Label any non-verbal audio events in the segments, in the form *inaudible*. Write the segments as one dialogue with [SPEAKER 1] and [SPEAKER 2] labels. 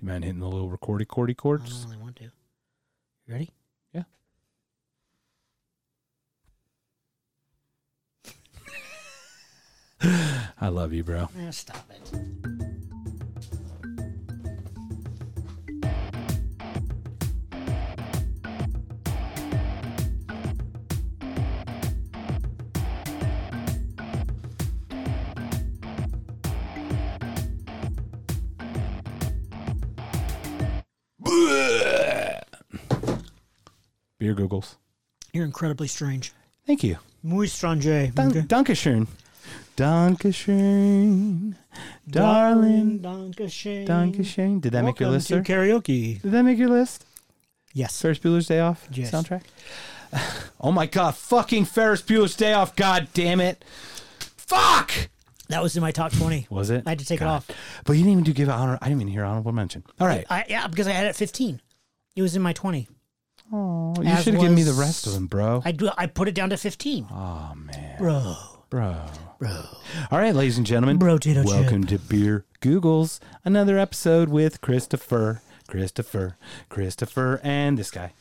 [SPEAKER 1] you mind hitting the little recordy cordy
[SPEAKER 2] I
[SPEAKER 1] chords?
[SPEAKER 2] don't really want to. You ready?
[SPEAKER 1] Yeah. I love you, bro.
[SPEAKER 2] Nah, Ah, stop it.
[SPEAKER 1] Beer googles.
[SPEAKER 2] You're incredibly strange.
[SPEAKER 1] Thank you.
[SPEAKER 2] Muy strange.
[SPEAKER 1] Dun-
[SPEAKER 2] Okay.
[SPEAKER 1] Dankeschön. Dankeschön. Darling.
[SPEAKER 2] Dankeschön.
[SPEAKER 1] Dankeschön. Did that make your
[SPEAKER 2] Welcome
[SPEAKER 1] list,
[SPEAKER 2] to
[SPEAKER 1] sir?
[SPEAKER 2] karaoke.
[SPEAKER 1] Did that make your list?
[SPEAKER 2] Yes.
[SPEAKER 1] Ferris Bueller's Day Off
[SPEAKER 2] Yes.
[SPEAKER 1] soundtrack? *laughs* oh my god, fucking Ferris Bueller's Day Off, god damn it. Fuck!
[SPEAKER 2] That was in my top 20.
[SPEAKER 1] Was it?
[SPEAKER 2] I had to take it
[SPEAKER 1] God.
[SPEAKER 2] off.
[SPEAKER 1] But you didn't even do give honor. I didn't even hear honorable mention. All right.
[SPEAKER 2] I, yeah, because I had it at 15. It was in my 20.
[SPEAKER 1] Oh, you
[SPEAKER 2] as
[SPEAKER 1] should have given me the
[SPEAKER 2] was-
[SPEAKER 1] rest of them, bro.
[SPEAKER 2] I do. I put it down to 15.
[SPEAKER 1] oh man,
[SPEAKER 2] Bro.
[SPEAKER 1] bro.
[SPEAKER 2] Bro.
[SPEAKER 1] All right, ladies and gentlemen,
[SPEAKER 2] Bro, Tito
[SPEAKER 1] welcome to Beer Googles, another episode with Christopher, Christopher, Christopher, and this guy.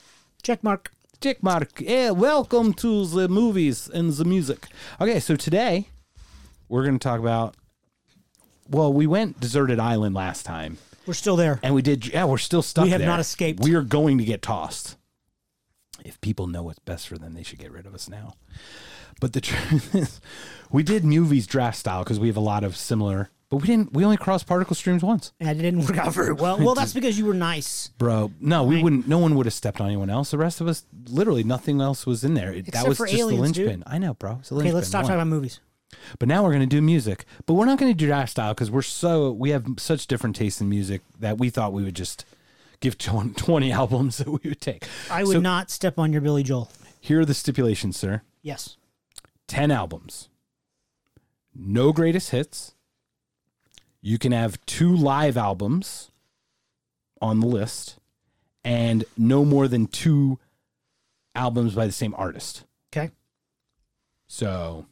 [SPEAKER 2] Check mark.
[SPEAKER 1] Dick Mark. Yeah, welcome to the movies and the music. Okay, so today we're going to talk about. Well, we went deserted island last time,
[SPEAKER 2] We're still there.
[SPEAKER 1] and we did. Yeah, we're still stuck.
[SPEAKER 2] We have
[SPEAKER 1] there.
[SPEAKER 2] not escaped.
[SPEAKER 1] We are going to get tossed. If people know what's best for them, they should get rid of us now. But the truth is, we did movies draft style because we have a lot of similar. But we didn't. We only crossed particle streams once,
[SPEAKER 2] And it didn't work out very well. Well, that's because you were nice.
[SPEAKER 1] bro. No, we wouldn't. No one would have stepped on anyone else. The rest of us, literally, nothing else was in there. It- that
[SPEAKER 2] Except
[SPEAKER 1] was
[SPEAKER 2] for
[SPEAKER 1] just the
[SPEAKER 2] aliens, dude.
[SPEAKER 1] linchpin. I know, bro. It's the
[SPEAKER 2] Okay,
[SPEAKER 1] linchpin
[SPEAKER 2] let's stop
[SPEAKER 1] one.
[SPEAKER 2] talking about movies.
[SPEAKER 1] But now we're going to do music. But we're not going to do draft style because we're so we have such different tastes in music that we thought we would just give *laughs* 20 20 albums that we would take.
[SPEAKER 2] I would
[SPEAKER 1] So-
[SPEAKER 2] not step on your Billy Joel.
[SPEAKER 1] Here are the stipulations, sir.
[SPEAKER 2] Yes.
[SPEAKER 1] 10 albums. No greatest hits. You can have two live albums on the list and no more than two albums by the same artist.
[SPEAKER 2] Okay.
[SPEAKER 1] So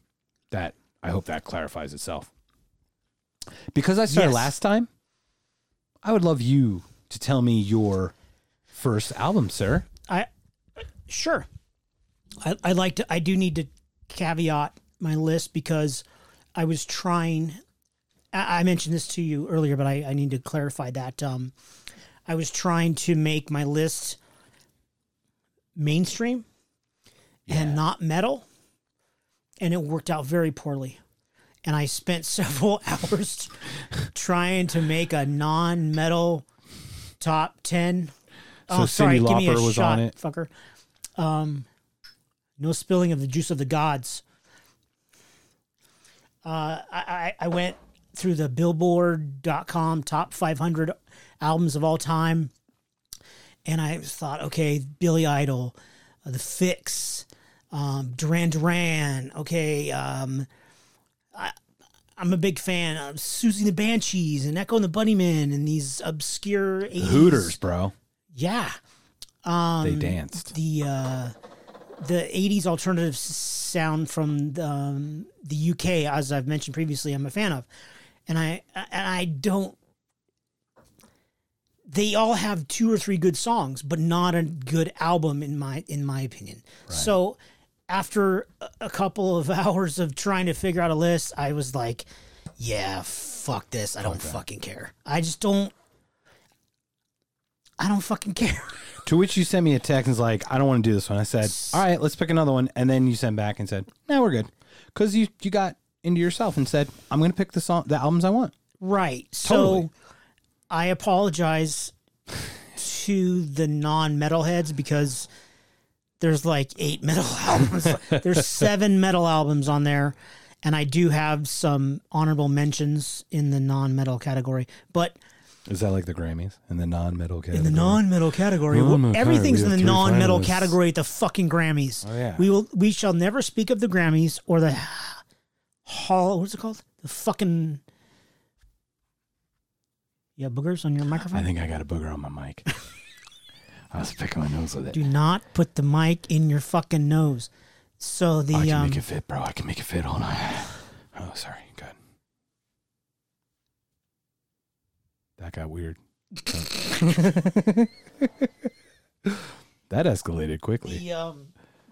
[SPEAKER 1] that I hope that clarifies itself. Because I started
[SPEAKER 2] Yes.
[SPEAKER 1] last time, I would love you to tell me your first album, sir.
[SPEAKER 2] I sure. I, I like to. I do need to caveat my list because I was trying. I, I mentioned this to you earlier, but I, I need to clarify that. Um, I was trying to make my list mainstream and not metal, and it worked out very poorly. And I spent *laughs* several hours trying to make a non-metal top ten
[SPEAKER 1] So
[SPEAKER 2] oh, sorry,
[SPEAKER 1] Cyndi
[SPEAKER 2] give me a
[SPEAKER 1] Lauper was
[SPEAKER 2] shot,
[SPEAKER 1] on it.
[SPEAKER 2] fucker. Um, no spilling of the juice of the gods. Uh, I, I, I went through the Billboard.com top 500 albums of all time, and I thought, okay, Billy Idol, uh, The Fix, um, Duran Duran. Okay, um, I, I'm a big fan of Susie the Banshees and Echo and the Bunnymen and these obscure 80s.
[SPEAKER 1] Hooters, bro.
[SPEAKER 2] Yeah,
[SPEAKER 1] they danced.
[SPEAKER 2] the uh, the '80s alternative s- sound from the, um, the UK, as I've mentioned previously, I'm a fan of, and I and I don't. They all have two or three good songs, but not a good album in my in my opinion. So, after a- a couple of *laughs* hours of trying to figure out a list, I was like, "Yeah, fuck this. I don't fucking care. I just don't. I don't fucking *laughs* care."
[SPEAKER 1] To which you sent me a text and was like, I don't want to do this one. I said, All right, let's pick another one. And then you sent back and said, No, we're good. Because you, you got into yourself and said, I'm going to pick the song, the albums I want.
[SPEAKER 2] Right.
[SPEAKER 1] Totally.
[SPEAKER 2] So I apologize to the non metalheads because there's like eight metal *laughs* albums. there's seven metal albums on there. And I do have some honorable mentions in the non metal category. But
[SPEAKER 1] Is that like the Grammys in the non metal category?
[SPEAKER 2] in the non metal category,
[SPEAKER 1] Non-metal
[SPEAKER 2] well, everything's
[SPEAKER 1] category, we
[SPEAKER 2] in the
[SPEAKER 1] have three
[SPEAKER 2] non metal
[SPEAKER 1] finalists.
[SPEAKER 2] category at the fucking Grammys.
[SPEAKER 1] Oh, yeah.
[SPEAKER 2] We will we shall never speak of the Grammys or the Hall what's it called? The fucking Yeah, boogers on your microphone?
[SPEAKER 1] I think I got a booger on my
[SPEAKER 2] *laughs*
[SPEAKER 1] mic. I was picking my nose with it.
[SPEAKER 2] Do not put the mic in your fucking nose. So
[SPEAKER 1] Oh, I
[SPEAKER 2] the
[SPEAKER 1] can
[SPEAKER 2] um,
[SPEAKER 1] make it fit, bro. I can make it fit. Hold on.
[SPEAKER 2] *laughs*
[SPEAKER 1] Oh, sorry. Good. That got weird. That escalated quickly.
[SPEAKER 2] The, um,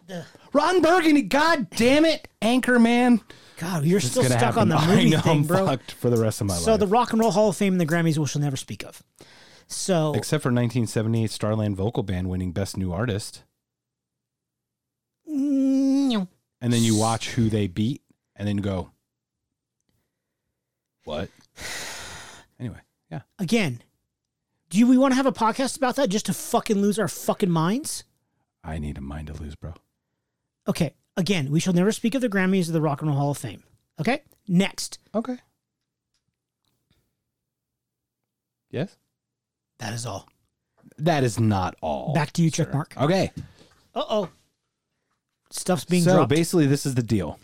[SPEAKER 2] the
[SPEAKER 1] Ron Burgundy, god damn it, Anchorman.
[SPEAKER 2] God, you're
[SPEAKER 1] It's
[SPEAKER 2] still
[SPEAKER 1] gonna
[SPEAKER 2] stuck
[SPEAKER 1] happen.
[SPEAKER 2] on
[SPEAKER 1] *laughs*
[SPEAKER 2] the
[SPEAKER 1] I
[SPEAKER 2] movie
[SPEAKER 1] know,
[SPEAKER 2] thing,
[SPEAKER 1] I'm
[SPEAKER 2] bro.
[SPEAKER 1] fucked for the rest of my
[SPEAKER 2] So
[SPEAKER 1] life.
[SPEAKER 2] the Rock and Roll Hall of Fame and the Grammys we shall never speak of. So
[SPEAKER 1] Except for 1978 Starland Vocal Band winning Best New Artist.
[SPEAKER 2] Mm,
[SPEAKER 1] And then you watch who they beat and then go, what? *sighs* Anyway, yeah.
[SPEAKER 2] again, do we want to have a podcast about that just to fucking lose our fucking minds?
[SPEAKER 1] I need a mind to lose, bro.
[SPEAKER 2] Okay, again, we shall never speak of the Grammys or the Rock and Roll Hall of Fame. Okay, next.
[SPEAKER 1] Okay. Yes?
[SPEAKER 2] That is all.
[SPEAKER 1] That is not all.
[SPEAKER 2] Back to you, check mark.
[SPEAKER 1] Okay.
[SPEAKER 2] Uh oh. Stuff's being
[SPEAKER 1] so
[SPEAKER 2] dropped.
[SPEAKER 1] basically, this is the deal.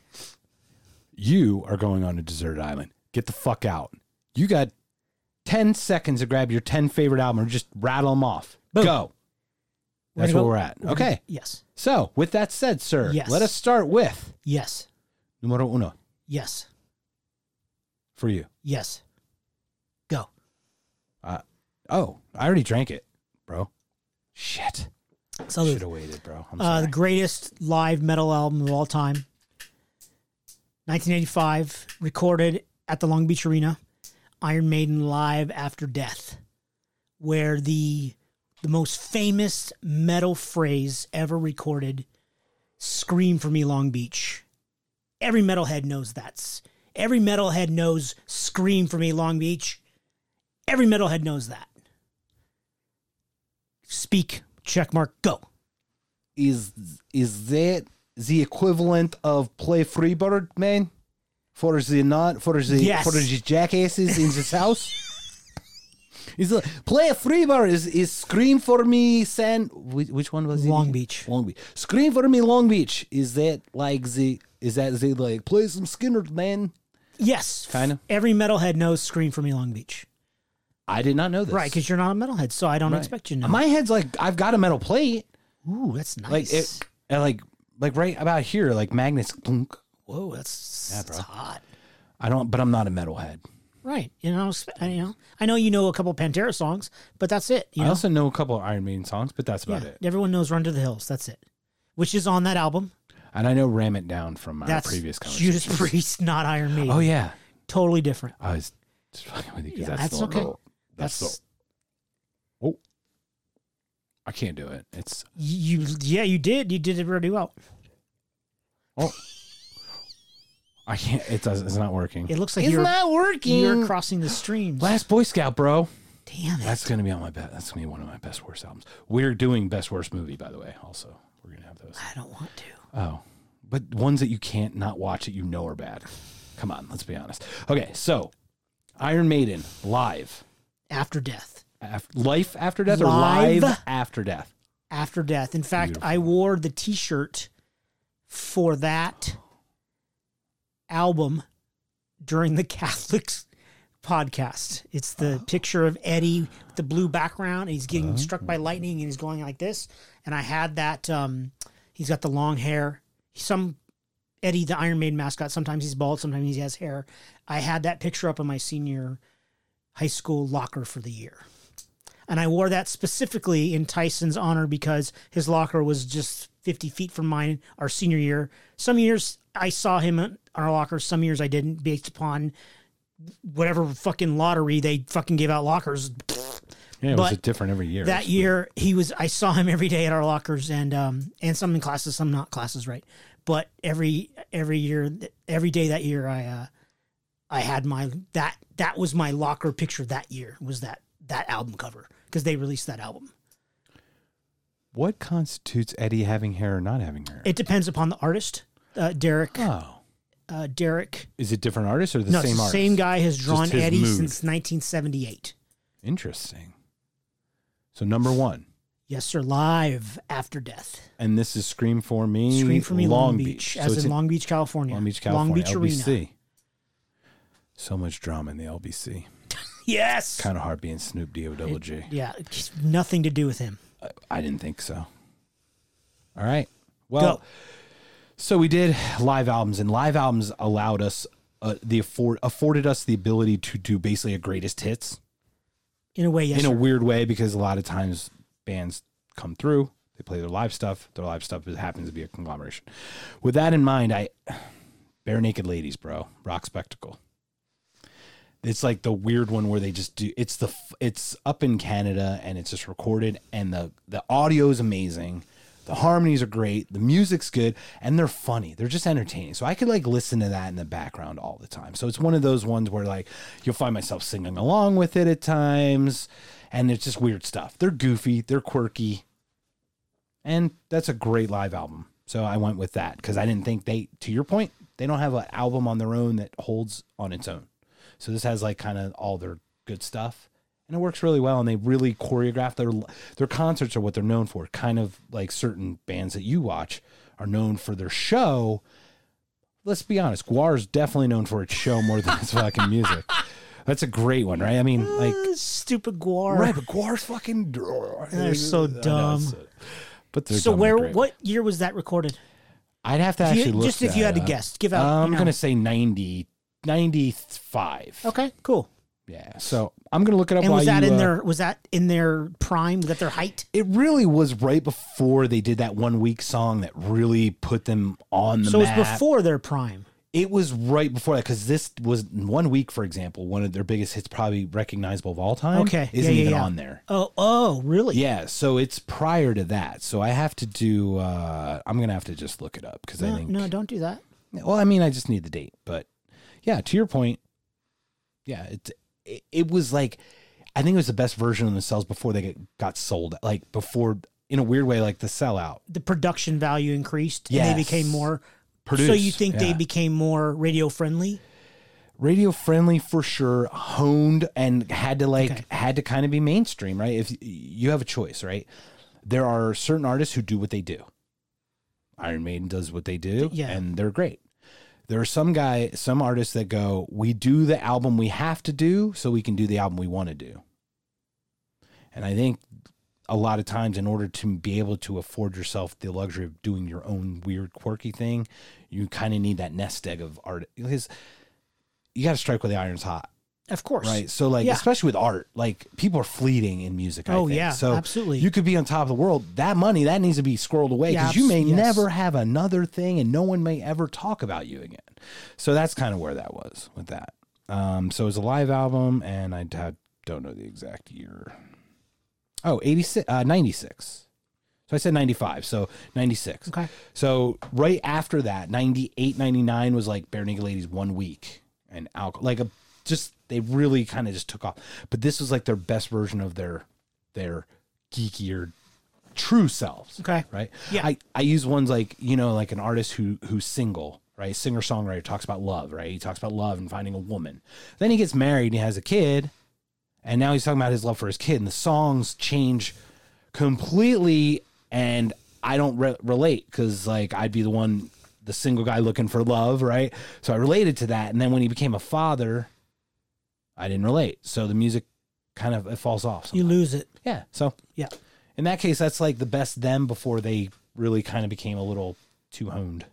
[SPEAKER 1] You are going on a desert island. Get the fuck out. You got 10 seconds to grab your 10 favorite album or just rattle them off.
[SPEAKER 2] Boom.
[SPEAKER 1] Go.
[SPEAKER 2] We're
[SPEAKER 1] That's
[SPEAKER 2] gonna
[SPEAKER 1] where
[SPEAKER 2] go-
[SPEAKER 1] we're at.
[SPEAKER 2] gonna-
[SPEAKER 1] Okay.
[SPEAKER 2] Yes.
[SPEAKER 1] So, with that said, sir,
[SPEAKER 2] Yes.
[SPEAKER 1] let us start with
[SPEAKER 2] Yes.
[SPEAKER 1] numero uno
[SPEAKER 2] Yes.
[SPEAKER 1] for you.
[SPEAKER 2] Yes. Go.
[SPEAKER 1] Uh, oh, I already drank it, bro. Shit.
[SPEAKER 2] So
[SPEAKER 1] Should have waited, bro. I'm
[SPEAKER 2] Oh, uh,
[SPEAKER 1] sorry.
[SPEAKER 2] the greatest live metal album of all time. 1985, recorded at the Long Beach Arena, Iron Maiden Live After Death, where the the most famous metal phrase ever recorded, "Scream for me, Long Beach." Every metalhead knows that's. Every metalhead knows "Scream for me, Long Beach." Every metalhead knows that. Speak, check mark, go.
[SPEAKER 1] is is that the equivalent of play Freebird, man? For the not for the
[SPEAKER 2] Yes.
[SPEAKER 1] for the jackasses in this
[SPEAKER 2] *laughs*
[SPEAKER 1] house. Is like, play Freebird is is scream for me San which, which one was it?
[SPEAKER 2] Long Beach.
[SPEAKER 1] Long Beach scream for me Long Beach is that like the is that the like play some Skinner man
[SPEAKER 2] Yes,
[SPEAKER 1] Kinda.
[SPEAKER 2] Every metalhead knows "Scream for Me, Long Beach."
[SPEAKER 1] I did not know this
[SPEAKER 2] Right, because you're not a metalhead, so I don't
[SPEAKER 1] Right.
[SPEAKER 2] expect you to know.
[SPEAKER 1] my head's like I've got a metal plate
[SPEAKER 2] Ooh, that's nice.
[SPEAKER 1] like it and like like right about here like magnets plunk.
[SPEAKER 2] Whoa, that's, that's hot.
[SPEAKER 1] I don't but I'm not a metalhead.
[SPEAKER 2] Right, you know, sp- I- you know, I know you know a couple Pantera songs, but that's it. You
[SPEAKER 1] I
[SPEAKER 2] know,
[SPEAKER 1] also know a couple of Iron Maiden songs, but that's
[SPEAKER 2] Yeah,
[SPEAKER 1] about it.
[SPEAKER 2] everyone knows "Run to the Hills." That's it, which is on that album.
[SPEAKER 1] And I know Ram It Down from our
[SPEAKER 2] That's
[SPEAKER 1] previous conversation.
[SPEAKER 2] Judas *laughs* Priest, not Iron Maiden.
[SPEAKER 1] Oh yeah,
[SPEAKER 2] totally different.
[SPEAKER 1] I was just fucking with you 'cause
[SPEAKER 2] Yeah,
[SPEAKER 1] that's,
[SPEAKER 2] that's
[SPEAKER 1] the-
[SPEAKER 2] okay.
[SPEAKER 1] That's,
[SPEAKER 2] That's,
[SPEAKER 1] the- oh, I can't do it. It's
[SPEAKER 2] you. Yeah, you did. You did it really well.
[SPEAKER 1] oh, I can't. It does. It's not working.
[SPEAKER 2] It looks like you're
[SPEAKER 1] not working.
[SPEAKER 2] you're crossing the streams.
[SPEAKER 1] Last Boy Scout, bro.
[SPEAKER 2] Damn it.
[SPEAKER 1] That's gonna be on my best. That's gonna be one of my best worst albums. We're doing best worst movie, by the way. Also, we're gonna have those.
[SPEAKER 2] I don't want to.
[SPEAKER 1] Oh, but ones that you can't not watch that you know are bad. Come on, let's be honest. Okay, so Iron Maiden live,
[SPEAKER 2] After death.
[SPEAKER 1] Af- life after death,
[SPEAKER 2] Live?
[SPEAKER 1] or live after death.
[SPEAKER 2] after death. In fact,
[SPEAKER 1] Beautiful.
[SPEAKER 2] I wore the T-shirt for that album during the *laughs* Catholics podcast. It's the picture of Eddie with the blue background, and he's getting struck by lightning, and he's going like this. And I had that. Um, he's got the long hair. Some Eddie, the Iron Maiden mascot. Sometimes he's bald. Sometimes he has hair. I had that picture up in my senior high school locker for the year. And I wore that specifically in Tyson's honor because his locker was just 50 feet from mine our senior year. Some years I saw him in our locker, some years I didn't, based upon whatever fucking lottery they fucking gave out lockers.
[SPEAKER 1] Yeah, it was
[SPEAKER 2] But
[SPEAKER 1] a different every year.
[SPEAKER 2] That year he was I saw him every day at our lockers and um and some in classes, some not classes, right? But every every year every day that year I uh I had my that that was my locker picture that year was that that album cover because they released that album.
[SPEAKER 1] what constitutes Eddie having hair or not having hair?
[SPEAKER 2] It depends upon the artist. Uh, Derek,
[SPEAKER 1] oh,
[SPEAKER 2] uh, Derek,
[SPEAKER 1] is it different artists or the
[SPEAKER 2] no, it's
[SPEAKER 1] same
[SPEAKER 2] the
[SPEAKER 1] artist?
[SPEAKER 2] same guy has drawn
[SPEAKER 1] his
[SPEAKER 2] Eddie
[SPEAKER 1] mood.
[SPEAKER 2] since 1978.
[SPEAKER 1] Interesting. So number one,
[SPEAKER 2] Yes, sir. Live after death.
[SPEAKER 1] and this is "Scream for Me."
[SPEAKER 2] Scream for me, Long, Beach,
[SPEAKER 1] So
[SPEAKER 2] as
[SPEAKER 1] it's
[SPEAKER 2] in Long Beach, California.
[SPEAKER 1] Long Beach, California,
[SPEAKER 2] Arena.
[SPEAKER 1] LBC. So much drama in the LBC.
[SPEAKER 2] Yes.
[SPEAKER 1] Kind of hard being Snoop D O double G.
[SPEAKER 2] yeah, it's nothing to do with him.
[SPEAKER 1] I- I didn't think so. All right. Well,
[SPEAKER 2] Go.
[SPEAKER 1] so we did live albums, and live albums allowed us uh, the afford afforded us the ability to do basically a greatest hits
[SPEAKER 2] in a way, yes.
[SPEAKER 1] in a
[SPEAKER 2] sir.
[SPEAKER 1] weird way because a lot of times bands come through, they play their live stuff. Their live stuff is- happens to be a conglomeration. With that in mind, I bare naked ladies, bro, rock spectacle. It's like the weird one where they just do. It's the f- it's up in Canada and it's just recorded and the the audio is amazing. The harmonies are great, the music's good, and they're funny. They're just entertaining. So I could like listen to that in the background all the time. So it's one of those ones where like you'll find myself singing along with it at times, and it's just weird stuff. They're goofy, they're quirky, and that's a great live album. So I went with that because I didn't think they, to your point, they don't have an album on their own that holds on its own. So this has like kind of all their good stuff, and it works really well. And they really choreograph their their concerts are what they're known for. Kind of like certain bands that you watch are known for their show. Let's be honest, Guar is definitely known for its show more than its fucking music. That's a great one, right? I mean, like
[SPEAKER 2] Uh, stupid guar.
[SPEAKER 1] Right, but Guar's fucking. oh, They're
[SPEAKER 2] so dumb.
[SPEAKER 1] But uh, they're
[SPEAKER 2] So
[SPEAKER 1] dumb and
[SPEAKER 2] where?
[SPEAKER 1] great.
[SPEAKER 2] What year was that recorded?
[SPEAKER 1] I'd have to
[SPEAKER 2] If you-
[SPEAKER 1] actually look
[SPEAKER 2] just if you
[SPEAKER 1] that
[SPEAKER 2] had to
[SPEAKER 1] up.
[SPEAKER 2] guess, give out, you
[SPEAKER 1] I'm
[SPEAKER 2] know.
[SPEAKER 1] gonna say 90, 95.
[SPEAKER 2] Okay, cool.
[SPEAKER 1] Yeah. So I'm gonna look it up.
[SPEAKER 2] And
[SPEAKER 1] while
[SPEAKER 2] was that
[SPEAKER 1] you,
[SPEAKER 2] in
[SPEAKER 1] uh,
[SPEAKER 2] their was that in their prime? Was that their height?
[SPEAKER 1] It really was right before they did that one week song that really put them on the
[SPEAKER 2] So it was
[SPEAKER 1] map.
[SPEAKER 2] before their prime.
[SPEAKER 1] It was right before that because this was one week, for example, one of their biggest hits, probably recognizable of all time.
[SPEAKER 2] Okay. Yeah,
[SPEAKER 1] Isn't
[SPEAKER 2] yeah,
[SPEAKER 1] even
[SPEAKER 2] yeah.
[SPEAKER 1] on there.
[SPEAKER 2] Oh, oh, really?
[SPEAKER 1] Yeah, so it's prior to that. So I have to do. Uh, I'm gonna have to just look it up because I
[SPEAKER 2] No,
[SPEAKER 1] think.
[SPEAKER 2] no, don't do that.
[SPEAKER 1] Well, I mean, I just need the date, but yeah, to your point, yeah, it it, it was like I think it was the best version of themselves before they get, got sold. Like before, in a weird way, like the sellout.
[SPEAKER 2] The production value increased, and
[SPEAKER 1] Yes.
[SPEAKER 2] they became more. So you
[SPEAKER 1] Produced,
[SPEAKER 2] think they
[SPEAKER 1] yeah.
[SPEAKER 2] became more radio friendly?
[SPEAKER 1] radio friendly for sure honed and had to like
[SPEAKER 2] Okay.
[SPEAKER 1] had to kind of be mainstream right if you have a choice right there are certain artists who do what they do iron maiden does what they do
[SPEAKER 2] Yeah.
[SPEAKER 1] and they're great there are some guy some artists that go we do the album we have to do so we can do the album we want to do and i think a lot of times in order to be able to afford yourself the luxury of doing your own weird quirky thing you kind of need that nest egg of art because you got to strike while the iron's hot,
[SPEAKER 2] Of course.
[SPEAKER 1] right? So, like,
[SPEAKER 2] Yeah.
[SPEAKER 1] especially with art, like people are fleeting in music. I
[SPEAKER 2] Oh,
[SPEAKER 1] think.
[SPEAKER 2] yeah,
[SPEAKER 1] so
[SPEAKER 2] absolutely.
[SPEAKER 1] You could be on top of the world. That money that needs to be squirreled away
[SPEAKER 2] Yeah,
[SPEAKER 1] because you may
[SPEAKER 2] abs- yes.
[SPEAKER 1] never have another thing, and no one may ever talk about you again. So that's kind of where that was with that. Um, so it's a live album, and I d- don't know the exact year. Oh, 86, uh, 96. So I said 95, so 96.
[SPEAKER 2] Okay.
[SPEAKER 1] So right after that, 98, 99 was like Bare Naked Ladies one week and alcohol, like a, just, they really kind of just took off. But this was like their best version of their, their geekier true selves.
[SPEAKER 2] Okay.
[SPEAKER 1] Right.
[SPEAKER 2] Yeah.
[SPEAKER 1] I, I use ones like, you know, like an artist who, who's single, right? Singer songwriter talks about love, right? He talks about love and finding a woman. Then he gets married and he has a kid and now he's talking about his love for his kid and the songs change completely and i don't re- relate because like i'd be the one the single guy looking for love right so i related to that and then when he became a father i didn't relate so the music kind of it falls off
[SPEAKER 2] You
[SPEAKER 1] sometimes.
[SPEAKER 2] lose it.
[SPEAKER 1] yeah so
[SPEAKER 2] Yeah.
[SPEAKER 1] in that case that's like the best them before they really kind of became a little too honed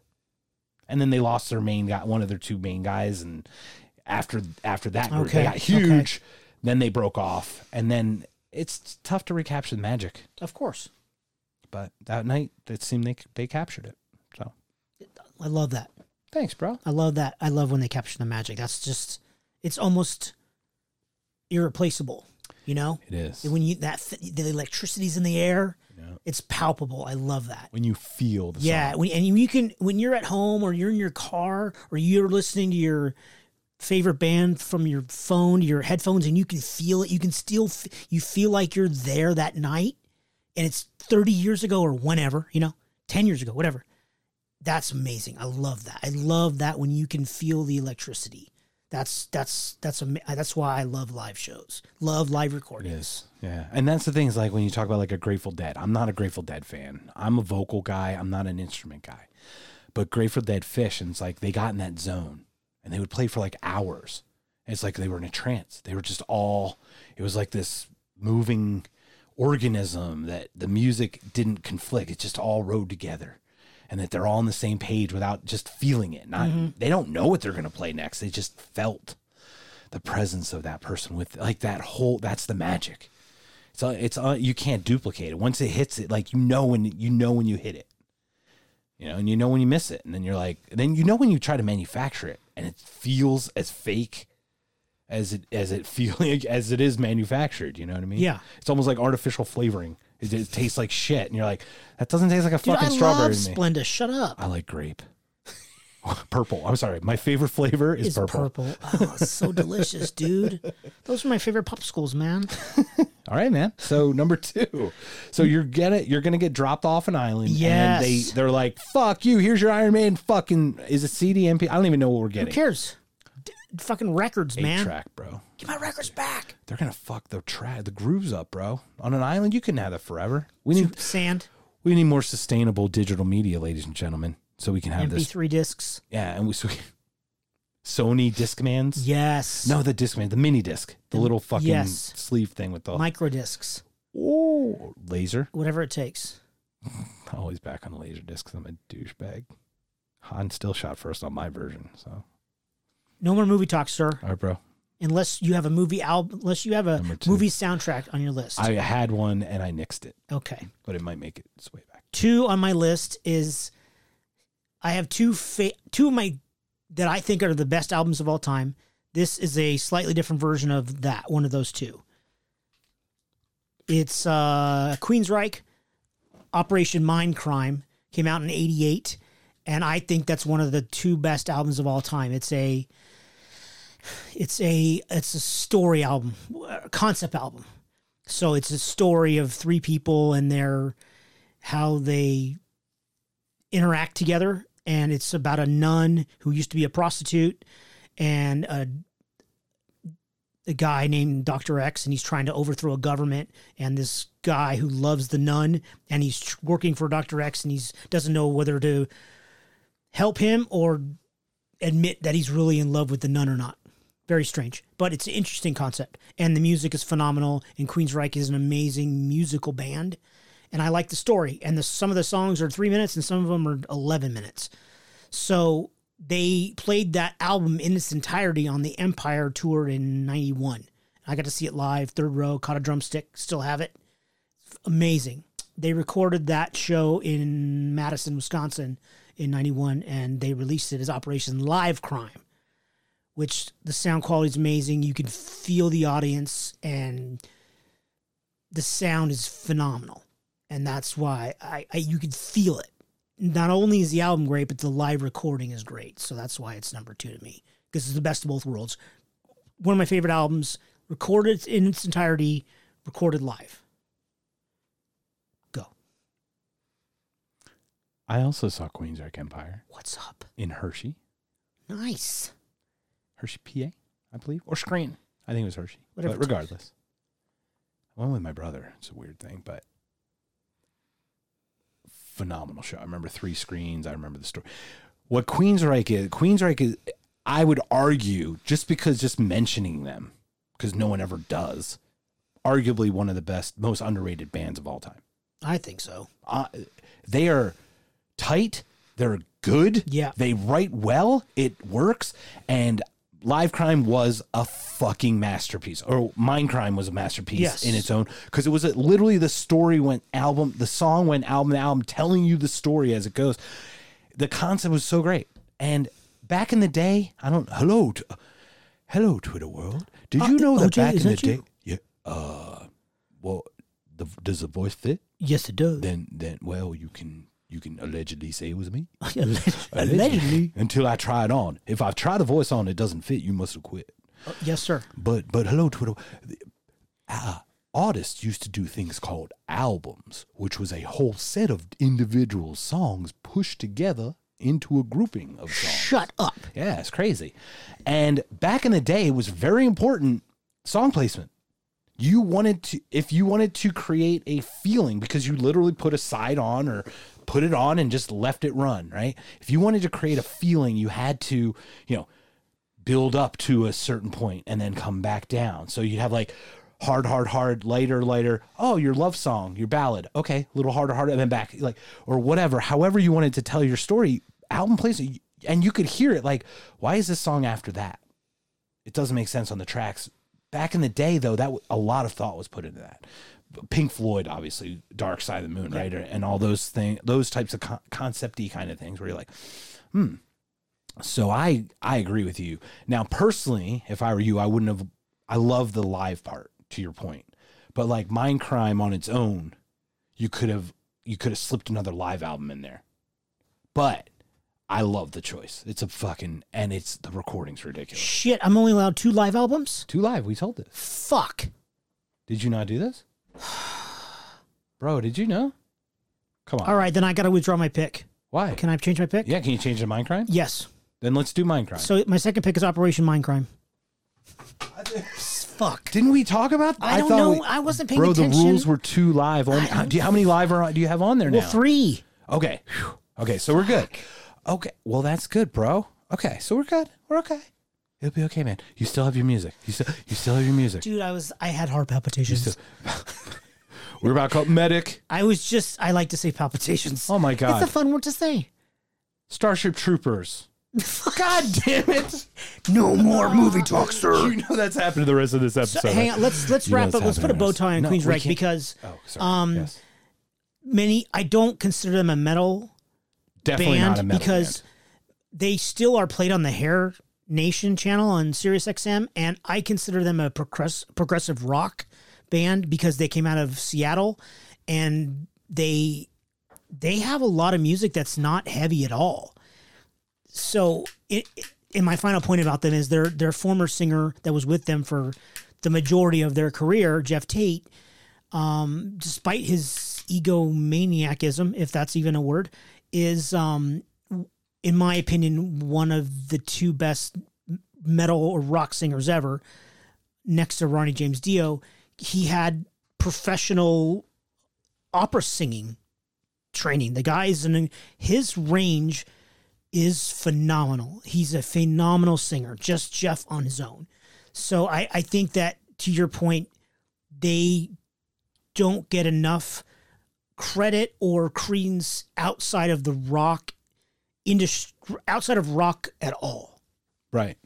[SPEAKER 1] and then they lost their main guy one of their two main guys and after after that group,
[SPEAKER 2] Okay,
[SPEAKER 1] they got huge then they broke off and then it's tough to recapture the magic
[SPEAKER 2] Of course.
[SPEAKER 1] but that night it seemed they they captured it so
[SPEAKER 2] I love that.
[SPEAKER 1] thanks bro
[SPEAKER 2] I love that. I love when they capture the magic. That's just it's almost irreplaceable. You know,
[SPEAKER 1] it is
[SPEAKER 2] when you that th- the electricity's in the air,
[SPEAKER 1] Yeah.
[SPEAKER 2] it's palpable. I love that.
[SPEAKER 1] when you feel the
[SPEAKER 2] Yeah,
[SPEAKER 1] song.
[SPEAKER 2] when, and you can when you're at home or you're in your car or you're listening to your favorite band from your phone, your headphones, and you can feel it. You can still f- you feel like you're there that night, and it's 30 years ago or whenever you know, 10 years ago, whatever. That's amazing. I love that. I love that when you can feel the electricity. That's that's that's ama- that's why I love live shows. Love live recordings.
[SPEAKER 1] Yes. Yeah. And that's the thing is like when you talk about like a Grateful Dead, I'm not a Grateful Dead fan. I'm a vocal guy. I'm not an instrument guy. But Grateful Dead Fish, and it's like they got in that zone and they would play for like hours. And it's like they were in a trance. They were just all, it was like this moving organism that the music didn't conflict. It just all rode together. And that they're all on the same page without just feeling it. Not they don't know what they're gonna play next. They just felt the presence of that person with like that whole that's the magic. It's uh, it's uh, you can't duplicate it. Once it hits it, like you know when you know when you hit it, you know, and you know when you miss it, and then you're like, and then you know when you try to manufacture it, and it feels as fake as it as it *laughs* feeling as it is manufactured. You know what I mean?
[SPEAKER 2] Yeah.
[SPEAKER 1] It's almost like artificial flavoring. It, it tastes like shit, and you're like, that doesn't taste like a
[SPEAKER 2] Dude,
[SPEAKER 1] fucking
[SPEAKER 2] I
[SPEAKER 1] strawberry.
[SPEAKER 2] love
[SPEAKER 1] to me.
[SPEAKER 2] Splenda. Shut up.
[SPEAKER 1] I like grape. *laughs* purple. I'm sorry. My favorite flavor is
[SPEAKER 2] It's
[SPEAKER 1] purple.
[SPEAKER 2] purple. Oh, it's
[SPEAKER 1] *laughs*
[SPEAKER 2] so delicious, dude. Those are my favorite popsicles, man.
[SPEAKER 1] All right, man.
[SPEAKER 2] *laughs*
[SPEAKER 1] So number two. So you're gonna you're gonna get dropped off an island. And they
[SPEAKER 2] Yes.
[SPEAKER 1] they're like, fuck you, here's your Iron Man fucking is it CDMP? I don't even know what we're
[SPEAKER 2] Who
[SPEAKER 1] getting.
[SPEAKER 2] cares? D- fucking records,
[SPEAKER 1] Eight
[SPEAKER 2] man.
[SPEAKER 1] track, bro.
[SPEAKER 2] Get my records back.
[SPEAKER 1] They're gonna fuck the tra- the grooves up, bro. On an island, you couldn't have that forever. We need
[SPEAKER 2] Sand,
[SPEAKER 1] we need more sustainable digital media, ladies and gentlemen, so we can have this.
[SPEAKER 2] MP3 discs.
[SPEAKER 1] Yeah, and we so Sony Discmans.
[SPEAKER 2] Yes.
[SPEAKER 1] No, the Discman, the mini disc, the little fucking
[SPEAKER 2] Yes.
[SPEAKER 1] sleeve thing with the
[SPEAKER 2] Micro discs.
[SPEAKER 1] Ooh, laser.
[SPEAKER 2] Whatever it takes.
[SPEAKER 1] Always back on the laser disc 'cause I'm a douchebag. Han still shot first on my version. So,
[SPEAKER 2] No more movie talk, sir.
[SPEAKER 1] all right, bro.
[SPEAKER 2] Unless you have a movie album, unless you have a
[SPEAKER 1] Number two.
[SPEAKER 2] movie soundtrack on your list.
[SPEAKER 1] I had one and I nixed it,
[SPEAKER 2] okay.
[SPEAKER 1] but it might make it its way back.
[SPEAKER 2] two on my list is I have two fa- two of my that I think are the best albums of all time. This is a slightly different version of that one of those two. It's uh, Queensryche, Operation Mind Crime came out in '88, and I think that's one of the two best albums of all time. It's a it's a it's a story album, uh, concept album. So it's a story of three people and their how they interact together and it's about a nun who used to be a prostitute and a, a guy named Dr. X and he's trying to overthrow a government and this guy who loves the nun and he's tr- working for Dr. X and he's doesn't know whether to help him or admit that he's really in love with the nun or not. Very strange, but it's an interesting concept. And the music is phenomenal. And Queensryche is an amazing musical band. And I like the story. And the, some of the songs are three minutes and some of them are 11 minutes. So they played that album in its entirety on the Empire tour in 91. I got to see it live, third row, caught a drumstick, still have it. Amazing. They recorded that show in Madison, Wisconsin in 91, and they released it as Operation Live Crime, which the sound quality is amazing. You can feel the audience, and the sound is phenomenal. And that's why I, I you can feel it. Not only is the album great, but the live recording is great. So that's why it's number two to me because it's the best of both worlds. One of my favorite albums, recorded in its entirety, recorded live. Go.
[SPEAKER 1] I also saw Queensrÿche Empire
[SPEAKER 2] What's up?
[SPEAKER 1] in Hershey,
[SPEAKER 2] Nice.
[SPEAKER 1] Hershey, PA, I believe, or Scranton. I think it was Hershey.
[SPEAKER 2] Whatever
[SPEAKER 1] But
[SPEAKER 2] it takes.
[SPEAKER 1] regardless, I went with my brother. It's a weird thing, but phenomenal show. I remember three screens. I remember the story. What Queensryche is, Queensryche is, I would argue, just because just mentioning them, because no one ever does, arguably one of the best, most underrated bands of all time.
[SPEAKER 2] I think so.
[SPEAKER 1] Uh, they are tight. They're good.
[SPEAKER 2] Yeah.
[SPEAKER 1] They write well. It works. And Live Crime was a fucking masterpiece, or Mind Crime was a masterpiece
[SPEAKER 2] Yes.
[SPEAKER 1] in its own because it was a, literally the story went album, the song went album, the album telling you the story as it goes. The concept was so great. And back in the day, I don't, hello, t- hello, Twitter world. Did you
[SPEAKER 2] Uh,
[SPEAKER 1] know that
[SPEAKER 2] OJ,
[SPEAKER 1] back
[SPEAKER 2] is
[SPEAKER 1] in the
[SPEAKER 2] that you?
[SPEAKER 1] day? Yeah. Uh, well, the, does the voice fit?
[SPEAKER 2] Yes, it does.
[SPEAKER 1] then then well you can you can allegedly say it was me
[SPEAKER 2] Allegedly.
[SPEAKER 1] until i try it on if i try the voice on it doesn't fit you must have quit
[SPEAKER 2] Uh, yes, sir.
[SPEAKER 1] but but hello twitter The- ah, artists used to do things called albums which was a whole set of individual songs pushed together into a grouping of songs
[SPEAKER 2] Shut up.
[SPEAKER 1] yeah it's crazy and back in the day it was very important song placement you wanted to if you wanted to create a feeling because you literally put a side on or put it on and just left it run right if you wanted to create a feeling you had to you know build up to a certain point and then come back down so you'd have like hard hard hard lighter lighter oh your love song your ballad okay a little harder harder and then back like or whatever however you wanted to tell your story album plays and you could hear it like why is this song after that it doesn't make sense on the tracks. Back in the day, though, that w- a lot of thought was put into that. Pink Floyd, obviously, Dark Side of the Moon, right, and all those things, those types of con- concepty kind of things, where you're like, hmm. So I I agree with you. Now, personally, if I were you, I wouldn't have. I love the live part to your point, but like Mind Crime on its own, you could have you could have slipped another live album in there. But I love the choice. It's a fucking and it's the recording's ridiculous.
[SPEAKER 2] Shit, I'm only allowed two live albums?
[SPEAKER 1] Two live, we told this.
[SPEAKER 2] Fuck.
[SPEAKER 1] Did you not do this? *sighs* Bro, did you know? Come on.
[SPEAKER 2] All right, then I got to withdraw my pick.
[SPEAKER 1] Why?
[SPEAKER 2] Can I change my pick?
[SPEAKER 1] yeah, can you change the Minecraft?
[SPEAKER 2] Yes.
[SPEAKER 1] Then let's do Minecraft.
[SPEAKER 2] So my second pick is Operation Mindcrime. Fuck.
[SPEAKER 1] Didn't we talk about
[SPEAKER 2] I, don't
[SPEAKER 1] thought
[SPEAKER 2] know.
[SPEAKER 1] we-
[SPEAKER 2] I wasn't paying
[SPEAKER 1] Bro,
[SPEAKER 2] attention.
[SPEAKER 1] the rules were two live. Only,
[SPEAKER 2] I don't
[SPEAKER 1] do you, how many live are on, do you have on there
[SPEAKER 2] well,
[SPEAKER 1] now?
[SPEAKER 2] three.
[SPEAKER 1] Okay. Phew. Okay, so we're good. Okay. Well, that's good, bro. Okay, so we're good. We're okay. It'll be okay, man. You still have your music. You still you still have your music.
[SPEAKER 2] Dude, I was I had heart palpitations.
[SPEAKER 1] still- We're about to call medic.
[SPEAKER 2] I was just I like to say palpitations.
[SPEAKER 1] Oh my
[SPEAKER 2] It's a
[SPEAKER 1] god.
[SPEAKER 2] fun word to say.
[SPEAKER 1] *laughs* Starship Troopers.
[SPEAKER 2] God damn it. No more movie talk, sir.
[SPEAKER 1] You know that's happened to the rest of this episode.
[SPEAKER 2] So, hang on, let's let's
[SPEAKER 1] You know
[SPEAKER 2] wrap
[SPEAKER 1] what's
[SPEAKER 2] up. Let's put a
[SPEAKER 1] happening,
[SPEAKER 2] bow
[SPEAKER 1] right?
[SPEAKER 2] tie on
[SPEAKER 1] No,
[SPEAKER 2] Queen's
[SPEAKER 1] we
[SPEAKER 2] Wreck
[SPEAKER 1] can't-
[SPEAKER 2] because
[SPEAKER 1] Oh, sorry.
[SPEAKER 2] Um,
[SPEAKER 1] yes.
[SPEAKER 2] many I don't consider them a metal.
[SPEAKER 1] Definitely
[SPEAKER 2] band
[SPEAKER 1] not a metal
[SPEAKER 2] because-
[SPEAKER 1] band.
[SPEAKER 2] They still are played on the Hair Nation channel on SiriusXM, and I consider them a progress, progressive rock band because they came out of Seattle, and they they have a lot of music that's not heavy at all. So, it, it- and my final point about them is their their former singer that was with them for the majority of their career, Jeff Tate, um, despite his egomaniacism, if that's even a word, is um, in my opinion one of the two best metal or rock singers ever, next to Ronnie James Dio. He had professional opera singing training. The guy's and his range is phenomenal. He's a phenomenal singer, just Jeff on his own. So I, I think that to your point, they don't get enough credit or credence outside of the rock industry, outside of rock at all.
[SPEAKER 1] Right.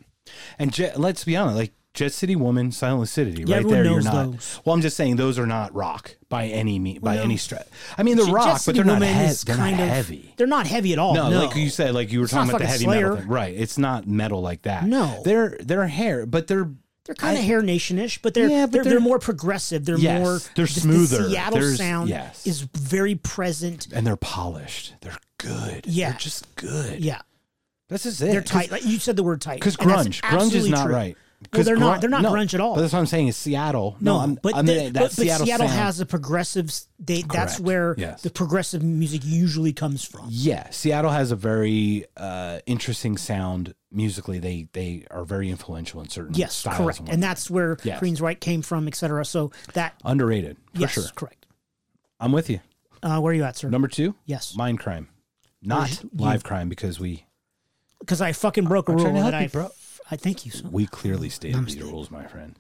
[SPEAKER 1] And Jet, let's be honest, like Jet City Woman, Silent City,
[SPEAKER 2] Yeah,
[SPEAKER 1] right
[SPEAKER 2] everyone
[SPEAKER 1] there. You're
[SPEAKER 2] knows
[SPEAKER 1] not.
[SPEAKER 2] those.
[SPEAKER 1] Well, I'm just saying those are not rock by any me by
[SPEAKER 2] no.
[SPEAKER 1] any stretch. I mean, they're
[SPEAKER 2] Jet
[SPEAKER 1] rock, but
[SPEAKER 2] City
[SPEAKER 1] they're not,
[SPEAKER 2] Woman
[SPEAKER 1] he-
[SPEAKER 2] is
[SPEAKER 1] they're not
[SPEAKER 2] kind of-
[SPEAKER 1] heavy.
[SPEAKER 2] They're not heavy at all.
[SPEAKER 1] No,
[SPEAKER 2] No,
[SPEAKER 1] like you said, like you were
[SPEAKER 2] not
[SPEAKER 1] talking about the
[SPEAKER 2] fucking
[SPEAKER 1] heavy metal
[SPEAKER 2] Slayer.
[SPEAKER 1] thing, right? It's not metal like that.
[SPEAKER 2] No.
[SPEAKER 1] they're they're hair, but they're
[SPEAKER 2] They're kind
[SPEAKER 1] I-
[SPEAKER 2] of hair nationish, but they're
[SPEAKER 1] Yeah, but
[SPEAKER 2] they're, they're
[SPEAKER 1] they're-
[SPEAKER 2] more progressive. They're
[SPEAKER 1] Yes,
[SPEAKER 2] more
[SPEAKER 1] they're
[SPEAKER 2] the- the
[SPEAKER 1] smoother.
[SPEAKER 2] Seattle
[SPEAKER 1] There's-
[SPEAKER 2] sound
[SPEAKER 1] yes.
[SPEAKER 2] is very present.
[SPEAKER 1] and they're polished. They're good.
[SPEAKER 2] Yeah.
[SPEAKER 1] they're just good.
[SPEAKER 2] Yeah,
[SPEAKER 1] That's just it.
[SPEAKER 2] they're tight. Like you said, the word tight
[SPEAKER 1] Because
[SPEAKER 2] and that's
[SPEAKER 1] grunge, grunge is
[SPEAKER 2] absolutely
[SPEAKER 1] not
[SPEAKER 2] true.
[SPEAKER 1] right.
[SPEAKER 2] Well,
[SPEAKER 1] 'Cause
[SPEAKER 2] they're
[SPEAKER 1] grun-
[SPEAKER 2] not. They're not
[SPEAKER 1] no,
[SPEAKER 2] grunge at all.
[SPEAKER 1] But that's what I'm saying. Is Seattle? No,
[SPEAKER 2] No,
[SPEAKER 1] I'm,
[SPEAKER 2] but,
[SPEAKER 1] I mean,
[SPEAKER 2] the-
[SPEAKER 1] that
[SPEAKER 2] but, but
[SPEAKER 1] Seattle,
[SPEAKER 2] Seattle,
[SPEAKER 1] sound-
[SPEAKER 2] has a progressive. s- They, that's
[SPEAKER 1] Correct.
[SPEAKER 2] where
[SPEAKER 1] Yes.
[SPEAKER 2] the progressive music usually comes from.
[SPEAKER 1] Yeah, Seattle has a very uh, interesting sound musically. They they are very influential in certain
[SPEAKER 2] Yes,
[SPEAKER 1] styles
[SPEAKER 2] correct,
[SPEAKER 1] and
[SPEAKER 2] and that's where
[SPEAKER 1] Yes.
[SPEAKER 2] Queen's Right came from, etc. So that
[SPEAKER 1] whatnot. underrated for
[SPEAKER 2] yes,
[SPEAKER 1] sure.
[SPEAKER 2] correct.
[SPEAKER 1] I'm with you.
[SPEAKER 2] Uh, where are you at, sir?
[SPEAKER 1] Number two,
[SPEAKER 2] Yes,
[SPEAKER 1] mind crime, not live crime because we
[SPEAKER 2] because I fucking broke a
[SPEAKER 1] I'm
[SPEAKER 2] rule
[SPEAKER 1] trying to
[SPEAKER 2] that
[SPEAKER 1] help
[SPEAKER 2] I.
[SPEAKER 1] you, bro.
[SPEAKER 2] I thank you. So
[SPEAKER 1] we clearly stated these rules, my friend.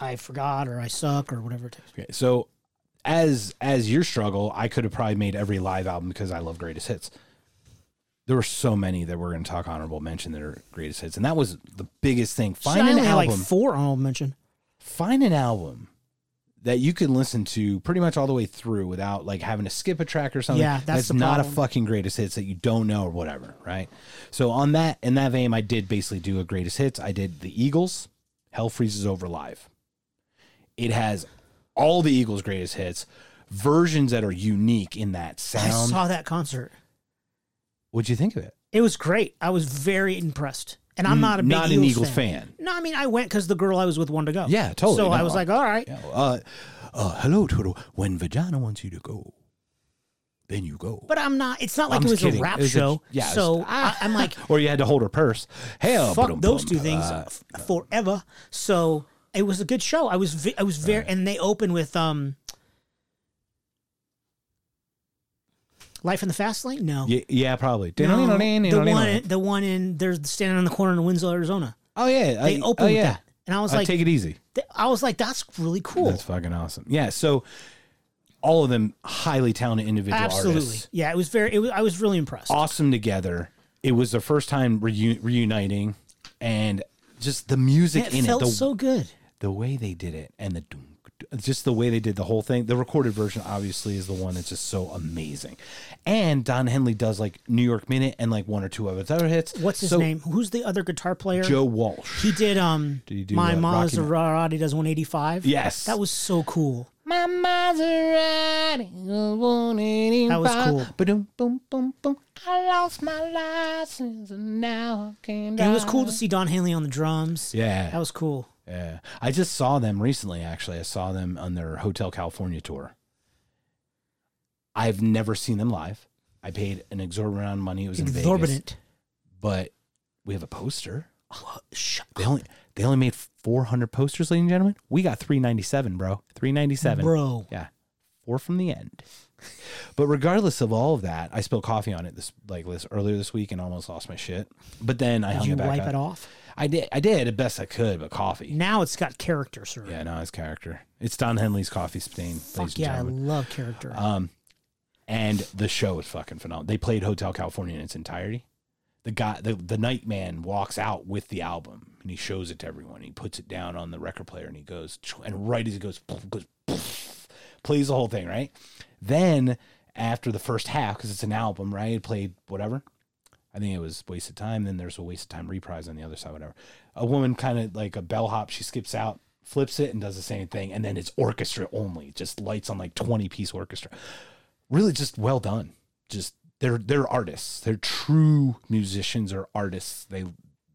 [SPEAKER 2] I forgot, or I suck, or whatever it is.
[SPEAKER 1] Okay, so as as your struggle, I could have probably made every live album because I love greatest hits. There were so many that we're going to talk honorable mention that are greatest hits, and that was the biggest thing. Find
[SPEAKER 2] Shit, I
[SPEAKER 1] an
[SPEAKER 2] only had
[SPEAKER 1] album.
[SPEAKER 2] like four honorable mention.
[SPEAKER 1] find an album that you can listen to pretty much all the way through without like having to skip a track or something.
[SPEAKER 2] Yeah, that's the
[SPEAKER 1] not a
[SPEAKER 2] problem.
[SPEAKER 1] fucking greatest hits that you don't know or whatever, right? So on that in that vein, I did basically do a greatest hits. I did the Eagles, Hell Freezes Over Live. It has all the Eagles' greatest hits, versions that are unique in that
[SPEAKER 2] I
[SPEAKER 1] sound.
[SPEAKER 2] saw that concert.
[SPEAKER 1] What'd you think of it?
[SPEAKER 2] It was great. I was very impressed, and I'm not a big
[SPEAKER 1] Mm, not
[SPEAKER 2] Eagles
[SPEAKER 1] an Eagles fan.
[SPEAKER 2] No, I mean I went because the girl I was with wanted to go.
[SPEAKER 1] Yeah, totally.
[SPEAKER 2] So
[SPEAKER 1] No,
[SPEAKER 2] I was
[SPEAKER 1] I-
[SPEAKER 2] like, all right.
[SPEAKER 1] Yeah, uh, uh, hello, Toto. When vagina wants you to go, then you go.
[SPEAKER 2] But I'm not. It's not like
[SPEAKER 1] I'm
[SPEAKER 2] it was
[SPEAKER 1] just kidding.
[SPEAKER 2] a rap
[SPEAKER 1] It was a-
[SPEAKER 2] show.
[SPEAKER 1] yeah, it
[SPEAKER 2] So
[SPEAKER 1] was-
[SPEAKER 2] I, I'm like,
[SPEAKER 1] *laughs* or you had to hold her purse. Hell,
[SPEAKER 2] fuck
[SPEAKER 1] ba-dum-bum.
[SPEAKER 2] those two things
[SPEAKER 1] Uh,
[SPEAKER 2] f- forever. So it was a good show. I was. Vi- I was very. And they open with um. Life in the Fast Lane? No.
[SPEAKER 1] yeah, yeah, probably.
[SPEAKER 2] No, the one, the one in they're standing on the corner in Winslow, Arizona.
[SPEAKER 1] Oh yeah,
[SPEAKER 2] They
[SPEAKER 1] I,
[SPEAKER 2] open
[SPEAKER 1] oh,
[SPEAKER 2] with
[SPEAKER 1] yeah.
[SPEAKER 2] that, and I was
[SPEAKER 1] I
[SPEAKER 2] like,
[SPEAKER 1] take it easy.
[SPEAKER 2] th- I was like, that's really cool.
[SPEAKER 1] That's fucking awesome. Yeah. So all of them highly talented individual
[SPEAKER 2] Absolutely,
[SPEAKER 1] artists.
[SPEAKER 2] yeah. It was very. It was, I was really impressed.
[SPEAKER 1] Awesome together. It was their first time reu- reuniting, and just the music
[SPEAKER 2] it
[SPEAKER 1] in
[SPEAKER 2] felt
[SPEAKER 1] it, the,
[SPEAKER 2] so good.
[SPEAKER 1] the way they did it, and the dunk, dunk, just the way they did the whole thing. The recorded version, obviously, is the one that's just so amazing. And Don Henley does like New York Minute and like one or two of his other hits.
[SPEAKER 2] What's his
[SPEAKER 1] So,
[SPEAKER 2] name? Who's the other guitar player?
[SPEAKER 1] Joe Walsh.
[SPEAKER 2] He did um
[SPEAKER 1] Did he do,
[SPEAKER 2] My
[SPEAKER 1] uh, Rocky
[SPEAKER 2] Maserati does 185.
[SPEAKER 1] Yes.
[SPEAKER 2] That was so cool.
[SPEAKER 1] My Maserati was 185.
[SPEAKER 2] That was cool.
[SPEAKER 1] Ba-dum, boom, boom, boom. I lost my license and now I can
[SPEAKER 2] And it was cool to see Don Henley on the drums.
[SPEAKER 1] Yeah.
[SPEAKER 2] That was cool.
[SPEAKER 1] yeah. I just saw them recently, actually. I saw them on their Hotel California tour. I've never seen them live. I paid an exorbitant amount of money. It was in Vegas.
[SPEAKER 2] Exorbitant.
[SPEAKER 1] But we have a poster.
[SPEAKER 2] Oh, shut
[SPEAKER 1] They only they only made 400 posters, ladies and gentlemen. We got 397, bro. 397.
[SPEAKER 2] Bro.
[SPEAKER 1] Yeah. Four from the end. But regardless of all of that, I spilled coffee on it this like this earlier this week and almost lost my shit. But then I
[SPEAKER 2] Did
[SPEAKER 1] hung
[SPEAKER 2] you
[SPEAKER 1] it back
[SPEAKER 2] wipe
[SPEAKER 1] up.
[SPEAKER 2] it off?
[SPEAKER 1] I did I did the best I could, but coffee.
[SPEAKER 2] Now it's got character, sir.
[SPEAKER 1] Yeah, no, it's character. It's Don Henley's coffee stain, ladies
[SPEAKER 2] Fuck
[SPEAKER 1] and
[SPEAKER 2] yeah, I
[SPEAKER 1] gentlemen.
[SPEAKER 2] love character.
[SPEAKER 1] Um and the show was fucking phenomenal. They played Hotel California in its entirety. The guy the, the night man walks out with the album and he shows it to everyone. He puts it down on the record player and he goes and right as he goes goes plays the whole thing, right? Then after the first half, because it's an album, right? It played whatever. I think it was waste of time. Then there's a waste of time reprise on the other side, whatever. A woman kind of like a bellhop, she skips out, flips it, and does the same thing. And then it's orchestra only, just lights on like 20 piece orchestra. Really just well done. Just they're they're artists. They're true musicians or artists. They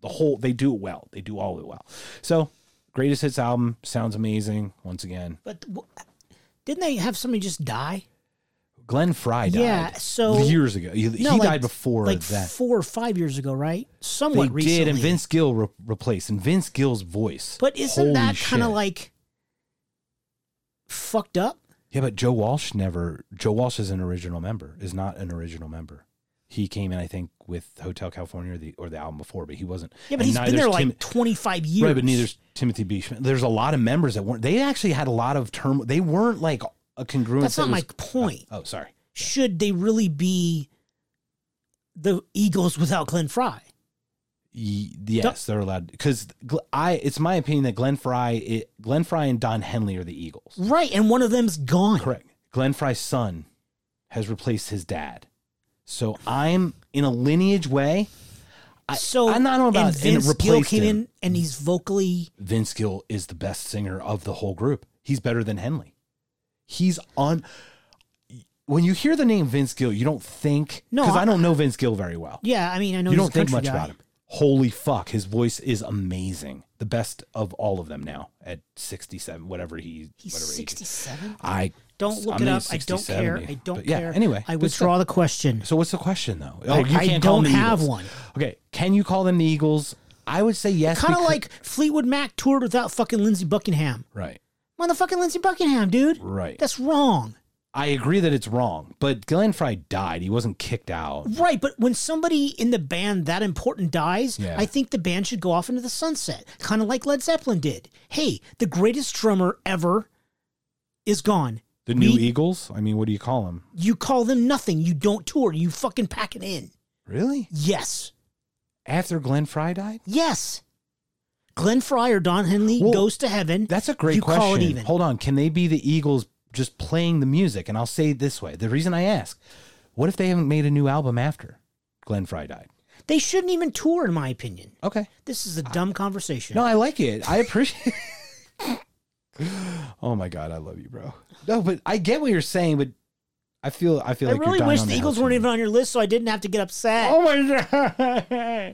[SPEAKER 1] the whole they do it well. They do all of it well. So greatest hits album sounds amazing. Once again,
[SPEAKER 2] but w- didn't they have somebody just die?
[SPEAKER 1] Glenn Fry died.
[SPEAKER 2] Yeah, so-
[SPEAKER 1] years ago, he, he
[SPEAKER 2] like-
[SPEAKER 1] died before
[SPEAKER 2] like
[SPEAKER 1] that.
[SPEAKER 2] four or five years ago, right?
[SPEAKER 1] They
[SPEAKER 2] Somewhat
[SPEAKER 1] did,
[SPEAKER 2] recently.
[SPEAKER 1] and Vince Gill re- replaced, and Vince Gill's voice.
[SPEAKER 2] but isn't
[SPEAKER 1] Holy
[SPEAKER 2] that kind of
[SPEAKER 1] shit.
[SPEAKER 2] like fucked up?
[SPEAKER 1] yeah? But Joe Walsh never. Joe Walsh is an original member. Is not an original member. He came in, I think, with Hotel California or the or the album before, but he wasn't.
[SPEAKER 2] Yeah,
[SPEAKER 1] and
[SPEAKER 2] but he's been
[SPEAKER 1] neither's
[SPEAKER 2] there like
[SPEAKER 1] Tim-
[SPEAKER 2] 25 years.
[SPEAKER 1] Right, but neither's Timothy B. Schmidt. There's a lot of members that weren't. They actually had a lot of term. They weren't like a congruence.
[SPEAKER 2] That's
[SPEAKER 1] that
[SPEAKER 2] not
[SPEAKER 1] was-
[SPEAKER 2] my point.
[SPEAKER 1] Oh, sorry.
[SPEAKER 2] Should they really be the Eagles without Glenn Fry?
[SPEAKER 1] Y- Yes, they're allowed because I. It's my opinion that Glenn Fry, it, Glenn Fry, and Don Henley are the Eagles.
[SPEAKER 2] Right, and one of them's gone.
[SPEAKER 1] Correct. Glenn Fry's son has replaced his dad, so I'm in a lineage way. I,
[SPEAKER 2] So
[SPEAKER 1] I'm not know about
[SPEAKER 2] and
[SPEAKER 1] and
[SPEAKER 2] Vince
[SPEAKER 1] replaced
[SPEAKER 2] Gill came
[SPEAKER 1] him.
[SPEAKER 2] in and he's vocally
[SPEAKER 1] Vince Gill is the best singer of the whole group. He's better than Henley. He's on. When you hear the name Vince Gill, you don't think
[SPEAKER 2] No,
[SPEAKER 1] because I,
[SPEAKER 2] I-
[SPEAKER 1] don't know Vince Gill very well.
[SPEAKER 2] yeah. I mean, I know
[SPEAKER 1] you
[SPEAKER 2] he's a
[SPEAKER 1] don't think
[SPEAKER 2] country
[SPEAKER 1] much
[SPEAKER 2] guy.
[SPEAKER 1] about him. Holy fuck, his voice is amazing. The best of all of them now at 67, whatever he,
[SPEAKER 2] He's
[SPEAKER 1] whatever age.
[SPEAKER 2] 67.
[SPEAKER 1] I
[SPEAKER 2] Don't look
[SPEAKER 1] I'm in
[SPEAKER 2] it up. I
[SPEAKER 1] 60,
[SPEAKER 2] don't care.
[SPEAKER 1] 70.
[SPEAKER 2] I don't
[SPEAKER 1] But yeah,
[SPEAKER 2] care.
[SPEAKER 1] Anyway,
[SPEAKER 2] I
[SPEAKER 1] this-
[SPEAKER 2] withdraw the question.
[SPEAKER 1] So what's the question though? Oh,
[SPEAKER 2] I-
[SPEAKER 1] you
[SPEAKER 2] I
[SPEAKER 1] can't call them
[SPEAKER 2] don't
[SPEAKER 1] the
[SPEAKER 2] have
[SPEAKER 1] Eagles.
[SPEAKER 2] one.
[SPEAKER 1] Okay, can you call them the Eagles? I would say yes.
[SPEAKER 2] Kind of
[SPEAKER 1] because-
[SPEAKER 2] like Fleetwood Mac toured without fucking Lindsey Buckingham.
[SPEAKER 1] right,
[SPEAKER 2] Motherfucking Lindsey Buckingham, dude.
[SPEAKER 1] right.
[SPEAKER 2] That's wrong.
[SPEAKER 1] I agree that it's wrong, but Glenn Fry died. He wasn't kicked out.
[SPEAKER 2] Right, but when somebody in the band that important dies,
[SPEAKER 1] Yeah.
[SPEAKER 2] I think the band should go off into the sunset, kind of like Led Zeppelin did. Hey, the greatest drummer ever is gone.
[SPEAKER 1] The new E-
[SPEAKER 2] We-
[SPEAKER 1] Eagles? I mean, what do you call them?
[SPEAKER 2] You call them nothing. You don't tour. You fucking pack it in.
[SPEAKER 1] Really?
[SPEAKER 2] Yes.
[SPEAKER 1] After Glenn Fry died?
[SPEAKER 2] Yes. Glenn Fry or Don Henley
[SPEAKER 1] Well,
[SPEAKER 2] goes to heaven.
[SPEAKER 1] That's a great
[SPEAKER 2] you
[SPEAKER 1] question.
[SPEAKER 2] call it even.
[SPEAKER 1] Hold on. Can they be the Eagles just playing the music? And I'll say it this way. The reason I ask, what if they haven't made a new album after Glenn Fry died?
[SPEAKER 2] They shouldn't even tour, in my opinion.
[SPEAKER 1] Okay.
[SPEAKER 2] This is a dumb conversation.
[SPEAKER 1] No, I like it. I appreciate *laughs* Oh my god, I love you, bro. No, but I get what you're saying, but I feel I feel
[SPEAKER 2] I
[SPEAKER 1] like
[SPEAKER 2] really
[SPEAKER 1] you're dying
[SPEAKER 2] wish
[SPEAKER 1] on
[SPEAKER 2] the
[SPEAKER 1] that
[SPEAKER 2] Eagles
[SPEAKER 1] hill
[SPEAKER 2] weren't even on your list, so I didn't have to get upset.
[SPEAKER 1] Oh my god!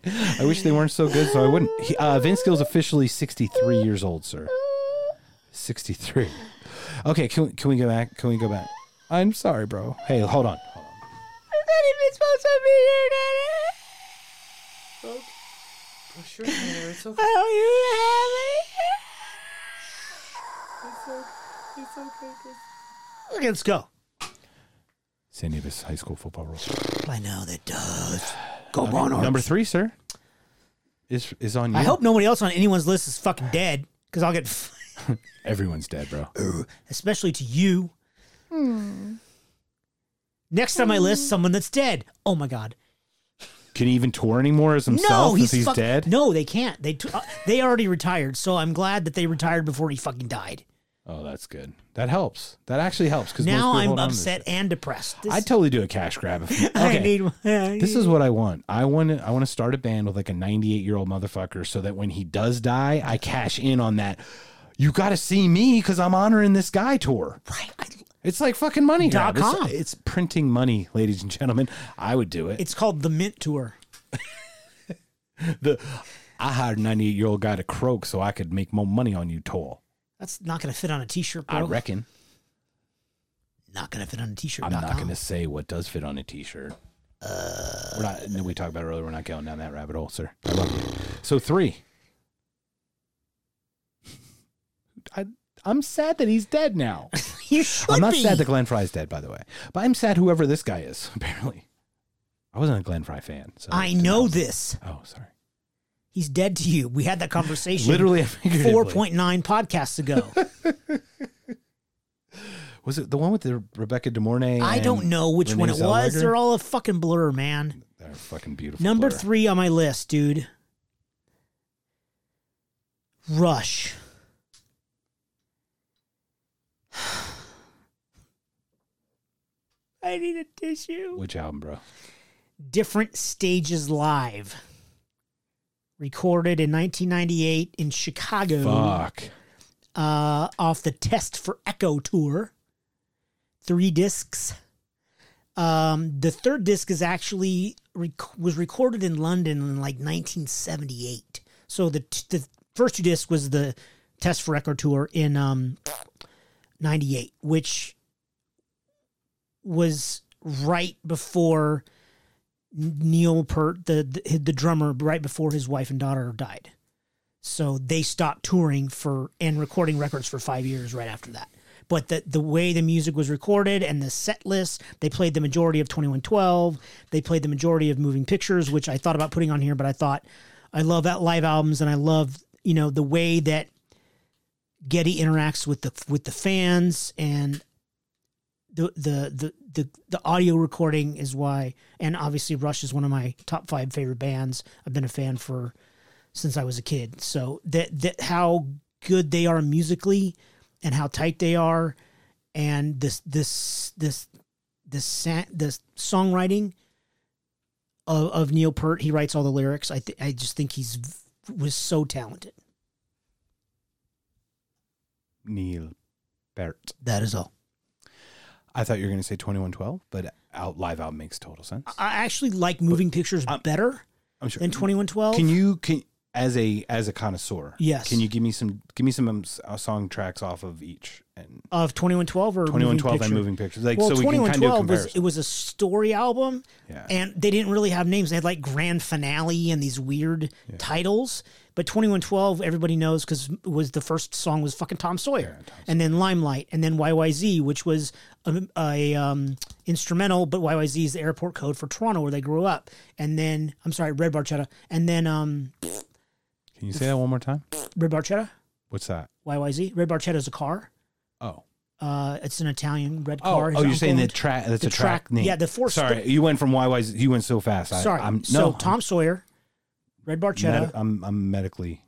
[SPEAKER 1] I wish they weren't so good, so I wouldn't. He, uh, Vince Gill's officially sixty-three years old, sir. Sixty-three. Okay, can we, can we go back? Can we go back? I'm sorry, bro. Hey, hold on. Hold on.
[SPEAKER 2] Okay, let's go.
[SPEAKER 1] San Dimas High School football rule.
[SPEAKER 2] I know that does. *sighs* Go on, Arch.
[SPEAKER 1] Number three, sir, is is on you.
[SPEAKER 2] I hope nobody else on anyone's list is fucking dead, because I'll get,
[SPEAKER 1] everyone's dead, bro.
[SPEAKER 2] especially to you. Next on my list, someone that's dead. Oh my god.
[SPEAKER 1] Can he even tour anymore as himself since he's
[SPEAKER 2] fuck-
[SPEAKER 1] dead?
[SPEAKER 2] No, they can't. They t- uh, they already retired. So I'm glad that they retired before he fucking died.
[SPEAKER 1] Oh, that's good. That helps. That actually helps because
[SPEAKER 2] Now I'm upset and depressed. This,
[SPEAKER 1] I'd totally do a cash grab. If, okay.
[SPEAKER 2] *laughs* I need one.
[SPEAKER 1] this is what I want. I want to, I want to start a band with like a 98 year old motherfucker so that when he does die, I cash in on that. You got to see me because I'm honoring this guy tour.
[SPEAKER 2] *laughs* right. I-
[SPEAKER 1] It's like fucking money.
[SPEAKER 2] Dot
[SPEAKER 1] grab.
[SPEAKER 2] com.
[SPEAKER 1] It's, it's printing money, ladies and gentlemen. I would do it.
[SPEAKER 2] it's called the Mint Tour.
[SPEAKER 1] the I hired a 98 year old guy to croak so I could make more money on you tour.
[SPEAKER 2] That's not going to fit on a T-shirt, bro.
[SPEAKER 1] I reckon.
[SPEAKER 2] not going to fit on a T-shirt.
[SPEAKER 1] I'm not going to say what does fit on a t-shirt. we're not. no, We talked about it earlier. We're not going down that rabbit hole, sir. I love you. So three. I, I'm sad that he's dead now.
[SPEAKER 2] *laughs* You *laughs* should
[SPEAKER 1] I'm not
[SPEAKER 2] be.
[SPEAKER 1] sad that Glenn Fry's dead, by the way, but I'm sad whoever this guy is. *laughs* Apparently, I wasn't a Glenn Fry fan. So
[SPEAKER 2] I know this.
[SPEAKER 1] Oh, sorry.
[SPEAKER 2] He's dead to you. We had that conversation
[SPEAKER 1] Literally, and figuratively.
[SPEAKER 2] four point nine
[SPEAKER 1] *laughs*
[SPEAKER 2] podcasts ago.
[SPEAKER 1] Was it the one with the Rebecca De Mornay?
[SPEAKER 2] I
[SPEAKER 1] and
[SPEAKER 2] don't know which
[SPEAKER 1] Renee
[SPEAKER 2] one it was.
[SPEAKER 1] Zellweger?
[SPEAKER 2] They're all a fucking blur, man.
[SPEAKER 1] They're fucking beautiful.
[SPEAKER 2] Number
[SPEAKER 1] blur.
[SPEAKER 2] three on my list, dude. Rush. *sighs* I need a tissue.
[SPEAKER 1] Which album, bro?
[SPEAKER 2] Different Stages Live. Recorded in 1998 in Chicago
[SPEAKER 1] Fuck.
[SPEAKER 2] uh, off the Test for Echo tour. Three discs. Um, the third disc is actually rec- was recorded in London in like 1978. So the t- the first two discs was the Test for Echo tour in um, 98, which was right before Neil Peart, the, the the drummer, right before his wife and daughter died. So they stopped touring for and recording records for five years right after that. But the, the way the music was recorded and the set list, they played the majority of 2112. They played the majority of Moving Pictures, which I thought about putting on here, but I thought I love that live albums and I love, you know, the way that Getty interacts with the with the fans and the the the the, the audio recording is why and obviously Rush is one of my top 5 favorite bands. I've been a fan for since I was a kid. So that that how good they are musically and how tight they are and this this this this sa- this songwriting of, of Neil Peart, he writes all the lyrics. I th- I just think he's v- was so talented.
[SPEAKER 1] Neil Peart.
[SPEAKER 2] That is all.
[SPEAKER 1] I thought you were going to say 2112, but out live album makes total sense.
[SPEAKER 2] I actually like moving pictures
[SPEAKER 1] I'm-
[SPEAKER 2] better
[SPEAKER 1] I'm sure.
[SPEAKER 2] than 2112.
[SPEAKER 1] Um, Can you can as a as a connoisseur?
[SPEAKER 2] Yes.
[SPEAKER 1] Can you give me some give me some um, s- uh, song tracks off of each and
[SPEAKER 2] of 2112 or
[SPEAKER 1] 2112
[SPEAKER 2] moving
[SPEAKER 1] and
[SPEAKER 2] Picture?
[SPEAKER 1] moving pictures like
[SPEAKER 2] well,
[SPEAKER 1] so we can kind of do a
[SPEAKER 2] 2112 was
[SPEAKER 1] comparison.
[SPEAKER 2] it was a story album,
[SPEAKER 1] Yeah.
[SPEAKER 2] and they didn't really have names. They had like grand finale and these weird titles. But 2112, everybody knows because was the first song was fucking Tom Sawyer, and then Limelight, and then YYZ, which was a, a um, instrumental, but YYZ is the airport code for Toronto where they grew up. And then I'm sorry, Red Barchetta, and then um,
[SPEAKER 1] can you say that one more time?
[SPEAKER 2] Red Barchetta,
[SPEAKER 1] What's that?
[SPEAKER 2] YYZ. Red Barchetta is a car.
[SPEAKER 1] Oh.
[SPEAKER 2] Uh, it's an Italian red
[SPEAKER 1] Oh,
[SPEAKER 2] car. His
[SPEAKER 1] oh you're saying
[SPEAKER 2] uncle
[SPEAKER 1] the
[SPEAKER 2] owned-
[SPEAKER 1] track that's
[SPEAKER 2] the
[SPEAKER 1] a track,
[SPEAKER 2] track-
[SPEAKER 1] name.
[SPEAKER 2] yeah, the four-
[SPEAKER 1] Sorry, you went from YYZ you went so fast. I,
[SPEAKER 2] Sorry.
[SPEAKER 1] I'm no,
[SPEAKER 2] so Tom Sawyer, Red
[SPEAKER 1] I'm, medi-
[SPEAKER 2] Barchetta.
[SPEAKER 1] I'm I'm medically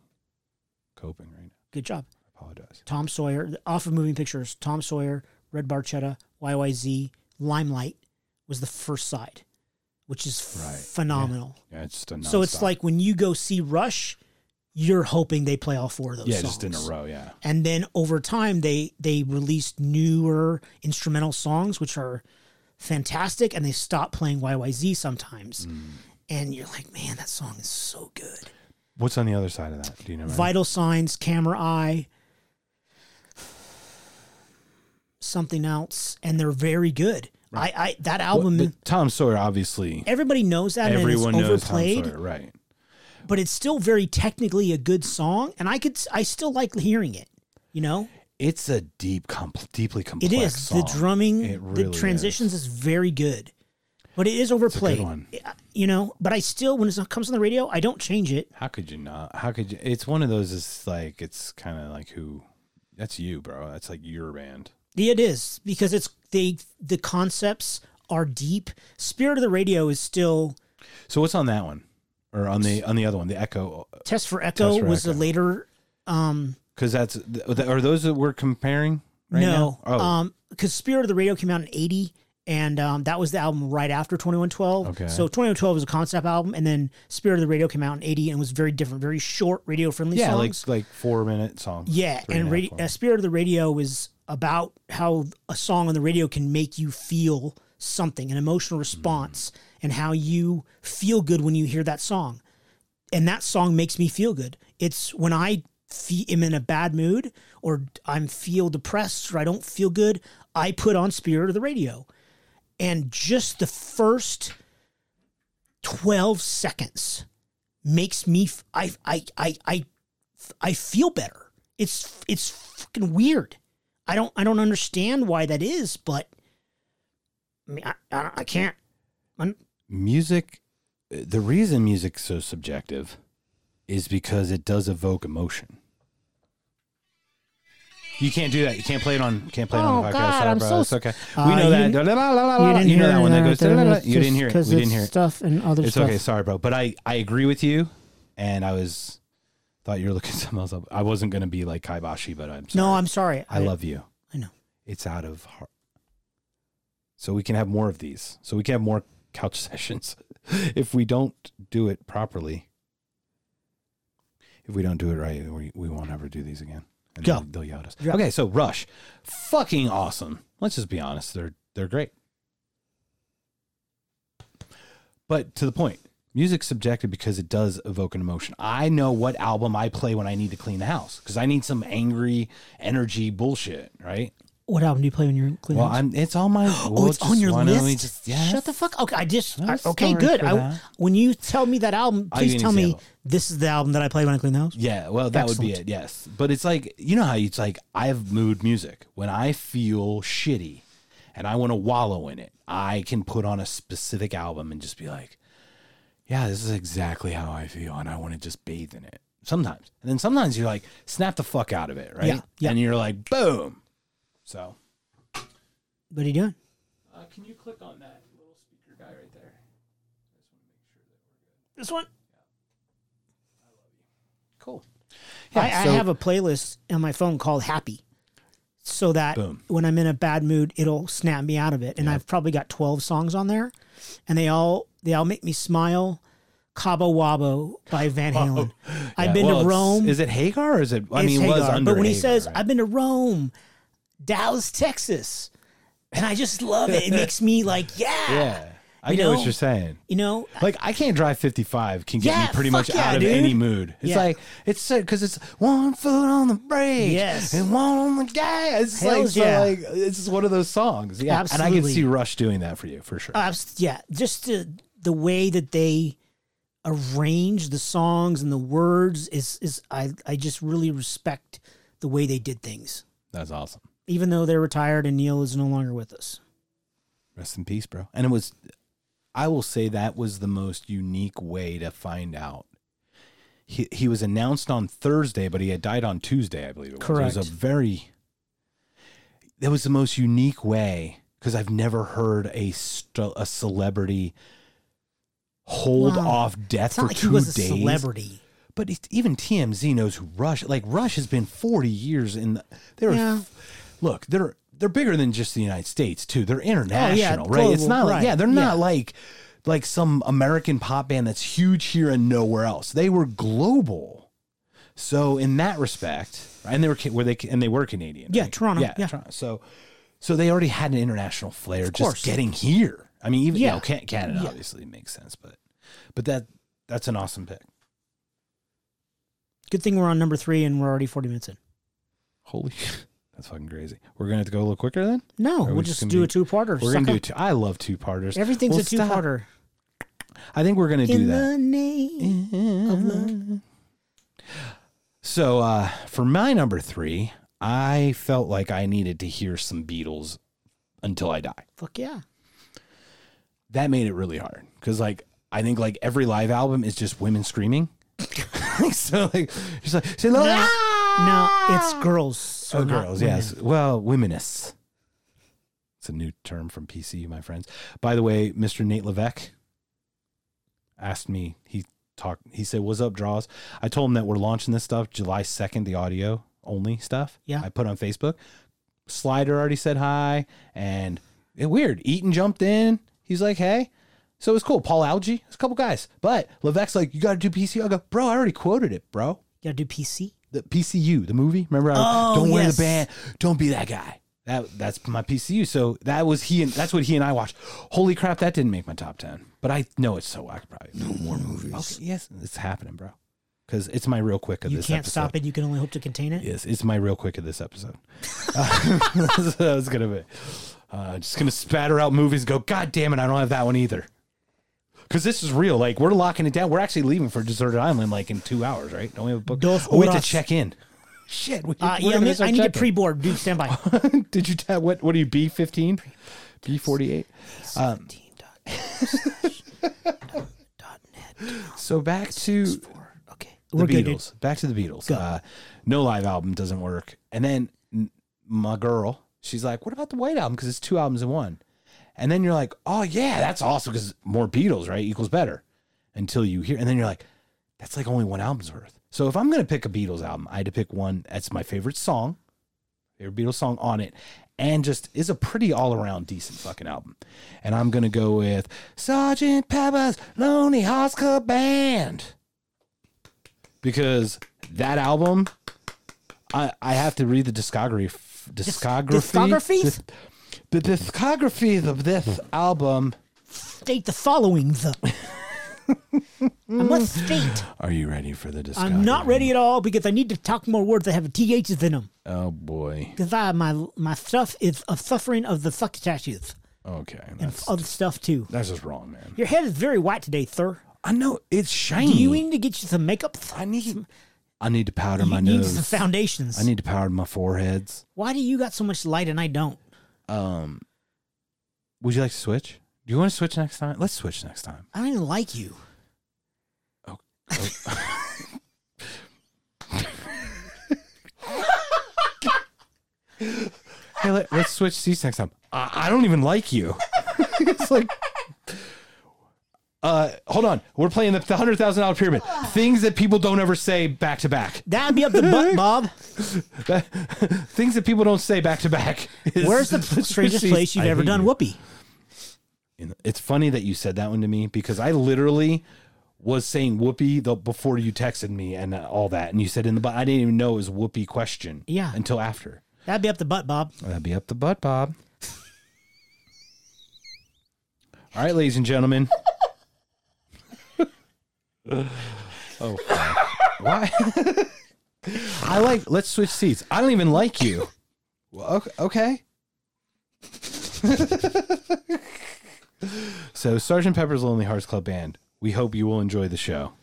[SPEAKER 1] coping right now.
[SPEAKER 2] good job.
[SPEAKER 1] I apologize.
[SPEAKER 2] Tom Sawyer, off of Moving Pictures, Tom Sawyer, Red Barchetta, YYZ, Limelight was the first side, which is
[SPEAKER 1] Right.
[SPEAKER 2] phenomenal.
[SPEAKER 1] Yeah, it's just a
[SPEAKER 2] So it's
[SPEAKER 1] nonstop.
[SPEAKER 2] like when you go see Rush, you're hoping they play all four of those
[SPEAKER 1] yeah,
[SPEAKER 2] songs.
[SPEAKER 1] just in a row, yeah.
[SPEAKER 2] And then over time, they they released newer instrumental songs, which are fantastic, and they stop playing YYZ sometimes.
[SPEAKER 1] Mm.
[SPEAKER 2] And you're like, man, that song is so good.
[SPEAKER 1] What's on the other side of that? Do you know? Right?
[SPEAKER 2] Vital signs, camera eye, something else, and they're very good. I, I that album,
[SPEAKER 1] But Tom Sawyer, obviously,
[SPEAKER 2] everybody knows that,
[SPEAKER 1] everyone
[SPEAKER 2] and it's
[SPEAKER 1] knows
[SPEAKER 2] overplayed,
[SPEAKER 1] Tom Sawyer, right?
[SPEAKER 2] but it's still very technically a good song, and I could, I still like hearing it. You know,
[SPEAKER 1] It's a deep, compl- deeply complex.
[SPEAKER 2] it is
[SPEAKER 1] song.
[SPEAKER 2] the drumming,
[SPEAKER 1] It really
[SPEAKER 2] the transitions is. very good, but it is overplayed.
[SPEAKER 1] one.
[SPEAKER 2] You know, but I still, when it comes on the radio, I don't change it.
[SPEAKER 1] is. How could you not? How could you? It's one of those. It's like it's kind of like who? That's you, bro. That's like your band.
[SPEAKER 2] Yeah, It is because it's they the concepts are deep. Spirit of the Radio is still
[SPEAKER 1] So what's on that one, or on the on the other one, the Echo?
[SPEAKER 2] Test for Echo
[SPEAKER 1] Test for
[SPEAKER 2] was the
[SPEAKER 1] Echo.
[SPEAKER 2] later. Um,
[SPEAKER 1] Because that's th- th- are those that we're comparing right
[SPEAKER 2] no, um,
[SPEAKER 1] now? Oh,
[SPEAKER 2] because Spirit of the Radio came out in '80, and um, that was the album right after 2112.
[SPEAKER 1] Okay.
[SPEAKER 2] So 2112 was a concept album, and then Spirit of the Radio came out in '80 and was very different, very short, radio-friendly
[SPEAKER 1] yeah,
[SPEAKER 2] songs.
[SPEAKER 1] like like four minute song.
[SPEAKER 2] Yeah,
[SPEAKER 1] Three
[SPEAKER 2] and,
[SPEAKER 1] and a half
[SPEAKER 2] radio,
[SPEAKER 1] hours.
[SPEAKER 2] uh, Spirit of the Radio is about how a song on the radio can make you feel something, an emotional
[SPEAKER 1] Mm.
[SPEAKER 2] response, and how you feel good when you hear that song. And that song makes me feel good. It's when I fe- am in a bad mood or I'm feel depressed or I don't feel good, I put on Spirit of the Radio. And just the first 12 seconds makes me f- I I I I I feel better. It's it's fucking weird. I don't I don't understand why that is, but I mean I I, don't- I can't. I'm,
[SPEAKER 1] Music. The reason music's so subjective is because it does evoke emotion. You can't do that. You can't play it on. Can't play it on
[SPEAKER 2] Oh,
[SPEAKER 1] the podcast.
[SPEAKER 2] God,
[SPEAKER 1] Sorry,
[SPEAKER 2] I'm
[SPEAKER 1] bro.
[SPEAKER 2] so
[SPEAKER 1] It's okay.
[SPEAKER 2] s-
[SPEAKER 1] we
[SPEAKER 2] Uh,
[SPEAKER 1] know
[SPEAKER 2] you
[SPEAKER 1] that.
[SPEAKER 2] didn't-
[SPEAKER 1] La, la, la, la, la. You know that one that goes. da, da, da. You didn't hear it. We didn't hear it.
[SPEAKER 2] stuff and other
[SPEAKER 1] It's okay. Sorry, bro. But I I agree with you, and I was thought you were looking *laughs* something else up. I wasn't gonna be like Kaibashi, but I'm sorry.
[SPEAKER 2] No, I'm sorry.
[SPEAKER 1] I love you.
[SPEAKER 2] I know.
[SPEAKER 1] It's out of heart. So we can have more of these. So we can have more *laughs* couch sessions if we don't do it properly. If we don't do it right, we, we won't ever do these again. And
[SPEAKER 2] Go.
[SPEAKER 1] They'll, they'll yell at us.
[SPEAKER 2] Yeah.
[SPEAKER 1] Okay, so Rush, fucking awesome. Let's just be honest. They're they're great. But to the point, music's subjective because it does evoke an emotion. I know what album I play when I need to clean the house because I need some angry energy bullshit, right?
[SPEAKER 2] What album do you play when you're cleaning?
[SPEAKER 1] Well,
[SPEAKER 2] house?
[SPEAKER 1] I'm, it's on my.
[SPEAKER 2] *gasps* oh, it's on your list.
[SPEAKER 1] yeah.
[SPEAKER 2] Shut the fuck. Okay, I just.
[SPEAKER 1] I'm
[SPEAKER 2] I- okay,
[SPEAKER 1] sorry
[SPEAKER 2] good.
[SPEAKER 1] for
[SPEAKER 2] I,
[SPEAKER 1] that.
[SPEAKER 2] when you tell me that album,
[SPEAKER 1] I'll give
[SPEAKER 2] please
[SPEAKER 1] you an
[SPEAKER 2] tell me
[SPEAKER 1] example.
[SPEAKER 2] this is the album that I play when I clean the house.
[SPEAKER 1] Yeah, well, that would be it. Yes, but it's like you know how it's like I have mood music when I feel shitty, and I want to wallow in it. I can put on a specific album and just be like, "Yeah, this is exactly how I feel," and I want to just bathe in it sometimes. And then sometimes you're like, "Snap the fuck out of it," right?
[SPEAKER 2] Yeah, yeah.
[SPEAKER 1] And you're like, "Boom." So,
[SPEAKER 2] What are you doing?
[SPEAKER 1] uh, can you click on that little speaker guy right there?
[SPEAKER 2] This one.
[SPEAKER 1] Cool.
[SPEAKER 2] I, I have a playlist on my phone called Happy, so that
[SPEAKER 1] Boom.
[SPEAKER 2] when I'm in a bad mood, it'll snap me out of it. And I've probably got 12 songs on there, and they all they all make me smile. Cabo Wabo by Van
[SPEAKER 1] *laughs*
[SPEAKER 2] Halen. I've been to Rome.
[SPEAKER 1] Is it Hagar or is it? I
[SPEAKER 2] It's
[SPEAKER 1] mean, it was
[SPEAKER 2] Hagar,
[SPEAKER 1] under
[SPEAKER 2] but when he
[SPEAKER 1] Hagar,
[SPEAKER 2] says
[SPEAKER 1] right?
[SPEAKER 2] I've been to Rome, Dallas, Texas, and I just
[SPEAKER 1] *laughs*
[SPEAKER 2] love it. It makes me like, yeah,
[SPEAKER 1] Yeah. I
[SPEAKER 2] You
[SPEAKER 1] know,
[SPEAKER 2] know?
[SPEAKER 1] what you're saying.
[SPEAKER 2] you know,
[SPEAKER 1] Like I can't drive 55 can get
[SPEAKER 2] Yeah,
[SPEAKER 1] me pretty
[SPEAKER 2] fuck
[SPEAKER 1] much
[SPEAKER 2] yeah,
[SPEAKER 1] out of
[SPEAKER 2] dude.
[SPEAKER 1] any mood. It's
[SPEAKER 2] Yeah.
[SPEAKER 1] like it's because it's one foot on the brake,
[SPEAKER 2] Yes.
[SPEAKER 1] and one on the gas. It's like,
[SPEAKER 2] Hells
[SPEAKER 1] so
[SPEAKER 2] yeah.
[SPEAKER 1] like it's just one of those songs. Yeah, and I can
[SPEAKER 2] Absolutely. Uh,
[SPEAKER 1] see Rush doing that for you for sure.
[SPEAKER 2] Abs- yeah, just the, the way that they arrange the songs and the words is is I I just really respect the way they did things,
[SPEAKER 1] That's awesome.
[SPEAKER 2] even though they're retired and Neil is no longer with us.
[SPEAKER 1] Rest in peace, bro. And it was, I will say that was the most unique way to find out. He he was announced on Thursday, but he had died on Tuesday, I believe. It was. It
[SPEAKER 2] Correct.
[SPEAKER 1] was a very. That was the most unique way because I've never heard a st- a celebrity hold
[SPEAKER 2] Wow.
[SPEAKER 1] off death
[SPEAKER 2] It's not
[SPEAKER 1] for
[SPEAKER 2] like
[SPEAKER 1] two
[SPEAKER 2] he was a
[SPEAKER 1] days.
[SPEAKER 2] celebrity.
[SPEAKER 1] But it's, even TMZ knows who Rush. Like Rush has been forty years in. The, they're
[SPEAKER 2] Yeah.
[SPEAKER 1] look. They're they're bigger than just the United States too. They're international, right? it's
[SPEAKER 2] Oh, global,
[SPEAKER 1] not like
[SPEAKER 2] right.
[SPEAKER 1] yeah, they're not
[SPEAKER 2] Yeah.
[SPEAKER 1] like like some American pop band that's huge here and nowhere else. They were global. So in that respect, and they were ca- were they and they were Canadian.
[SPEAKER 2] Yeah,
[SPEAKER 1] right?
[SPEAKER 2] Toronto, yeah.
[SPEAKER 1] Toronto. So so they already had an international flair
[SPEAKER 2] course.
[SPEAKER 1] just getting here. I mean, even yeah,
[SPEAKER 2] Yeah.
[SPEAKER 1] Canada
[SPEAKER 2] Yeah.
[SPEAKER 1] obviously makes sense, but but that that's an awesome pick.
[SPEAKER 2] Good thing we're on number three and we're already forty minutes in.
[SPEAKER 1] Holy, *laughs* that's fucking crazy. We're gonna have to go a little quicker then.
[SPEAKER 2] No,
[SPEAKER 1] we
[SPEAKER 2] we'll
[SPEAKER 1] just
[SPEAKER 2] just
[SPEAKER 1] gonna
[SPEAKER 2] do
[SPEAKER 1] be-
[SPEAKER 2] a two parter.
[SPEAKER 1] We're gonna do two. I love two parters.
[SPEAKER 2] everything's a two parter.
[SPEAKER 1] I think we're gonna do
[SPEAKER 2] In
[SPEAKER 1] that. Eh.
[SPEAKER 2] the name of love.
[SPEAKER 1] So uh, for my number three, I felt like I needed to hear some Beatles until I die.
[SPEAKER 2] Fuck yeah.
[SPEAKER 1] That made it really hard because like I think like every live album is just women screaming. *laughs* so like she's like say no,
[SPEAKER 2] No, no, it's girls. So
[SPEAKER 1] Oh,
[SPEAKER 2] not
[SPEAKER 1] girls,
[SPEAKER 2] women.
[SPEAKER 1] yes. Well, womenists. It's a new term from PC, my friends. By the way, Mr. Nate Levesque, asked me. He talked. He said, "What's up, draws?" I told him that we're launching this stuff July second, the audio only stuff.
[SPEAKER 2] Yeah.
[SPEAKER 1] I put on Facebook. Slider already said hi, and it, weird. Eaton jumped in. He's like, "Hey." So it was cool. Paul Algie, there's a couple guys, but Levesque's like, "You got to do PC." I go, "Bro, I already quoted it, bro."
[SPEAKER 2] You gotta do PC.
[SPEAKER 1] the PCU, the movie. Remember, I
[SPEAKER 2] Oh,
[SPEAKER 1] don't wear
[SPEAKER 2] yes.
[SPEAKER 1] the band. Don't be that guy. That that's my PCU. So that was he, and that's what he and I watched. Holy crap, that didn't make my top ten. But I know it's so whack. Probably no more movies. Okay, yes, it's happening, bro. Because it's my real quick of
[SPEAKER 2] You
[SPEAKER 1] this.
[SPEAKER 2] can't
[SPEAKER 1] episode.
[SPEAKER 2] stop it. You can only hope to contain it.
[SPEAKER 1] Yes, it's my real quick of this episode. *laughs* uh, that's what I was gonna be. Uh, just gonna spatter out movies. And go, God damn it, I don't have that one either. Because this is real. Like we're locking it down. We're actually leaving for Deserted Island like in two hours, right? Don't we have a book?
[SPEAKER 2] Dos
[SPEAKER 1] oh, we have
[SPEAKER 2] horas.
[SPEAKER 1] to check in. Shit. We,
[SPEAKER 2] Uh,
[SPEAKER 1] we're
[SPEAKER 2] yeah, I,
[SPEAKER 1] gonna
[SPEAKER 2] mean,
[SPEAKER 1] start
[SPEAKER 2] I need to
[SPEAKER 1] checking.
[SPEAKER 2] pre-board. Dude,
[SPEAKER 1] *laughs*
[SPEAKER 2] stand by.
[SPEAKER 1] Did you tap what? What are you? B fifteen, B forty eight. So back to
[SPEAKER 2] Okay,
[SPEAKER 1] the
[SPEAKER 2] we're good. dude.
[SPEAKER 1] Beatles. Back to the Beatles. Uh, no live album doesn't work. And then n- my girl, she's like, "What about the White album? Because it's two albums in one." And then you're like, "Oh yeah, that's awesome because more Beatles, right, equals better." Until you hear, and then you're like, "That's like only one album's worth." So if I'm gonna pick a Beatles album, I had to pick one that's my favorite song, favorite Beatles song on it, and just is a pretty all around decent fucking album. And I'm gonna go with Sergeant Pepper's Lonely Hearts Club Band because that album, I I have to read the discography discography
[SPEAKER 2] discographies?
[SPEAKER 1] the, the discography of this album.
[SPEAKER 2] State the following. The I must state
[SPEAKER 1] Are you ready for the discography?
[SPEAKER 2] I'm not ready at all because I need to talk more words that have ths in them.
[SPEAKER 1] Oh boy.
[SPEAKER 2] Because I my my stuff is a suffering of the succotashes
[SPEAKER 1] Okay,
[SPEAKER 2] and
[SPEAKER 1] that's
[SPEAKER 2] other stuff too.
[SPEAKER 1] that's just wrong, man.
[SPEAKER 2] Your head is very white today, sir.
[SPEAKER 1] I know it's shiny.
[SPEAKER 2] Do you need to get you some makeup?
[SPEAKER 1] I need I need to powder my
[SPEAKER 2] You need
[SPEAKER 1] nose.
[SPEAKER 2] some foundations.
[SPEAKER 1] I need to powder my foreheads.
[SPEAKER 2] Why do you got so much light and I don't?
[SPEAKER 1] Um, would you like to switch? Do you want to switch next time? Let's switch next time.
[SPEAKER 2] I don't even like you.
[SPEAKER 1] Hey, let, let's switch seats next time. I, I don't even like you. *laughs* it's like, uh, hold on. We're playing the, the hundred thousand dollar pyramid. Things that people don't ever say back to back. *laughs*
[SPEAKER 2] That'd be up the butt, Bob.
[SPEAKER 1] Things that people don't say back to back. *laughs* is- *laughs*
[SPEAKER 2] Where's the
[SPEAKER 1] let's switch
[SPEAKER 2] strangest
[SPEAKER 1] seats.
[SPEAKER 2] place you've
[SPEAKER 1] I
[SPEAKER 2] ever
[SPEAKER 1] hate
[SPEAKER 2] done
[SPEAKER 1] you.
[SPEAKER 2] whoopee?
[SPEAKER 1] And It's funny that you said that one to me because I literally was saying whoopee the, before you texted me and uh, all that, and you said in the but I didn't even know it was whoopee question.
[SPEAKER 2] Yeah.
[SPEAKER 1] until after.
[SPEAKER 2] That'd be up the butt, Bob. *laughs*
[SPEAKER 1] That'd be up the butt, Bob. *laughs* All right, ladies and *laughs* gentlemen. oh, fuck. why? *laughs* I like. Let's switch seats. I don't even like you. Well, ok- okay. *laughs* so, Sergeant Pepper's Lonely Hearts Club Band. We hope you will enjoy the show.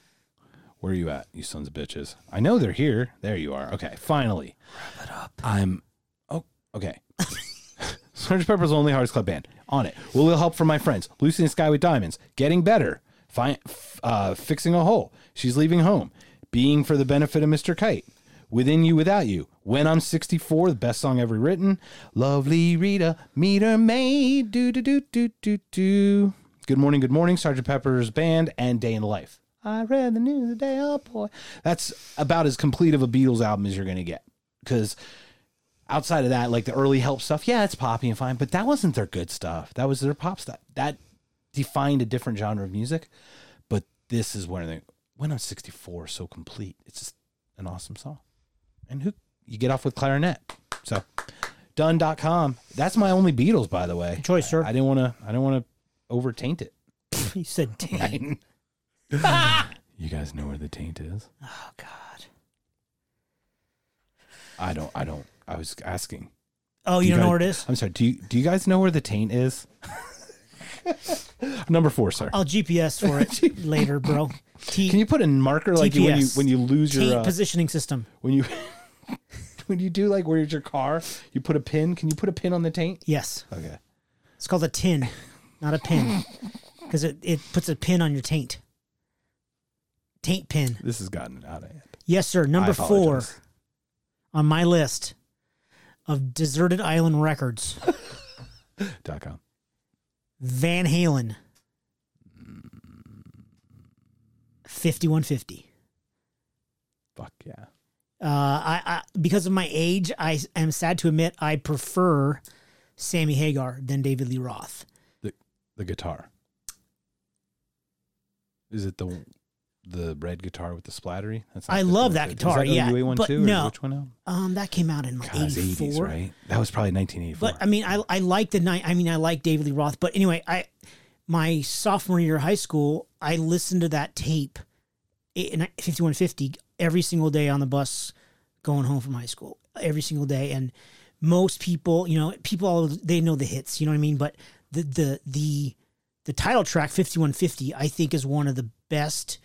[SPEAKER 1] Where are you at, you sons of bitches? I know they're here. There you are. Okay, finally. Wrap it up. I'm Oh, okay. *laughs* Sgt. Pepper's Lonely Hearts Club Band. On it. Will little help from my friends. Lucy in the Sky with Diamonds. Getting better. Fi- f- uh, fixing a hole. She's leaving home. Being for the benefit of Mr. Kite. Within You Without You. When I'm 64, the best song ever written. Lovely Rita, meet her maid. Do do do do do do. Good morning, good morning, Sgt. Pepper's Band and Day in the Life. I read the news today, oh boy. That's about as complete of a Beatles album as you're going to get. Because outside of that, like the early help stuff, yeah, it's poppy and fine, but that wasn't their good stuff. That was their pop stuff. That defined a different genre of music. But this is where they when I'm 64 so complete. It's just an awesome song. And who you get off with clarinet. So done.com. That's my only Beatles, by the way.
[SPEAKER 2] choice, sir.
[SPEAKER 1] I didn't want to I didn't want to over taint it. *laughs*
[SPEAKER 2] you said,
[SPEAKER 1] Oh,
[SPEAKER 2] "Dang."
[SPEAKER 1] You guys know where the taint is?
[SPEAKER 2] Oh, God.
[SPEAKER 1] I don't I don't I was asking.
[SPEAKER 2] Oh,
[SPEAKER 1] Do
[SPEAKER 2] you don't know
[SPEAKER 1] guys-
[SPEAKER 2] where it is?
[SPEAKER 1] I'm sorry. Do you do you guys know where the taint is? *laughs* Number four, sir.
[SPEAKER 2] I'll GPS for
[SPEAKER 1] *laughs*
[SPEAKER 2] it later, bro. T-
[SPEAKER 1] Can you put a marker like you- when you
[SPEAKER 2] TPS.
[SPEAKER 1] when you lose
[SPEAKER 2] taint
[SPEAKER 1] your uh,
[SPEAKER 2] positioning system.
[SPEAKER 1] when you *laughs* when you do like where's your car? You put a pin. Can you put a pin on the taint?
[SPEAKER 2] Yes.
[SPEAKER 1] Okay.
[SPEAKER 2] It's called a tin, not
[SPEAKER 1] *laughs*
[SPEAKER 2] a pin. Because it, it puts a pin on your taint. Taint pin.
[SPEAKER 1] This has gotten out of hand.
[SPEAKER 2] Yes, sir.
[SPEAKER 1] I
[SPEAKER 2] Number four
[SPEAKER 1] apologize.
[SPEAKER 2] on my list of Deserted Island Records
[SPEAKER 1] Dot com. *laughs*
[SPEAKER 2] Van Halen. 5150.
[SPEAKER 1] Fuck yeah.
[SPEAKER 2] Uh, I, I because of my age, I am sad to admit I prefer Sammy Hagar than David Lee Roth.
[SPEAKER 1] The the guitar. Is it the the red guitar with the splattery? That's not
[SPEAKER 2] I
[SPEAKER 1] the
[SPEAKER 2] love that
[SPEAKER 1] 450. Is
[SPEAKER 2] guitar, yeah,
[SPEAKER 1] OUA one
[SPEAKER 2] but
[SPEAKER 1] too, or
[SPEAKER 2] no.
[SPEAKER 1] Which one out?
[SPEAKER 2] Um, that came out in like
[SPEAKER 1] God, it's
[SPEAKER 2] 84.
[SPEAKER 1] 80s, right? That was probably 1984.
[SPEAKER 2] But I mean, I I like the night. I mean, I like David Lee Roth. But anyway, I my sophomore year of high school, I listened to that tape, fifty one fifty, every single day on the bus going home from high school, every single day. And most people, you know, people all they know the hits. You know what I mean? But the the the the title track fifty one fifty, I think, is one of the best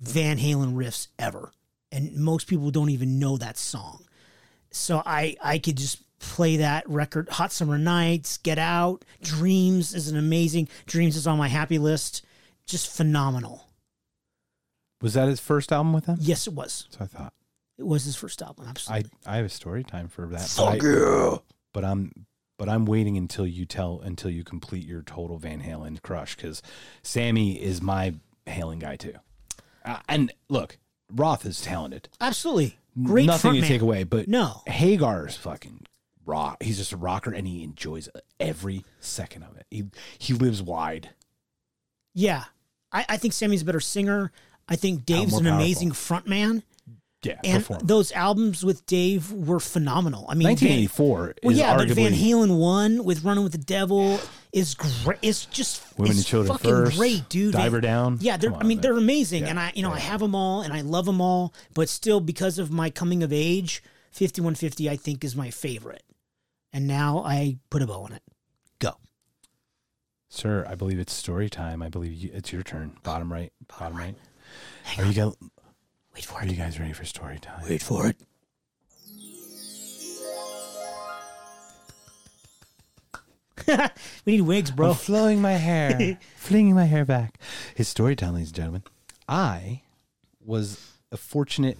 [SPEAKER 2] Van Halen riffs ever. And most people don't even know that song so I I could just play that record. Hot Summer Nights, Get Out, Dreams is an amazing. Dreams is on my happy list. Just phenomenal.
[SPEAKER 1] was that his first album with them?
[SPEAKER 2] Yes, it was.
[SPEAKER 1] So I thought
[SPEAKER 2] It was his first album. Absolutely.
[SPEAKER 1] I I have a story time for that.
[SPEAKER 2] Fuck
[SPEAKER 1] but, I, but I'm but I'm waiting until you tell until you complete your total Van Halen crush because Sammy is my Halen guy too. Uh, and look, Roth is talented.
[SPEAKER 2] Absolutely. Great
[SPEAKER 1] Nothing to
[SPEAKER 2] frontman.
[SPEAKER 1] take away, but
[SPEAKER 2] No.
[SPEAKER 1] Hagar's fucking rock. He's just a rocker, and he enjoys every second of it. He he lives wide.
[SPEAKER 2] Yeah. I, I think Sammy's a better singer. I think Dave's
[SPEAKER 1] more
[SPEAKER 2] an
[SPEAKER 1] powerful.
[SPEAKER 2] amazing frontman.
[SPEAKER 1] Yeah,
[SPEAKER 2] And
[SPEAKER 1] perform.
[SPEAKER 2] those albums with Dave were phenomenal. I mean, Van-
[SPEAKER 1] 1984
[SPEAKER 2] Well,
[SPEAKER 1] is
[SPEAKER 2] yeah,
[SPEAKER 1] arguably
[SPEAKER 2] but Van Halen one with "Running with the Devil" is great. It's just
[SPEAKER 1] Women
[SPEAKER 2] it's
[SPEAKER 1] and Children
[SPEAKER 2] fucking
[SPEAKER 1] First,
[SPEAKER 2] great, dude.
[SPEAKER 1] Diver
[SPEAKER 2] They-
[SPEAKER 1] Down.
[SPEAKER 2] Yeah, they're,
[SPEAKER 1] Come
[SPEAKER 2] I mean
[SPEAKER 1] on,
[SPEAKER 2] they're amazing,
[SPEAKER 1] yeah,
[SPEAKER 2] and I you know I
[SPEAKER 1] yeah.
[SPEAKER 2] have them all, and I love them all. But still, because of my coming of age, fifty one fifty I think is my favorite, and now I put a bow on it. Go *laughs*
[SPEAKER 1] Sir, I believe it's story time. I believe you, it's your turn. Bottom right. Bottom right. Are you guys,
[SPEAKER 2] wait for
[SPEAKER 1] are
[SPEAKER 2] it.
[SPEAKER 1] you guys ready for story time?
[SPEAKER 2] Wait for it. we need wigs,
[SPEAKER 1] I'm
[SPEAKER 2] bro.
[SPEAKER 1] flowing my
[SPEAKER 2] *laughs*
[SPEAKER 1] hair, flinging my hair back. It's story time, ladies and gentlemen. I was a fortunate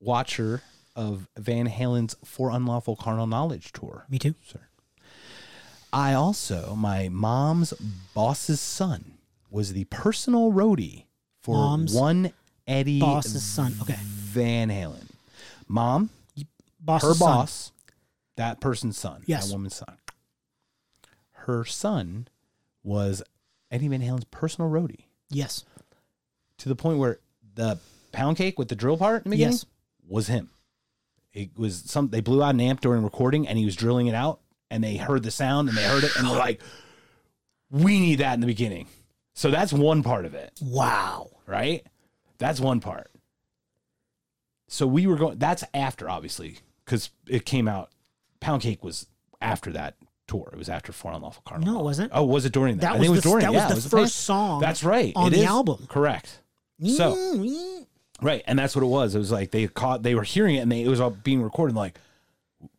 [SPEAKER 1] watcher of Van Halen's For Unlawful Carnal Knowledge tour.
[SPEAKER 2] Me too.
[SPEAKER 1] sir. I also, my mom's boss's son was the personal roadie for
[SPEAKER 2] Mom's
[SPEAKER 1] one Eddie
[SPEAKER 2] boss's son. Okay.
[SPEAKER 1] Van Halen. Mom,
[SPEAKER 2] Boss.
[SPEAKER 1] her boss, that person's son,
[SPEAKER 2] Yes.
[SPEAKER 1] that woman's son. Her son was Eddie Van Halen's personal roadie
[SPEAKER 2] Yes.
[SPEAKER 1] to the point where the pound cake with the drill part in the beginning
[SPEAKER 2] Yes.
[SPEAKER 1] was him. It was some they blew out an amp during recording and he was drilling it out and they heard the sound and they heard it and they're like, We need that in the beginning. So that's one part of it,
[SPEAKER 2] Wow.
[SPEAKER 1] right? That's one part. So we were going that's after obviously, because it came out pound cake was after that tour. It was after Four Unlawful Carnival.
[SPEAKER 2] No, it wasn't.
[SPEAKER 1] Oh, was it during that?
[SPEAKER 2] That
[SPEAKER 1] I think
[SPEAKER 2] was
[SPEAKER 1] it was
[SPEAKER 2] the-
[SPEAKER 1] during
[SPEAKER 2] that
[SPEAKER 1] yeah,
[SPEAKER 2] was
[SPEAKER 1] it
[SPEAKER 2] the
[SPEAKER 1] a fan-
[SPEAKER 2] first song
[SPEAKER 1] That's right.
[SPEAKER 2] on
[SPEAKER 1] It
[SPEAKER 2] the
[SPEAKER 1] is.
[SPEAKER 2] album.
[SPEAKER 1] Correct. So
[SPEAKER 2] Mm,
[SPEAKER 1] Right, and that's what it was. It was like they caught, they were hearing it, and they it was all being recorded. and Like,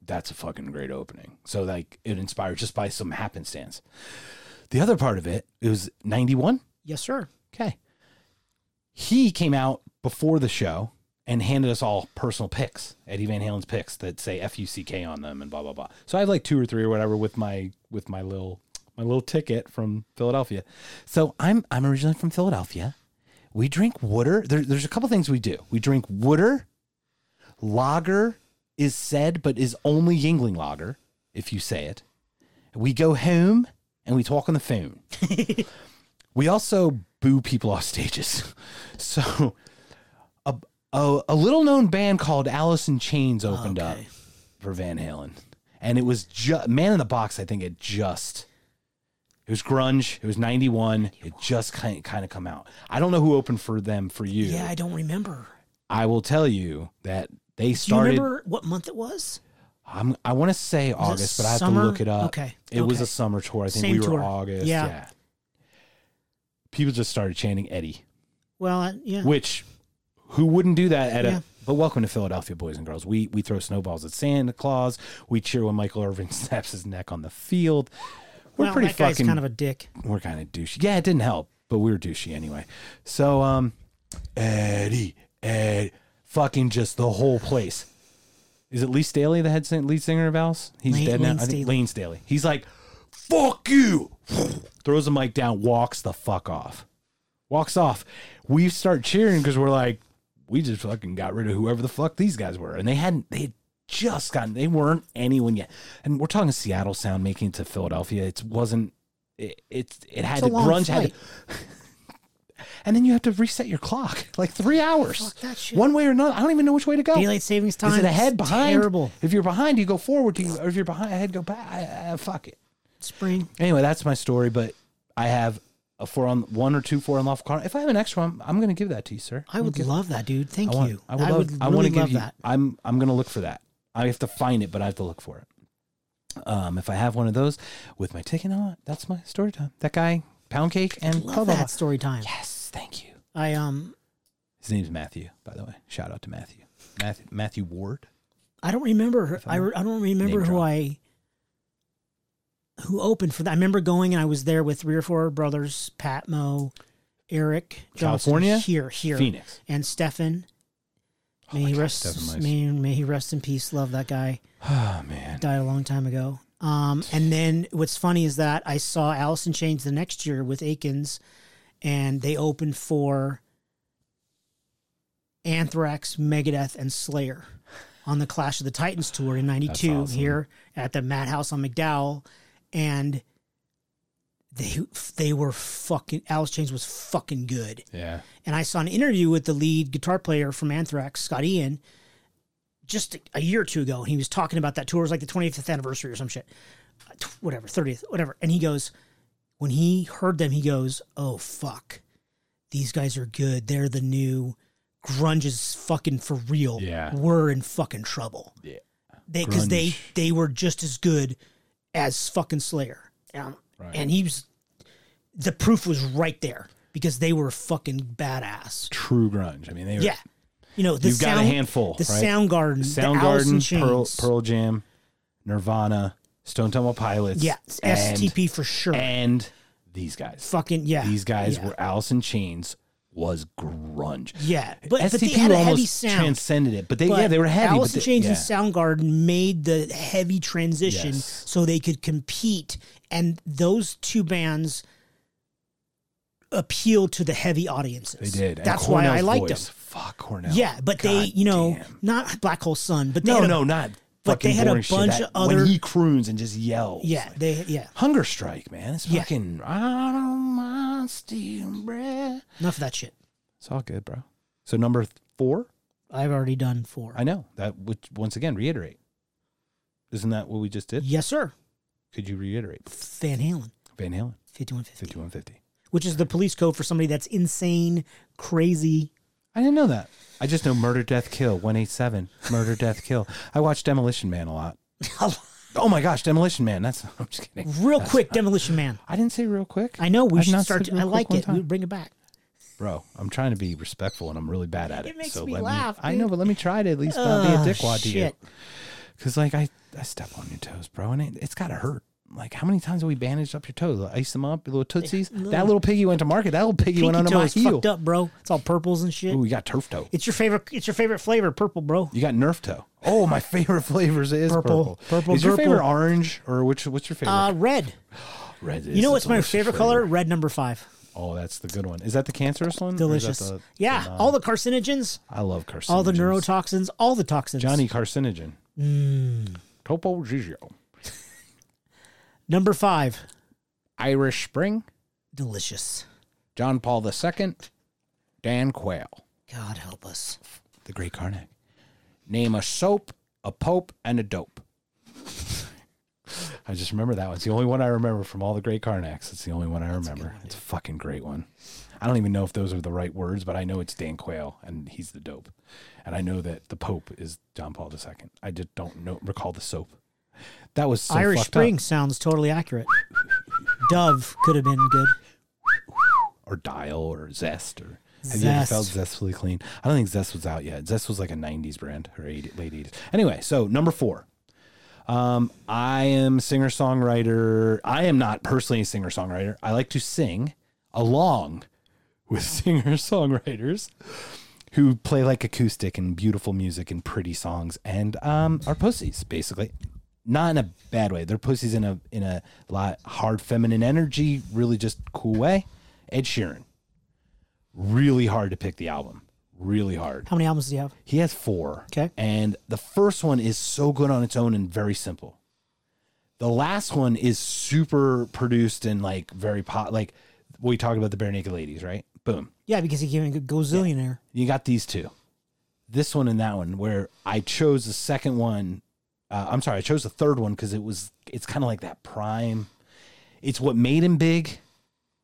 [SPEAKER 1] that's a fucking great opening. So like, it inspired just by some happenstance. The other part of it, it was ninety one.
[SPEAKER 2] yes, sir.
[SPEAKER 1] Okay, he came out before the show and handed us all personal picks, Eddie Van Halen's picks that say F U C K on them and blah blah blah. So I have like two or three or whatever with my with my little my little ticket from Philadelphia. So I'm I'm originally from Philadelphia. We drink water. There, there's a couple things we do. We drink water. Lager is said, but is only Yingling lager if you say it. We go home and we talk on the
[SPEAKER 2] *laughs*
[SPEAKER 1] phone. we also boo people off stages. *laughs* So a, a, a little known band called Alice in Chains opened up for Van Halen. And it was just Man in the Box, I think it just it was grunge. It was 91. It just kind kind of come out. I don't know who opened for them for you.
[SPEAKER 2] Yeah, I don't remember.
[SPEAKER 1] I will tell you that they
[SPEAKER 2] Do you
[SPEAKER 1] started.
[SPEAKER 2] remember what month it was?
[SPEAKER 1] I'm, I want to say
[SPEAKER 2] it
[SPEAKER 1] August, but I have
[SPEAKER 2] summer?
[SPEAKER 1] to look it up.
[SPEAKER 2] Okay,
[SPEAKER 1] It was
[SPEAKER 2] okay.
[SPEAKER 1] a summer tour. I think
[SPEAKER 2] Same
[SPEAKER 1] we were
[SPEAKER 2] tour.
[SPEAKER 1] August.
[SPEAKER 2] Yeah.
[SPEAKER 1] Yeah. People just started chanting Eddie,
[SPEAKER 2] Well, I- yeah.
[SPEAKER 1] which who wouldn't do that at
[SPEAKER 2] Yeah.
[SPEAKER 1] a. But welcome to Philadelphia, boys and girls. We we throw snowballs at Santa Claus. We cheer when Michael Irvin *laughs* snaps his neck on the field. We're
[SPEAKER 2] well,
[SPEAKER 1] pretty
[SPEAKER 2] that guy's
[SPEAKER 1] fucking
[SPEAKER 2] kind of a dick.
[SPEAKER 1] we're kind of douchey. Yeah, it didn't help, but we were douchey anyway. So, um, Eddie, Ed, fucking just the whole place. Is it Lee Staley, the head sing- lead singer of Alice? He's
[SPEAKER 2] Lane-
[SPEAKER 1] dead now.
[SPEAKER 2] Lane
[SPEAKER 1] I
[SPEAKER 2] Staley.
[SPEAKER 1] think Lane Staley. He's like, fuck you. Throws the mic down, walks the fuck off. walks off. We start cheering because we're like, we just fucking got rid of whoever the fuck these guys were, and they hadn't. They had just gotten. They weren't anyone yet, and we're talking Seattle sound making it to Philadelphia. It wasn't. It it, it had
[SPEAKER 2] It's a
[SPEAKER 1] to
[SPEAKER 2] long
[SPEAKER 1] grunge had. To, and then you have to reset your clock *laughs* like three hours,
[SPEAKER 2] Fuck that shit.
[SPEAKER 1] one way or another. I don't even know which way to go.
[SPEAKER 2] Daylight savings time.
[SPEAKER 1] Oh, Is it
[SPEAKER 2] is
[SPEAKER 1] ahead, behind?
[SPEAKER 2] Terrible.
[SPEAKER 1] If you're behind, you go forward. You, or if you're behind, ahead, go back. I, I, fuck it.
[SPEAKER 2] Spring.
[SPEAKER 1] Anyway, that's my story. But I have a four on one or two four unlawful car. If I have an extra one, I'm going to give that to you, sir.
[SPEAKER 2] I would love that, dude. Thank
[SPEAKER 1] I want-
[SPEAKER 2] you.
[SPEAKER 1] I would, love, I
[SPEAKER 2] really
[SPEAKER 1] want to
[SPEAKER 2] love
[SPEAKER 1] give you.
[SPEAKER 2] that.
[SPEAKER 1] I'm I'm going to look for that. I have to find it, but I have to look for it. Um, if I have one of those with my ticket on, that's my story time. That guy, pound cake, and blah
[SPEAKER 2] Love
[SPEAKER 1] blah.
[SPEAKER 2] that
[SPEAKER 1] blah.
[SPEAKER 2] story time.
[SPEAKER 1] Yes, thank you.
[SPEAKER 2] I um
[SPEAKER 1] His name's Matthew, by the way. Shout out to Matthew. Matthew, Matthew Ward.
[SPEAKER 2] I don't remember. I, re- I don't remember
[SPEAKER 1] Name
[SPEAKER 2] who
[SPEAKER 1] drop.
[SPEAKER 2] I who opened for that. I remember going and I was there with three or four brothers: Pat, Mo, Eric, Johnson,
[SPEAKER 1] California?
[SPEAKER 2] here, here,
[SPEAKER 1] Phoenix. Oh,
[SPEAKER 2] and Stefan. May
[SPEAKER 1] my
[SPEAKER 2] he
[SPEAKER 1] God, Stefan
[SPEAKER 2] rest.
[SPEAKER 1] Weiss.
[SPEAKER 2] May, may he rest in peace. Love that guy.
[SPEAKER 1] Oh man.
[SPEAKER 2] Died a long time ago. Um, and then what's funny is that I saw Allison Chains the next year with Akins, and they opened for Anthrax, Megadeth, and Slayer on the Clash of the Titans tour in '92
[SPEAKER 1] awesome.
[SPEAKER 2] here at the Madhouse on McDowell, and they they were fucking Alice Chains was fucking good
[SPEAKER 1] Yeah.
[SPEAKER 2] and I saw an interview with the lead guitar player from Anthrax, Scott Ian, just a year or two ago, and he was talking about that tour. It was like the 25th anniversary or some shit, Uh, tw- whatever, 30th, whatever. And he goes, when he heard them, he goes, "Oh fuck, these guys are good. They're the new grunge is fucking for real.
[SPEAKER 1] Yeah.
[SPEAKER 2] We're in fucking trouble.
[SPEAKER 1] Yeah.
[SPEAKER 2] They because they
[SPEAKER 1] Grunge.
[SPEAKER 2] they were just as good as fucking Slayer. Um,
[SPEAKER 1] Right.
[SPEAKER 2] And he was, the proof was right there." Because they were fucking badass.
[SPEAKER 1] True grunge. I mean, they were
[SPEAKER 2] Yeah. You know, the
[SPEAKER 1] You've got a
[SPEAKER 2] sound-
[SPEAKER 1] handful,
[SPEAKER 2] The
[SPEAKER 1] right?
[SPEAKER 2] Soundgarden, the Soundgarden,
[SPEAKER 1] Soundgarden, Pearl, Pearl Jam, Nirvana, Stone Temple Pilots.
[SPEAKER 2] yeah,
[SPEAKER 1] and,
[SPEAKER 2] STP for sure.
[SPEAKER 1] and these guys.
[SPEAKER 2] Fucking yeah,
[SPEAKER 1] These guys
[SPEAKER 2] yeah.
[SPEAKER 1] were Alice in Chains was grunge.
[SPEAKER 2] yeah, but, but they
[SPEAKER 1] STP
[SPEAKER 2] had a heavy
[SPEAKER 1] almost
[SPEAKER 2] sound.
[SPEAKER 1] transcended it, but they
[SPEAKER 2] But
[SPEAKER 1] yeah they were heavy.
[SPEAKER 2] Alice
[SPEAKER 1] but
[SPEAKER 2] in
[SPEAKER 1] they-
[SPEAKER 2] Chains
[SPEAKER 1] yeah.
[SPEAKER 2] and Soundgarden made the heavy transition
[SPEAKER 1] Yes.
[SPEAKER 2] so they could compete, and those two bands appealed to the heavy audiences.
[SPEAKER 1] They did. And
[SPEAKER 2] That's why I
[SPEAKER 1] Cornell's
[SPEAKER 2] liked
[SPEAKER 1] voice.
[SPEAKER 2] them.
[SPEAKER 1] Fuck Cornell.
[SPEAKER 2] Yeah, but they, you know,
[SPEAKER 1] Goddamn.
[SPEAKER 2] not Black Hole Sun, but they
[SPEAKER 1] no,
[SPEAKER 2] had a-
[SPEAKER 1] no, not.
[SPEAKER 2] but they
[SPEAKER 1] fucking
[SPEAKER 2] had a
[SPEAKER 1] boring shit.
[SPEAKER 2] bunch
[SPEAKER 1] That-
[SPEAKER 2] of other-
[SPEAKER 1] when he croons and just yells.
[SPEAKER 2] yeah, they, yeah.
[SPEAKER 1] Hunger strike, man. It's
[SPEAKER 2] Yeah.
[SPEAKER 1] fucking I don't mind stealing bread.
[SPEAKER 2] Enough of that shit.
[SPEAKER 1] It's all good, bro. So number th- four,
[SPEAKER 2] I've already done four.
[SPEAKER 1] I know that. Which once again, reiterate. Isn't that what we just did?
[SPEAKER 2] yes, sir.
[SPEAKER 1] Could you reiterate?
[SPEAKER 2] Van Halen,
[SPEAKER 1] Van Halen,
[SPEAKER 2] 5150,
[SPEAKER 1] fifty-one fifty.
[SPEAKER 2] which is the police code for somebody that's insane, crazy. *laughs*
[SPEAKER 1] I didn't know that. I just know murder, death, kill, one eight seven, murder, death, kill. I watch Demolition Man a lot. Oh my gosh, Demolition Man. That's *laughs* I'm just kidding.
[SPEAKER 2] Real quick, Demolition Man.
[SPEAKER 1] I didn't say real quick.
[SPEAKER 2] I know we
[SPEAKER 1] I've
[SPEAKER 2] should
[SPEAKER 1] not
[SPEAKER 2] start.
[SPEAKER 1] said
[SPEAKER 2] To,
[SPEAKER 1] real
[SPEAKER 2] I
[SPEAKER 1] quick
[SPEAKER 2] like
[SPEAKER 1] one
[SPEAKER 2] it.
[SPEAKER 1] time.
[SPEAKER 2] We bring it back.
[SPEAKER 1] bro. I'm trying to be respectful, and I'm really bad at it.
[SPEAKER 2] It makes
[SPEAKER 1] so
[SPEAKER 2] me
[SPEAKER 1] let
[SPEAKER 2] laugh,
[SPEAKER 1] I know,
[SPEAKER 2] dude.
[SPEAKER 1] but let me try to at least not be a
[SPEAKER 2] Oh,
[SPEAKER 1] dickwad to you.
[SPEAKER 2] shit.
[SPEAKER 1] Because like I, I step on your toes, bro, and it, it's gotta hurt. Like how many times have we bandaged up your toes? Like, ice them up, your little tootsies. that little piggy went to market. That little piggy went
[SPEAKER 2] Pinky
[SPEAKER 1] under
[SPEAKER 2] toe
[SPEAKER 1] my
[SPEAKER 2] is
[SPEAKER 1] heel.
[SPEAKER 2] fucked up, bro. It's all purples and shit.
[SPEAKER 1] Ooh, you got turf toe.
[SPEAKER 2] It's your favorite. It's your favorite flavor, purple, bro.
[SPEAKER 1] You got Nerf toe. Oh, my *laughs* favorite flavors is
[SPEAKER 2] Purple.
[SPEAKER 1] purple.
[SPEAKER 2] Purple,
[SPEAKER 1] Is your
[SPEAKER 2] purple.
[SPEAKER 1] favorite orange or which? What's your favorite?
[SPEAKER 2] Uh, red.
[SPEAKER 1] Red.
[SPEAKER 2] You know what's my favorite color? Red number five.
[SPEAKER 1] Oh, that's the good one. Is that the cancerous one? or is that
[SPEAKER 2] Delicious.
[SPEAKER 1] the-
[SPEAKER 2] yeah, all the uh, carcinogens,
[SPEAKER 1] I love carcinogens.
[SPEAKER 2] all the neurotoxins, all the toxins.
[SPEAKER 1] Johnny carcinogen.
[SPEAKER 2] Mm.
[SPEAKER 1] Topo Gigio.
[SPEAKER 2] Number five,
[SPEAKER 1] Irish Spring,
[SPEAKER 2] delicious.
[SPEAKER 1] John Paul II, Dan Quayle,
[SPEAKER 2] God help us.
[SPEAKER 1] the great Karnak. Name a soap, a pope, and a dope. *laughs* I just remember that one. It's the only one I remember from all the great Karnaks. It's the only one I remember. it's a fucking great one. I don't even know if those are the right words, but I know it's Dan Quayle and he's the dope. And I know that the Pope is John Paul II. I just don't know recall the soap. That was so
[SPEAKER 2] Irish
[SPEAKER 1] fucked up.
[SPEAKER 2] Spring sounds totally accurate. Dove could have been good.
[SPEAKER 1] or Dial or Zest or have you ever felt zestfully clean? I don't think Zest was out yet. Zest was like a '90s brand or 80, late '80s. Anyway, so number four. Um, I am singer songwriter. I am not personally a singer songwriter. I like to sing along with *laughs* singer songwriters who play like acoustic and beautiful music and pretty songs and um, are pussies basically. Not in a bad way. They're pussies in a in a lot hard feminine energy, really just cool way. Ed Sheeran. Really hard to pick the album. Really hard.
[SPEAKER 2] How many albums do you have?
[SPEAKER 1] He has four.
[SPEAKER 2] Okay.
[SPEAKER 1] And the first one is so good on its own and very simple. The last one is super produced and like very pot. Like we talked about the Bare Naked Ladies, right? Boom.
[SPEAKER 2] Yeah, because he came in gazillionaire.
[SPEAKER 1] You got these two. This one and that one, where I chose the second one. Uh, I'm sorry, I chose the third one because it was, it's kind of like that prime. It's what made him big,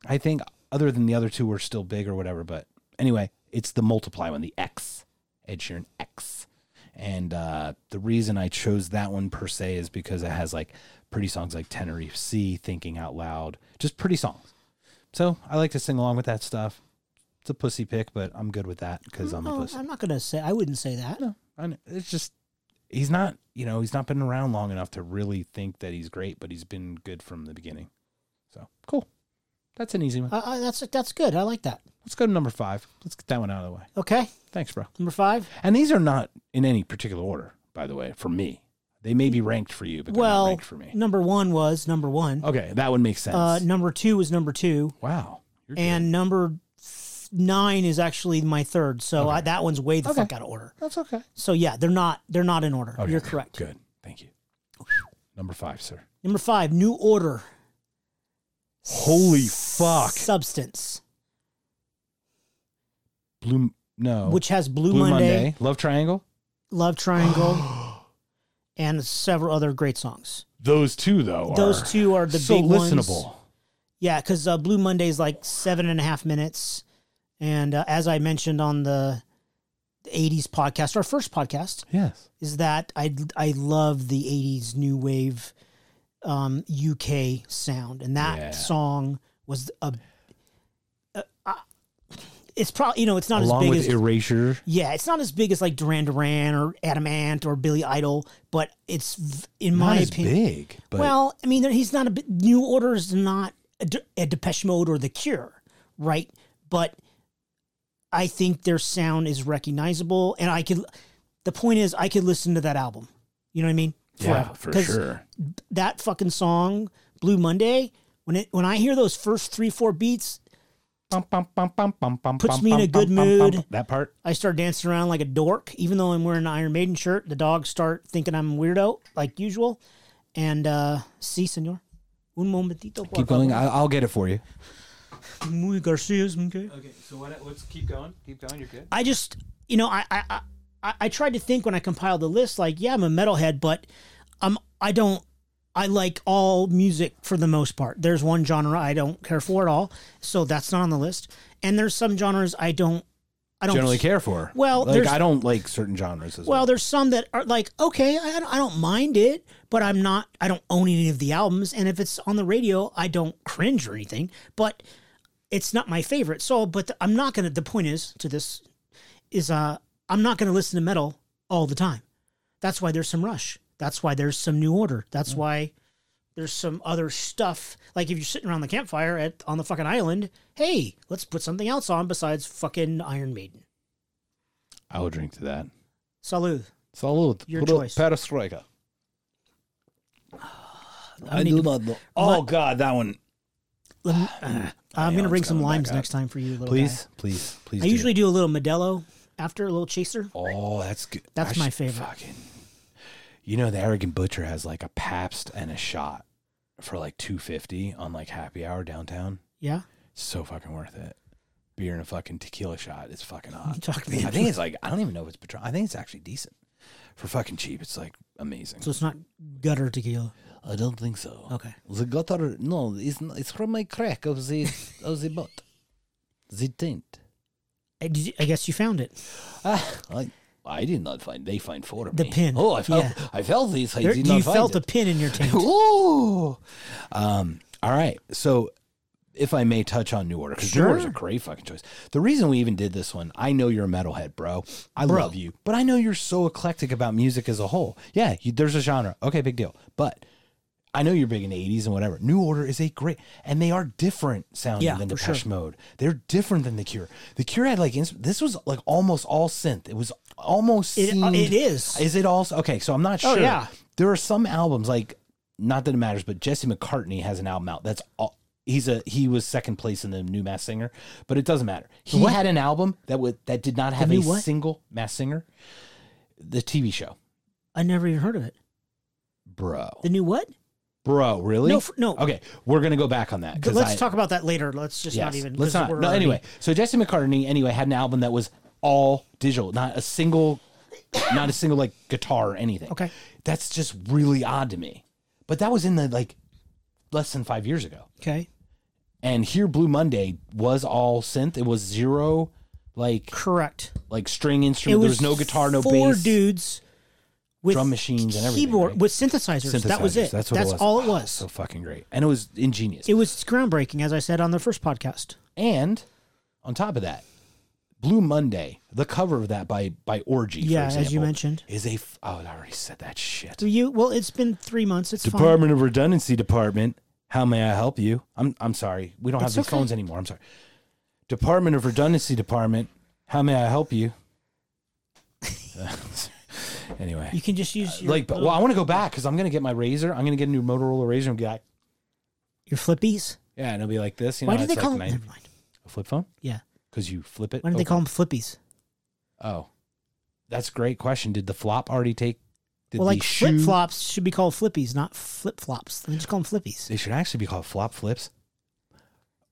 [SPEAKER 1] I think, other than the other two were still big or whatever. But anyway, it's the multiply one, the X, Ed Sheeran X. And uh, the reason I chose that one per se is because it has like pretty songs like Tenerife Sea, Thinking Out Loud, just pretty songs. So I like to sing along with that stuff. It's a pussy pick, but I'm good with that because I'm a
[SPEAKER 2] Oh,
[SPEAKER 1] pussy.
[SPEAKER 2] I'm not gonna say. I wouldn't say that.
[SPEAKER 1] No, I know. It's just he's not, you know, he's not been around long enough to really think that he's great, but he's been good from the beginning. So cool. That's an easy one.
[SPEAKER 2] I, I, Uh, that's that's good. I like that.
[SPEAKER 1] Let's go to number five. Let's get that one out of the way.
[SPEAKER 2] Okay,
[SPEAKER 1] Thanks, bro.
[SPEAKER 2] number five.
[SPEAKER 1] And these are not in any particular order, by the way, for me. They may be ranked for you, but they're not
[SPEAKER 2] well,
[SPEAKER 1] ranked for me. Oh,
[SPEAKER 2] number one was number one.
[SPEAKER 1] Okay, that would make sense.
[SPEAKER 2] Uh, number two was number two,
[SPEAKER 1] wow. You're good.
[SPEAKER 2] and number th- nine is actually my third. So I, that one's way the
[SPEAKER 1] Okay.
[SPEAKER 2] fuck out of order.
[SPEAKER 1] that's okay.
[SPEAKER 2] So yeah, they're not they're not in order.
[SPEAKER 1] Okay,
[SPEAKER 2] You're correct.
[SPEAKER 1] Oh, Good. Thank you. Number five, sir.
[SPEAKER 2] Number five, new order.
[SPEAKER 1] Holy fuck.
[SPEAKER 2] Substance,
[SPEAKER 1] Blue no.
[SPEAKER 2] which has Blue,
[SPEAKER 1] Oh. Blue
[SPEAKER 2] Monday,
[SPEAKER 1] Monday. Love Triangle.
[SPEAKER 2] Love Triangle,
[SPEAKER 1] *gasps*
[SPEAKER 2] and several other great songs.
[SPEAKER 1] Those two though.
[SPEAKER 2] Those two are the
[SPEAKER 1] so
[SPEAKER 2] big
[SPEAKER 1] listenable.
[SPEAKER 2] ones. Yeah, because uh, Blue Monday is like seven and a half minutes, and uh, as I mentioned on the '80s podcast, our first podcast,
[SPEAKER 1] Yes.
[SPEAKER 2] is that I I love the '80s new wave um, UK sound, and that
[SPEAKER 1] Yeah.
[SPEAKER 2] song was a. a- I- it's probably you know it's not
[SPEAKER 1] Along
[SPEAKER 2] as big
[SPEAKER 1] with
[SPEAKER 2] as
[SPEAKER 1] Erasure.
[SPEAKER 2] yeah it's not as big as like Duran Duran or Adamant or Billy Idol, but it's v- in
[SPEAKER 1] Not
[SPEAKER 2] my
[SPEAKER 1] as
[SPEAKER 2] opinion
[SPEAKER 1] big, but
[SPEAKER 2] well, I mean, there- he's not a bit- New Order is not a, De- a Depeche Mode or The Cure, right? But I think their sound is recognizable, and I could. The point is, I could listen to that album. You know what I mean?
[SPEAKER 1] yeah,
[SPEAKER 2] Forever.
[SPEAKER 1] for
[SPEAKER 2] 'Cause
[SPEAKER 1] sure.
[SPEAKER 2] That fucking song, Blue Monday. When it when I hear those first three four beats,
[SPEAKER 1] Puts
[SPEAKER 2] puts me in a good mood.
[SPEAKER 1] That part.
[SPEAKER 2] I start dancing around like a dork, even though I'm wearing an Iron Maiden shirt. The dogs start thinking I'm a weirdo, like usual. And uh, si, senor. Un momentito. por
[SPEAKER 1] Keep going.
[SPEAKER 2] favor.
[SPEAKER 1] I- I'll get it for you.
[SPEAKER 2] Muy Garcia's. Okay.
[SPEAKER 1] Okay, so what, let's keep going. Keep going. You're good.
[SPEAKER 2] I just, you know, I, I, I- I, I tried to think when I compiled the list, like, yeah, I'm a metalhead, but I'm, I don't, I like all music for the most part. There's one genre I don't care for at all, so that's not on the list. And there's some genres I don't, I don't
[SPEAKER 1] Generally care for.
[SPEAKER 2] Oh, Well,
[SPEAKER 1] like
[SPEAKER 2] there's-
[SPEAKER 1] I don't like certain genres as well.
[SPEAKER 2] Well, there's some that are like, okay, I, I don't mind it, but I'm not, I don't own any of the albums. And if it's on the radio, I don't cringe or anything, but it's not my favorite. So, but I'm not going to, the point is to this is, uh, I'm not going to listen to metal all the time. That's why there's some rush. That's why there's some new order. That's why there's some other stuff. Like if you're sitting around the campfire at on the fucking island, hey, let's put something else on besides fucking Iron Maiden.
[SPEAKER 1] I will drink to that.
[SPEAKER 2] Salud.
[SPEAKER 1] Salute.
[SPEAKER 2] Your Put a choice.
[SPEAKER 1] Perestroika.
[SPEAKER 2] I need to-
[SPEAKER 1] not know. Oh God, that one.
[SPEAKER 2] Let me-
[SPEAKER 1] Ah,
[SPEAKER 2] uh, I'm
[SPEAKER 1] it's
[SPEAKER 2] going to bring some
[SPEAKER 1] coming back
[SPEAKER 2] limes
[SPEAKER 1] up.
[SPEAKER 2] next time for you, little guy.
[SPEAKER 1] Please, please, please.
[SPEAKER 2] I
[SPEAKER 1] do.
[SPEAKER 2] usually do a little Modelo after, a little chaser.
[SPEAKER 1] Oh, that's good.
[SPEAKER 2] That's my
[SPEAKER 1] should
[SPEAKER 2] favorite.
[SPEAKER 1] Fucking, you know, the arrogant butcher has like a Pabst and a shot for like two fifty on like happy hour downtown.
[SPEAKER 2] Yeah.
[SPEAKER 1] So fucking worth it. Beer and a fucking tequila shot is fucking
[SPEAKER 2] You
[SPEAKER 1] hot.
[SPEAKER 2] *laughs* talked me
[SPEAKER 1] I
[SPEAKER 2] into
[SPEAKER 1] think it's like I don't even know if it's Patron. I think it's actually decent for fucking cheap. It's like amazing.
[SPEAKER 2] So it's not gutter tequila.
[SPEAKER 1] I don't think so.
[SPEAKER 2] Okay.
[SPEAKER 1] The gutter, no, it's not, it's from my crack of the of the boat, the tent.
[SPEAKER 2] I, did you- I guess you found it.
[SPEAKER 1] Ah, I, I did not find. They find four of
[SPEAKER 2] The
[SPEAKER 1] me.
[SPEAKER 2] pin,
[SPEAKER 1] Oh, I felt.
[SPEAKER 2] yeah.
[SPEAKER 1] I felt these. I
[SPEAKER 2] There-
[SPEAKER 1] did
[SPEAKER 2] you
[SPEAKER 1] not find
[SPEAKER 2] felt
[SPEAKER 1] it.
[SPEAKER 2] a pin in
[SPEAKER 1] *laughs*
[SPEAKER 2] your taint.
[SPEAKER 1] Ooh. Um, all right. So if I may touch on New Order, because New Order's a
[SPEAKER 2] Sure.
[SPEAKER 1] great fucking choice. The reason we even did this one, I know you're a metalhead, bro. I
[SPEAKER 2] Bro.
[SPEAKER 1] love you, but I know you're so eclectic about music as a whole. Yeah, you, there's a genre. Okay, big deal. But I know you're big in the 80s and whatever. New Order is a great, and they are different sounding
[SPEAKER 2] Yeah,
[SPEAKER 1] than
[SPEAKER 2] for
[SPEAKER 1] Depeche
[SPEAKER 2] sure.
[SPEAKER 1] Mode. They're different than The Cure. The Cure had like, ins- this was like almost all synth. It was almost
[SPEAKER 2] It,
[SPEAKER 1] seemed-
[SPEAKER 2] it is.
[SPEAKER 1] is it also okay? So I'm not
[SPEAKER 2] Oh,
[SPEAKER 1] sure.
[SPEAKER 2] yeah.
[SPEAKER 1] There are some albums like not that it matters, but Jesse McCartney has an album out that's all, he's a he was second place in the new Mass Singer, but it doesn't matter. He
[SPEAKER 2] what?
[SPEAKER 1] had an album that would that did not have a
[SPEAKER 2] new what?
[SPEAKER 1] single Mass Singer. The TV show,
[SPEAKER 2] I never even heard of it.
[SPEAKER 1] bro,
[SPEAKER 2] The new what?
[SPEAKER 1] bro, really?
[SPEAKER 2] No, f- no.
[SPEAKER 1] Okay, we're gonna go back on that. 'cause
[SPEAKER 2] Let's
[SPEAKER 1] I-
[SPEAKER 2] talk about that later. Let's just not
[SPEAKER 1] Yes.
[SPEAKER 2] even.
[SPEAKER 1] Let's
[SPEAKER 2] 'cause
[SPEAKER 1] not.
[SPEAKER 2] we're
[SPEAKER 1] No,
[SPEAKER 2] already-
[SPEAKER 1] anyway, so Jesse McCartney anyway had an album that was all digital, not a single, not a single like guitar or anything.
[SPEAKER 2] Okay.
[SPEAKER 1] that's just really odd to me. But that was in the like less than five years ago.
[SPEAKER 2] Okay.
[SPEAKER 1] And here, Blue Monday was all synth. It was zero, like
[SPEAKER 2] Correct.
[SPEAKER 1] like string instrument. there was no guitar, no
[SPEAKER 2] four
[SPEAKER 1] bass.
[SPEAKER 2] dudes with
[SPEAKER 1] Drum machines and everything,
[SPEAKER 2] keyboard
[SPEAKER 1] right?
[SPEAKER 2] with synthesizers. That was
[SPEAKER 1] Synthesizers.
[SPEAKER 2] it. That's,
[SPEAKER 1] That's what it was.
[SPEAKER 2] all it
[SPEAKER 1] Oh,
[SPEAKER 2] was.
[SPEAKER 1] So fucking great, and it was ingenious.
[SPEAKER 2] It was groundbreaking, as I said on the first podcast.
[SPEAKER 1] and on top of that, Blue Monday, the cover of that by by Orgy, for
[SPEAKER 2] Yeah, as you
[SPEAKER 1] example,
[SPEAKER 2] mentioned.
[SPEAKER 1] is a f- oh, I already said that shit.
[SPEAKER 2] Do you? Well, it's been three months. It's fine.
[SPEAKER 1] Department of Redundancy Department. How may I help you? I'm I'm sorry. We don't
[SPEAKER 2] It's
[SPEAKER 1] have these
[SPEAKER 2] okay.
[SPEAKER 1] phones anymore. I'm sorry. Department of Redundancy Department. How may I help you? *laughs* anyway,
[SPEAKER 2] You can just use your,
[SPEAKER 1] like, but well, I want to go back because I'm gonna get my razor. I'm gonna get a new Motorola razor. And be like,
[SPEAKER 2] your flippies.
[SPEAKER 1] yeah, and it'll be like this. You know,
[SPEAKER 2] Why did
[SPEAKER 1] it's
[SPEAKER 2] they call
[SPEAKER 1] like
[SPEAKER 2] them?
[SPEAKER 1] nine-
[SPEAKER 2] Never mind.
[SPEAKER 1] a flip phone?
[SPEAKER 2] Yeah.
[SPEAKER 1] Because you flip it.
[SPEAKER 2] Why did they
[SPEAKER 1] open.
[SPEAKER 2] call them flippies?
[SPEAKER 1] Oh, that's a great question. Did the flop already take? Did
[SPEAKER 2] well,
[SPEAKER 1] the
[SPEAKER 2] like flip
[SPEAKER 1] shoe-
[SPEAKER 2] flops should be called flippies, not flip flops. They just call them flippies.
[SPEAKER 1] They should actually be called flop flips.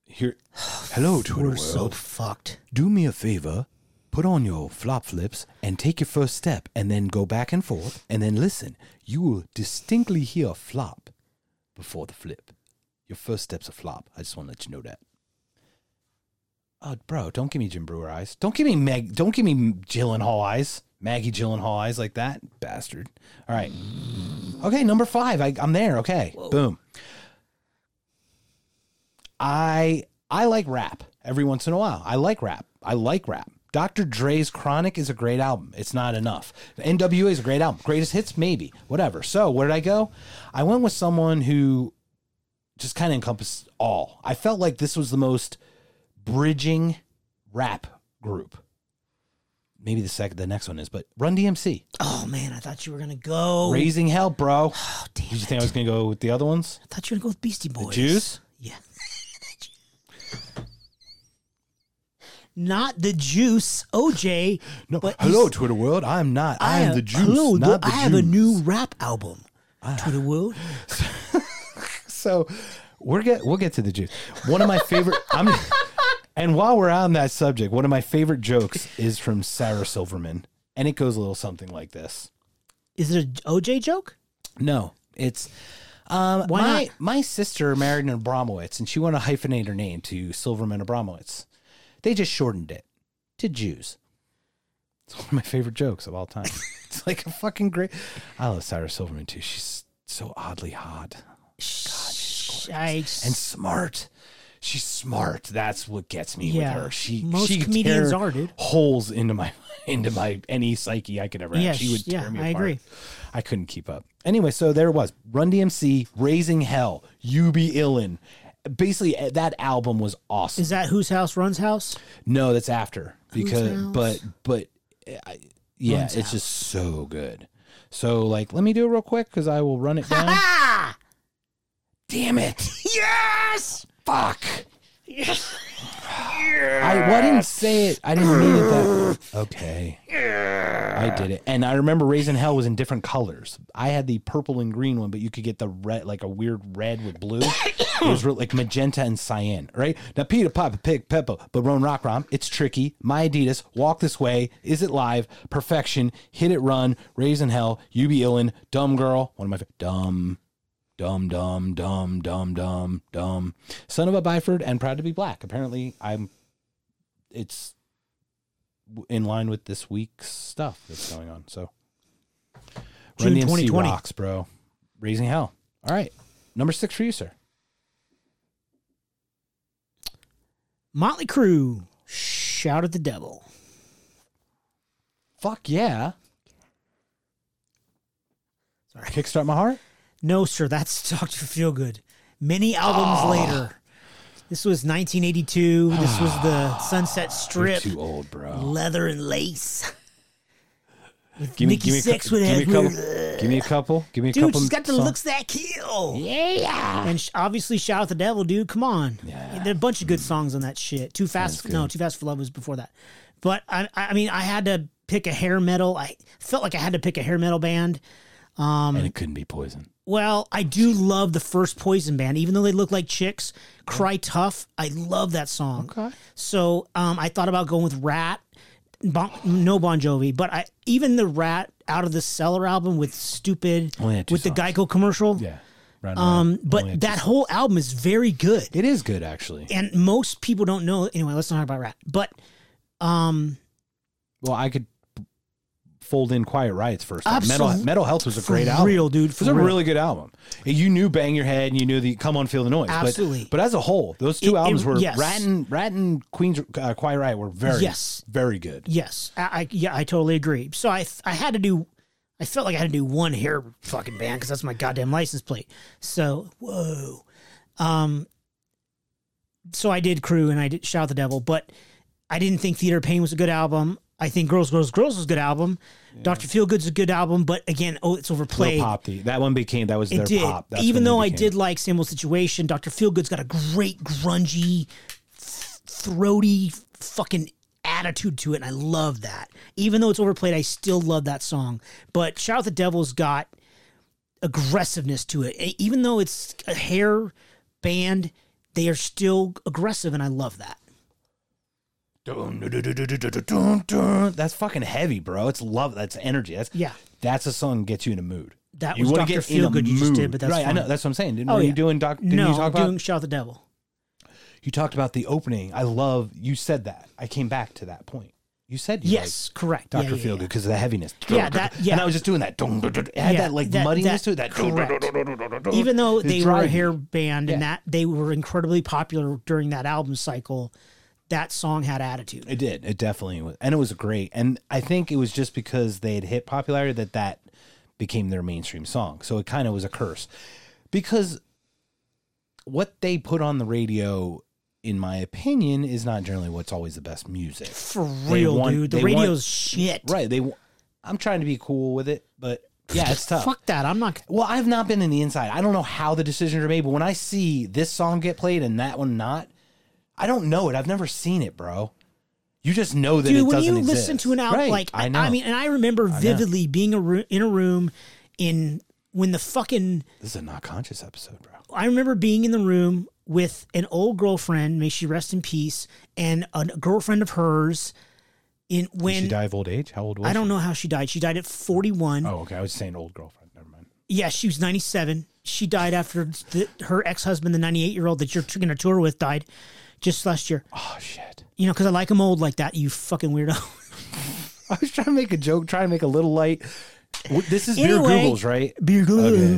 [SPEAKER 1] Here, *sighs* hello, Twitter
[SPEAKER 2] We're
[SPEAKER 1] world.
[SPEAKER 2] so fucked.
[SPEAKER 1] Do me a favor, put on your flop flips and take your first step, and then go back and forth, and then listen. You will distinctly hear a flop before the flip. Your first step's a flop. I just want to let you know that. Oh, bro, don't give me Jim Brewer eyes. Don't give me Meg. Don't give me Gyllenhaal eyes. Maggie Gyllenhaal eyes like that, bastard. All right. Okay, number five. I, I'm there. Okay, boom. I I like rap every once in a while. I like rap. I like rap. Dr. Dre's Chronic is a great album. It's not enough. The NWA is a great album. Greatest hits, maybe. Whatever. So where did I go? I went with someone who just kind of encompassed all. I felt like this was the most bridging rap group. Maybe the second, the next one is, but Run DMC,
[SPEAKER 2] Oh man, I thought you were gonna go.
[SPEAKER 1] Raising Hell, bro.
[SPEAKER 2] oh damn!
[SPEAKER 1] Did you
[SPEAKER 2] it.
[SPEAKER 1] think I was gonna go with the other ones?
[SPEAKER 2] I thought you were gonna go with Beastie Boys.
[SPEAKER 1] Jews?
[SPEAKER 2] Yeah. Not the juice, OJ.
[SPEAKER 1] No.
[SPEAKER 2] But
[SPEAKER 1] hello,
[SPEAKER 2] you-
[SPEAKER 1] Twitter world. I'm not. I, am
[SPEAKER 2] have-
[SPEAKER 1] the juice,
[SPEAKER 2] hello,
[SPEAKER 1] not the
[SPEAKER 2] I have a
[SPEAKER 1] Juice. Ah.
[SPEAKER 2] new rap album. to the world.
[SPEAKER 1] So we're get we'll get to the juice. One of my favorite. I'm, and while we're on that subject, one of my favorite jokes is from Sarah Silverman, and it goes a little something like this.
[SPEAKER 2] Is it a OJ joke?
[SPEAKER 1] No, it's um,
[SPEAKER 2] Why
[SPEAKER 1] my
[SPEAKER 2] not?
[SPEAKER 1] my sister married an Abramowitz, and she wanted to hyphenate her name to Silverman Abramowitz. They just shortened it to Jews. It's one of my favorite jokes of all time. *laughs* it's like a fucking great. I love Sarah Silverman too. She's so oddly hot.
[SPEAKER 2] Shh, I,
[SPEAKER 1] and smart. She's smart. That's what gets me
[SPEAKER 2] Yeah.
[SPEAKER 1] with her. She
[SPEAKER 2] Most
[SPEAKER 1] she could
[SPEAKER 2] comedians
[SPEAKER 1] tear
[SPEAKER 2] are, dude.
[SPEAKER 1] holes into my *laughs* into my any psyche I could ever
[SPEAKER 2] Yes,
[SPEAKER 1] have. She would tear
[SPEAKER 2] yeah,
[SPEAKER 1] me
[SPEAKER 2] I
[SPEAKER 1] apart.
[SPEAKER 2] agree.
[SPEAKER 1] I couldn't keep up. Anyway, so there it was. Run DMC, Raising Hell, You Be Illin. Basically, eh, that album was awesome.
[SPEAKER 2] is that whose house runs house?
[SPEAKER 1] no, that's after because
[SPEAKER 2] else?
[SPEAKER 1] but but eh, I, yeah,
[SPEAKER 2] Runs
[SPEAKER 1] it's just so good. So like, let me do it real quick because I will
[SPEAKER 2] *laughs*
[SPEAKER 1] run it down.
[SPEAKER 2] Ah!
[SPEAKER 1] Damn it!
[SPEAKER 2] Yes!
[SPEAKER 1] Fuck. I, well, I didn't say it. I didn't mean it that. Okay. I did it. And I remember Raisin Hell was in different colors. I had the purple and green one, but you could get the red, like a weird red with blue. it was real, like magenta and cyan, right? Now, Peter, Papa, Pig, Peppo, Barone, Rock Rom, It's Tricky, My Adidas, Walk This Way, Is It Live, Perfection, Hit It Run, Raisin Hell, You Be Illin, Dumb Girl, one of my favorite, Dumb. Dumb, dumb, dumb, dumb, dumb, dumb. Son of a Byford and proud to be black. Apparently, I'm. It's w- in line with this week's stuff that's going on. So, Run
[SPEAKER 2] June
[SPEAKER 1] DMC
[SPEAKER 2] 2020.
[SPEAKER 1] rocks, bro. Raising hell. All right, number six for you, sir.
[SPEAKER 2] Motley Crue. Shout at the devil.
[SPEAKER 1] Fuck yeah!
[SPEAKER 2] Sorry.
[SPEAKER 1] Kickstart my heart.
[SPEAKER 2] No, sir, that's *laughs* Dr. Feelgood. Many albums
[SPEAKER 1] Ah.
[SPEAKER 2] later. This was 1982.
[SPEAKER 1] *sighs*
[SPEAKER 2] This was the Sunset
[SPEAKER 1] You're
[SPEAKER 2] Strip,
[SPEAKER 1] too old, bro.
[SPEAKER 2] leather and lace.
[SPEAKER 1] Give me,
[SPEAKER 2] Nikki
[SPEAKER 1] give me, a cou-
[SPEAKER 2] Sixx with
[SPEAKER 1] give me
[SPEAKER 2] his
[SPEAKER 1] a couple.
[SPEAKER 2] weird-
[SPEAKER 1] Give me a couple. Give me a
[SPEAKER 2] Dude,
[SPEAKER 1] couple.
[SPEAKER 2] she's got the
[SPEAKER 1] songs.
[SPEAKER 2] looks that kill.
[SPEAKER 1] Yeah.
[SPEAKER 2] And sh- obviously, Shout at the Devil, dude. Come on.
[SPEAKER 1] Ah. Yeah.
[SPEAKER 2] There are a bunch of good songs on that shit. Too Fast.
[SPEAKER 1] good.
[SPEAKER 2] No, Too Fast for Love was before that. But I, I I mean, I had to pick a hair metal. I felt like I had to pick a hair metal band.
[SPEAKER 1] and it couldn't be poison.
[SPEAKER 2] Well, I do love the first Poison band, even though they look like chicks. Cry Tough, I love that song.
[SPEAKER 1] Okay.
[SPEAKER 2] So um, I thought about going with Rat, bon, no Bon Jovi, but I even the Rat out of the Cellar album with stupid
[SPEAKER 1] Only had Oh, two
[SPEAKER 2] with the
[SPEAKER 1] songs.
[SPEAKER 2] Geico commercial.
[SPEAKER 1] Yeah. Oh, Round
[SPEAKER 2] Um,
[SPEAKER 1] around. Only
[SPEAKER 2] but
[SPEAKER 1] had
[SPEAKER 2] that whole album is very good
[SPEAKER 1] two- it is good actually.
[SPEAKER 2] and most people don't know anyway let's not talk about rat but um
[SPEAKER 1] Well, I could fold in Quiet Riot's first. Time. Metal
[SPEAKER 2] Absolute-
[SPEAKER 1] Metal Health was a
[SPEAKER 2] for
[SPEAKER 1] great album.
[SPEAKER 2] real, dude,
[SPEAKER 1] It
[SPEAKER 2] for
[SPEAKER 1] was a
[SPEAKER 2] real.
[SPEAKER 1] really good album. You knew Bang Your Head and you knew the Come On Feel the Noise. but-
[SPEAKER 2] Absolutely.
[SPEAKER 1] But, as a whole, those two
[SPEAKER 2] It- it-
[SPEAKER 1] albums were
[SPEAKER 2] yes.
[SPEAKER 1] Rat and Rat and Queen's uh, Quiet Riot were very
[SPEAKER 2] Yes.
[SPEAKER 1] very good.
[SPEAKER 2] yes I, I yeah i totally agree so i i had to do i felt like i had to do one hair fucking band because that's my goddamn license plate so whoa um so i did crew and i did shout at the devil but i didn't think theater of pain was a good album i think girls girls girls was a good album dr feelgood's a good album but again oh it's overplayed
[SPEAKER 1] Little Pop the, that one became that was their
[SPEAKER 2] it did.
[SPEAKER 1] pop. That's
[SPEAKER 2] Even
[SPEAKER 1] when they
[SPEAKER 2] though I
[SPEAKER 1] became-
[SPEAKER 2] did like Samuel's situation, Dr. Feelgood's got a great grungy, th- throaty fucking attitude to it, and I love that. Even though it's overplayed, I still love that song. But Shout Out the Devil's got aggressiveness to it. E- Even though it's a hair band, they are still aggressive, and I love that.
[SPEAKER 1] Dun, dun, dun, dun, dun, dun, dun, dun, dun. That's fucking heavy, bro. It's love. That's energy. That's
[SPEAKER 2] Yeah.
[SPEAKER 1] That's a song that gets you in a mood.
[SPEAKER 2] That
[SPEAKER 1] you
[SPEAKER 2] was
[SPEAKER 1] wanna
[SPEAKER 2] Dr.
[SPEAKER 1] get in a
[SPEAKER 2] Feelgood you just did,
[SPEAKER 1] mood.
[SPEAKER 2] but that's
[SPEAKER 1] right. I know.
[SPEAKER 2] fine.
[SPEAKER 1] That's what I'm saying. Didn't
[SPEAKER 2] Oh,
[SPEAKER 1] were you
[SPEAKER 2] yeah.
[SPEAKER 1] doing? Doc, didn't
[SPEAKER 2] no,
[SPEAKER 1] you talk
[SPEAKER 2] I'm
[SPEAKER 1] about
[SPEAKER 2] doing Shout Out the Devil.
[SPEAKER 1] you talked about the opening. I love you said that. I came back to that point. You said you
[SPEAKER 2] Yes, correct.
[SPEAKER 1] liked
[SPEAKER 2] Yeah,
[SPEAKER 1] Dr.
[SPEAKER 2] yeah,
[SPEAKER 1] Feelgood
[SPEAKER 2] yeah.
[SPEAKER 1] because of the heaviness.
[SPEAKER 2] Yeah, that-
[SPEAKER 1] And
[SPEAKER 2] yeah.
[SPEAKER 1] I was just doing that. Dun, dun, dun. It had
[SPEAKER 2] Yeah,
[SPEAKER 1] that like
[SPEAKER 2] that-
[SPEAKER 1] muddiness
[SPEAKER 2] that-
[SPEAKER 1] to it. That dun, dun,
[SPEAKER 2] correct.
[SPEAKER 1] dun, dun, dun, dun, dun.
[SPEAKER 2] even though
[SPEAKER 1] It's
[SPEAKER 2] they were a
[SPEAKER 1] driving.
[SPEAKER 2] hair band and
[SPEAKER 1] Yeah.
[SPEAKER 2] that they were incredibly popular during that album cycle, that song had attitude.
[SPEAKER 1] It did. It definitely was, and it was great. And I think it was just because they had hit popularity that that became their mainstream song. So it kind of was a curse, because what they put on the radio, in my opinion, is not generally what's always the best music.
[SPEAKER 2] For
[SPEAKER 1] They
[SPEAKER 2] real,
[SPEAKER 1] want-
[SPEAKER 2] dude. The
[SPEAKER 1] they want-
[SPEAKER 2] radio's shit.
[SPEAKER 1] Right. They. w- I'm trying to be cool with it, but yeah, it's tough.
[SPEAKER 2] Fuck that. I'm not.
[SPEAKER 1] Well, I've not been in the inside. I don't know how the decisions are made, but when I see this song get played and that one not, I don't know it. I've never seen it, bro. You just know that
[SPEAKER 2] Dude,
[SPEAKER 1] it
[SPEAKER 2] when
[SPEAKER 1] doesn't
[SPEAKER 2] you
[SPEAKER 1] exist.
[SPEAKER 2] listen to an album,
[SPEAKER 1] Right,
[SPEAKER 2] like,
[SPEAKER 1] I
[SPEAKER 2] I,
[SPEAKER 1] know.
[SPEAKER 2] I mean, and I remember vividly being a roo- in a room in when the fucking.
[SPEAKER 1] this is a not conscious episode, bro.
[SPEAKER 2] I remember being in the room with an old girlfriend, may she rest in peace, and a girlfriend of hers. In
[SPEAKER 1] Did she
[SPEAKER 2] when
[SPEAKER 1] die of old age? How old was
[SPEAKER 2] I don't know how she died. She died at 41.
[SPEAKER 1] she? Oh, okay. I was saying old girlfriend. Never mind.
[SPEAKER 2] Yeah, she was 97. She died after the, her ex husband, the 98 year old that you're going to tour with, died just last year.
[SPEAKER 1] Oh shit.
[SPEAKER 2] You know, because I like them old like that, you fucking weirdo.
[SPEAKER 1] *laughs*
[SPEAKER 2] *laughs*
[SPEAKER 1] I was trying to make a joke, trying to make a little light. W- This is beer
[SPEAKER 2] Anyway,
[SPEAKER 1] Googles, right?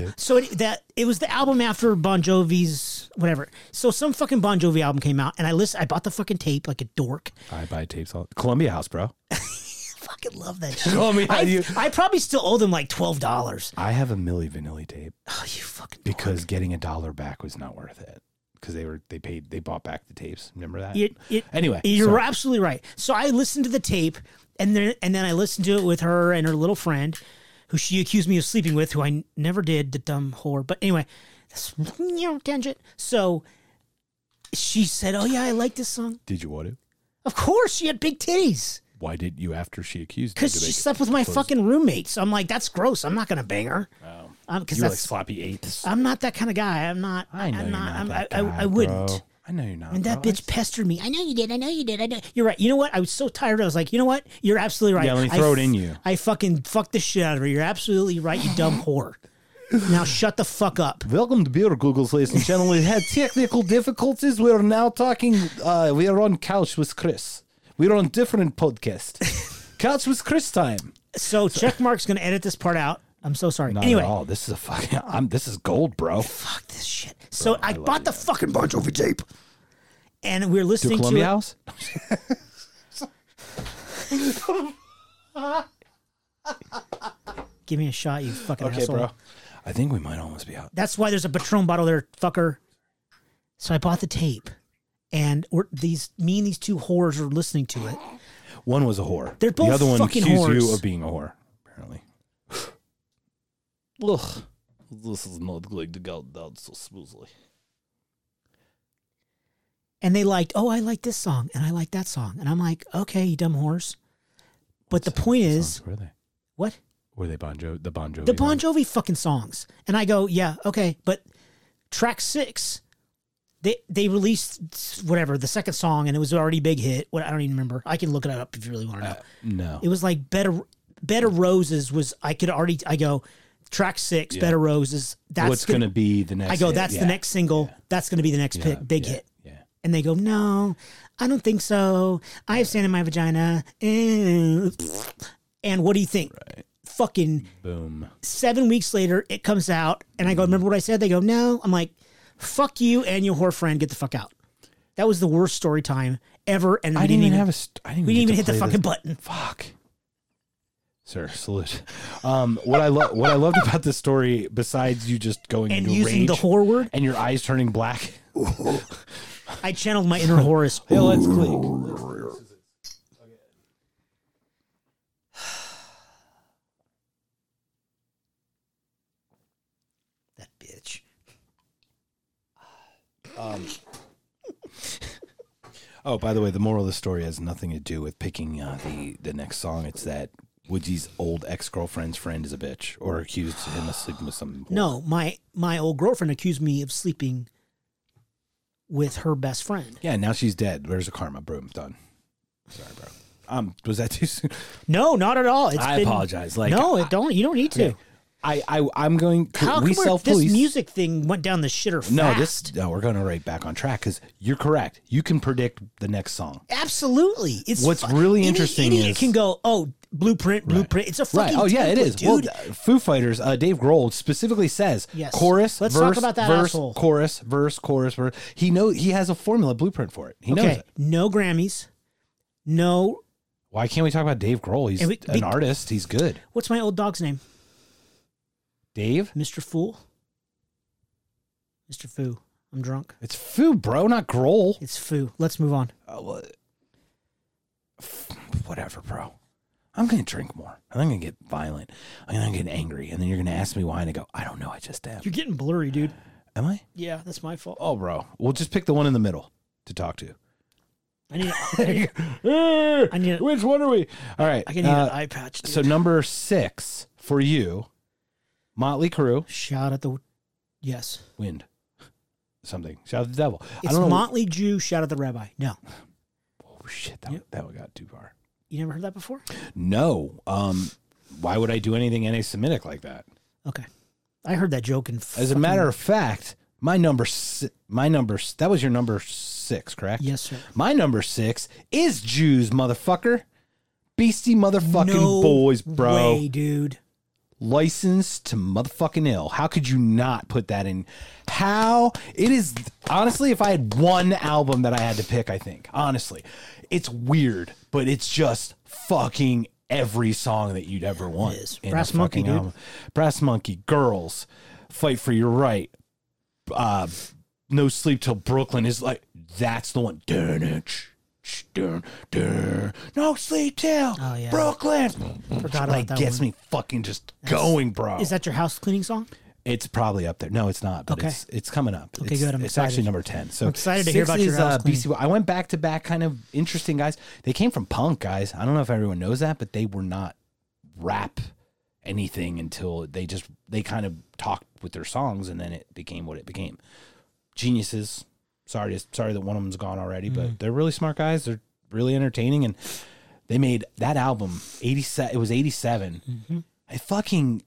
[SPEAKER 1] Okay.
[SPEAKER 2] So it, that it was the album after Bon Jovi's whatever. So some fucking Bon Jovi album came out, and I list I bought the fucking tape like a dork.
[SPEAKER 1] I buy tapes all Columbia House, bro.
[SPEAKER 2] Fucking
[SPEAKER 1] *laughs*
[SPEAKER 2] love that shit.
[SPEAKER 1] Call me how
[SPEAKER 2] I,
[SPEAKER 1] you-
[SPEAKER 2] I probably still owe them like twelve dollars.
[SPEAKER 1] I have a Milli Vanilli tape.
[SPEAKER 2] Oh, you fucking. dork.
[SPEAKER 1] because getting a dollar back was not worth it because they were they paid they bought back the tapes. Remember that?
[SPEAKER 2] It, it,
[SPEAKER 1] anyway,
[SPEAKER 2] you're
[SPEAKER 1] sorry.
[SPEAKER 2] absolutely right. So I listened to the tape, and then and then I listened to it with her and her little friend, who she accused me of sleeping with, who I n- never did, the dumb whore. But anyway, that's you know, tangent. So she said, "Oh yeah, I like this song."
[SPEAKER 1] Did you want it?
[SPEAKER 2] Of course, she had big titties
[SPEAKER 1] Why did you after she accused you?
[SPEAKER 2] because she slept with my fucking roommate. So I'm like, that's gross. I'm not gonna bang her.
[SPEAKER 1] Oh.
[SPEAKER 2] Um, because
[SPEAKER 1] you were like
[SPEAKER 2] that's
[SPEAKER 1] sloppy eighths.
[SPEAKER 2] I'm not that kind of guy. I'm not. I
[SPEAKER 1] I know
[SPEAKER 2] am
[SPEAKER 1] you're
[SPEAKER 2] not.
[SPEAKER 1] not.
[SPEAKER 2] I'm,
[SPEAKER 1] that
[SPEAKER 2] I, I,
[SPEAKER 1] guy,
[SPEAKER 2] I wouldn't.
[SPEAKER 1] bro. I know you're not.
[SPEAKER 2] And that
[SPEAKER 1] bro.
[SPEAKER 2] bitch pestered me. I know you did. I know you did. I know. You're right. You know what? I was so tired. I was like, you know what? You're absolutely right.
[SPEAKER 1] Yeah, let me
[SPEAKER 2] I
[SPEAKER 1] throw it
[SPEAKER 2] f-
[SPEAKER 1] in you.
[SPEAKER 2] I fucking fucked the shit out of her. You're absolutely right, you
[SPEAKER 1] *laughs*
[SPEAKER 2] dumb whore. Now shut the fuck up.
[SPEAKER 1] Welcome to Beer Googles, ladies and gentlemen. We had technical difficulties. We're now talking. Uh, we are on couch with Chris. We're on different
[SPEAKER 2] *laughs*
[SPEAKER 1] podcast. couch with Chris time.
[SPEAKER 2] So Checkmark's gonna edit this part out. I'm so sorry.
[SPEAKER 1] Not
[SPEAKER 2] anyway,
[SPEAKER 1] at all. This is a fucking. I'm, this is gold, bro.
[SPEAKER 2] fuck this shit. So I, bought the fucking Bon Jovi tape, and we were
[SPEAKER 1] To
[SPEAKER 2] listening to,
[SPEAKER 1] Columbia
[SPEAKER 2] it.
[SPEAKER 1] House.
[SPEAKER 2] Give me a shot, you fucking
[SPEAKER 1] Okay,
[SPEAKER 2] asshole.
[SPEAKER 1] bro. I think we might almost be out.
[SPEAKER 2] That's why there's a Patron bottle there, fucker. So I bought the tape, and we're, these me and these two whores are listening to it.
[SPEAKER 1] One was a whore.
[SPEAKER 2] They're both
[SPEAKER 1] the other one
[SPEAKER 2] fucking
[SPEAKER 1] accused
[SPEAKER 2] whores.
[SPEAKER 1] you of being a whore. apparently. Look, *sighs* this is not going to go down so smoothly.
[SPEAKER 2] and they liked, oh, I like this song and I like that song. And I'm like, okay, you dumb horse. But the point is,
[SPEAKER 1] were they?
[SPEAKER 2] what?
[SPEAKER 1] Were they Bon Jovi? The Bon Jovi.
[SPEAKER 2] The Bon Jovi fucking songs. And I go, yeah, okay. But track six, they they released whatever, the second song, and it was already a big hit. What I don't even remember. I can look it up if you really want
[SPEAKER 1] Uh,
[SPEAKER 2] to know.
[SPEAKER 1] No.
[SPEAKER 2] it was like Better Better Roses was I could already I go, track six, Better Roses, that's
[SPEAKER 1] What's
[SPEAKER 2] gonna,
[SPEAKER 1] going to be the next?
[SPEAKER 2] I go,
[SPEAKER 1] hit?
[SPEAKER 2] that's
[SPEAKER 1] Yeah.
[SPEAKER 2] the next single, that's gonna be the next
[SPEAKER 1] Yeah,
[SPEAKER 2] pick, big
[SPEAKER 1] yeah,
[SPEAKER 2] hit.
[SPEAKER 1] Yeah.
[SPEAKER 2] And they go, no, I don't think so. I have sand in my vagina. Eh. And what do you think? Fucking
[SPEAKER 1] Boom.
[SPEAKER 2] seven weeks later, it comes out. And I go, remember what I said? They go, no. I'm like, fuck you and your whore friend. Get the fuck out. That was the worst story time ever. And
[SPEAKER 1] I
[SPEAKER 2] we
[SPEAKER 1] didn't even have a. St- I didn't.
[SPEAKER 2] we
[SPEAKER 1] get
[SPEAKER 2] didn't even
[SPEAKER 1] to
[SPEAKER 2] hit the
[SPEAKER 1] play
[SPEAKER 2] fucking
[SPEAKER 1] this.
[SPEAKER 2] button.
[SPEAKER 1] Fuck. Sir, salute. Um, what I love, what I loved about this story, besides you just going
[SPEAKER 2] And
[SPEAKER 1] into
[SPEAKER 2] using
[SPEAKER 1] rage
[SPEAKER 2] the whore word,
[SPEAKER 1] and your eyes turning black.
[SPEAKER 2] I channeled my inner Horace.
[SPEAKER 1] *laughs* Hey, let's click.
[SPEAKER 2] *sighs* That bitch.
[SPEAKER 1] Oh, by the way, the moral of the story has nothing to do with picking uh, the the next song. It's that Woody's old ex girlfriend's friend is a bitch or accused him of sleeping with some.
[SPEAKER 2] No, my my old girlfriend accused me of sleeping with her best friend.
[SPEAKER 1] Yeah, now she's dead. Where's the karma? Boom, done. Sorry, bro. Um, was that too soon?
[SPEAKER 2] No, not at all. It's
[SPEAKER 1] I
[SPEAKER 2] been-
[SPEAKER 1] apologize. Like,
[SPEAKER 2] no, it don't. You don't need to.
[SPEAKER 1] Okay. I, I, I'm going.
[SPEAKER 2] How
[SPEAKER 1] we
[SPEAKER 2] come we're-
[SPEAKER 1] self
[SPEAKER 2] this
[SPEAKER 1] police.
[SPEAKER 2] music thing went down the shitter fast?
[SPEAKER 1] No, this no, we're going to right back on track because you're correct. You can predict the next song.
[SPEAKER 2] absolutely. It's
[SPEAKER 1] What's
[SPEAKER 2] fu-
[SPEAKER 1] really
[SPEAKER 2] any
[SPEAKER 1] interesting
[SPEAKER 2] idiot
[SPEAKER 1] is-
[SPEAKER 2] can go. Oh, blueprint, blueprint. It's a
[SPEAKER 1] Right.
[SPEAKER 2] fucking
[SPEAKER 1] Oh yeah, it
[SPEAKER 2] template,
[SPEAKER 1] is. Well,
[SPEAKER 2] dude.
[SPEAKER 1] th- Foo Fighters. Uh, Dave Grohl specifically says
[SPEAKER 2] Yes.
[SPEAKER 1] chorus,
[SPEAKER 2] Let's talk
[SPEAKER 1] verse,
[SPEAKER 2] about that
[SPEAKER 1] verse,
[SPEAKER 2] asshole.
[SPEAKER 1] chorus, verse, chorus, verse. He knows. He has a formula blueprint for it. He knows
[SPEAKER 2] okay,
[SPEAKER 1] it.
[SPEAKER 2] no Grammys, no.
[SPEAKER 1] Why can't we talk about Dave Grohl? He's
[SPEAKER 2] And we-
[SPEAKER 1] an
[SPEAKER 2] be-
[SPEAKER 1] artist. He's good.
[SPEAKER 2] What's my old dog's name?
[SPEAKER 1] Dave,
[SPEAKER 2] Mister Fool. Mister Foo. I'm drunk.
[SPEAKER 1] it's Foo, bro, not Grohl.
[SPEAKER 2] It's Foo. Let's move on.
[SPEAKER 1] Uh, well, f- whatever, bro. I'm gonna drink more. I'm gonna get violent. I'm gonna get angry, and then you're gonna ask me why, and I go, I don't know. I just am.
[SPEAKER 2] You're getting blurry, dude.
[SPEAKER 1] Am I?
[SPEAKER 2] Yeah, that's my fault.
[SPEAKER 1] Oh, bro. We'll just pick the one in the middle to talk to.
[SPEAKER 2] I *laughs* need. A,
[SPEAKER 1] I
[SPEAKER 2] need a-
[SPEAKER 1] Which one are we? All right.
[SPEAKER 2] I can need
[SPEAKER 1] uh,
[SPEAKER 2] an eye patch. Dude.
[SPEAKER 1] so number six for you, Motley Crue,
[SPEAKER 2] shout at the. Yes,
[SPEAKER 1] wind, something. Shout out to the devil. I
[SPEAKER 2] it's
[SPEAKER 1] don't know.
[SPEAKER 2] Motley Jew. Shout at the Rabbi. No,
[SPEAKER 1] oh shit, that, that one got too far.
[SPEAKER 2] you never heard that before.
[SPEAKER 1] No. Um. Why would I do anything anti-Semitic like that?
[SPEAKER 2] Okay. I heard that joke in.
[SPEAKER 1] As a
[SPEAKER 2] fucking-
[SPEAKER 1] matter of fact, my number, si- my number, s- that was your number six, correct?
[SPEAKER 2] Yes, sir.
[SPEAKER 1] My number six is Jews, motherfucker. Beastie motherfucking
[SPEAKER 2] No
[SPEAKER 1] boys, bro.
[SPEAKER 2] Way, dude.
[SPEAKER 1] License to motherfucking ill. How could you not put that in? How it is honestly, if I had one album that I had to pick, I think honestly, it's weird, but it's just fucking every song that you'd ever want.
[SPEAKER 2] is.
[SPEAKER 1] in a
[SPEAKER 2] Brass Monkey,
[SPEAKER 1] fucking
[SPEAKER 2] dude.
[SPEAKER 1] Brass Monkey, Girls, Fight for Your Right, uh, No Sleep Till Brooklyn is like that's the one. Dun, dun, ch- ch- dun, dun. No sleep till
[SPEAKER 2] Oh, yeah.
[SPEAKER 1] Brooklyn
[SPEAKER 2] Forgot
[SPEAKER 1] like
[SPEAKER 2] about that
[SPEAKER 1] gets
[SPEAKER 2] one.
[SPEAKER 1] me fucking just going, bro.
[SPEAKER 2] Is that your house cleaning song?
[SPEAKER 1] it's probably up there. No, it's not. But
[SPEAKER 2] Okay.
[SPEAKER 1] it's it's coming up.
[SPEAKER 2] Okay,
[SPEAKER 1] it's,
[SPEAKER 2] good. I'm
[SPEAKER 1] it's
[SPEAKER 2] excited.
[SPEAKER 1] actually number ten. So
[SPEAKER 2] I'm excited to hear
[SPEAKER 1] six
[SPEAKER 2] about your
[SPEAKER 1] is,
[SPEAKER 2] house
[SPEAKER 1] uh, BC. I went back to back, kind of interesting guys. They came from punk guys. I don't know if everyone knows that, but they were not rap anything until they just they kind of talked with their songs, and then it became what it became. Geniuses. Sorry, to, sorry that one of them's gone already,
[SPEAKER 2] Mm-hmm.
[SPEAKER 1] but they're really smart guys. They're really entertaining, and they made that album eighty seven. It was eighty I fucking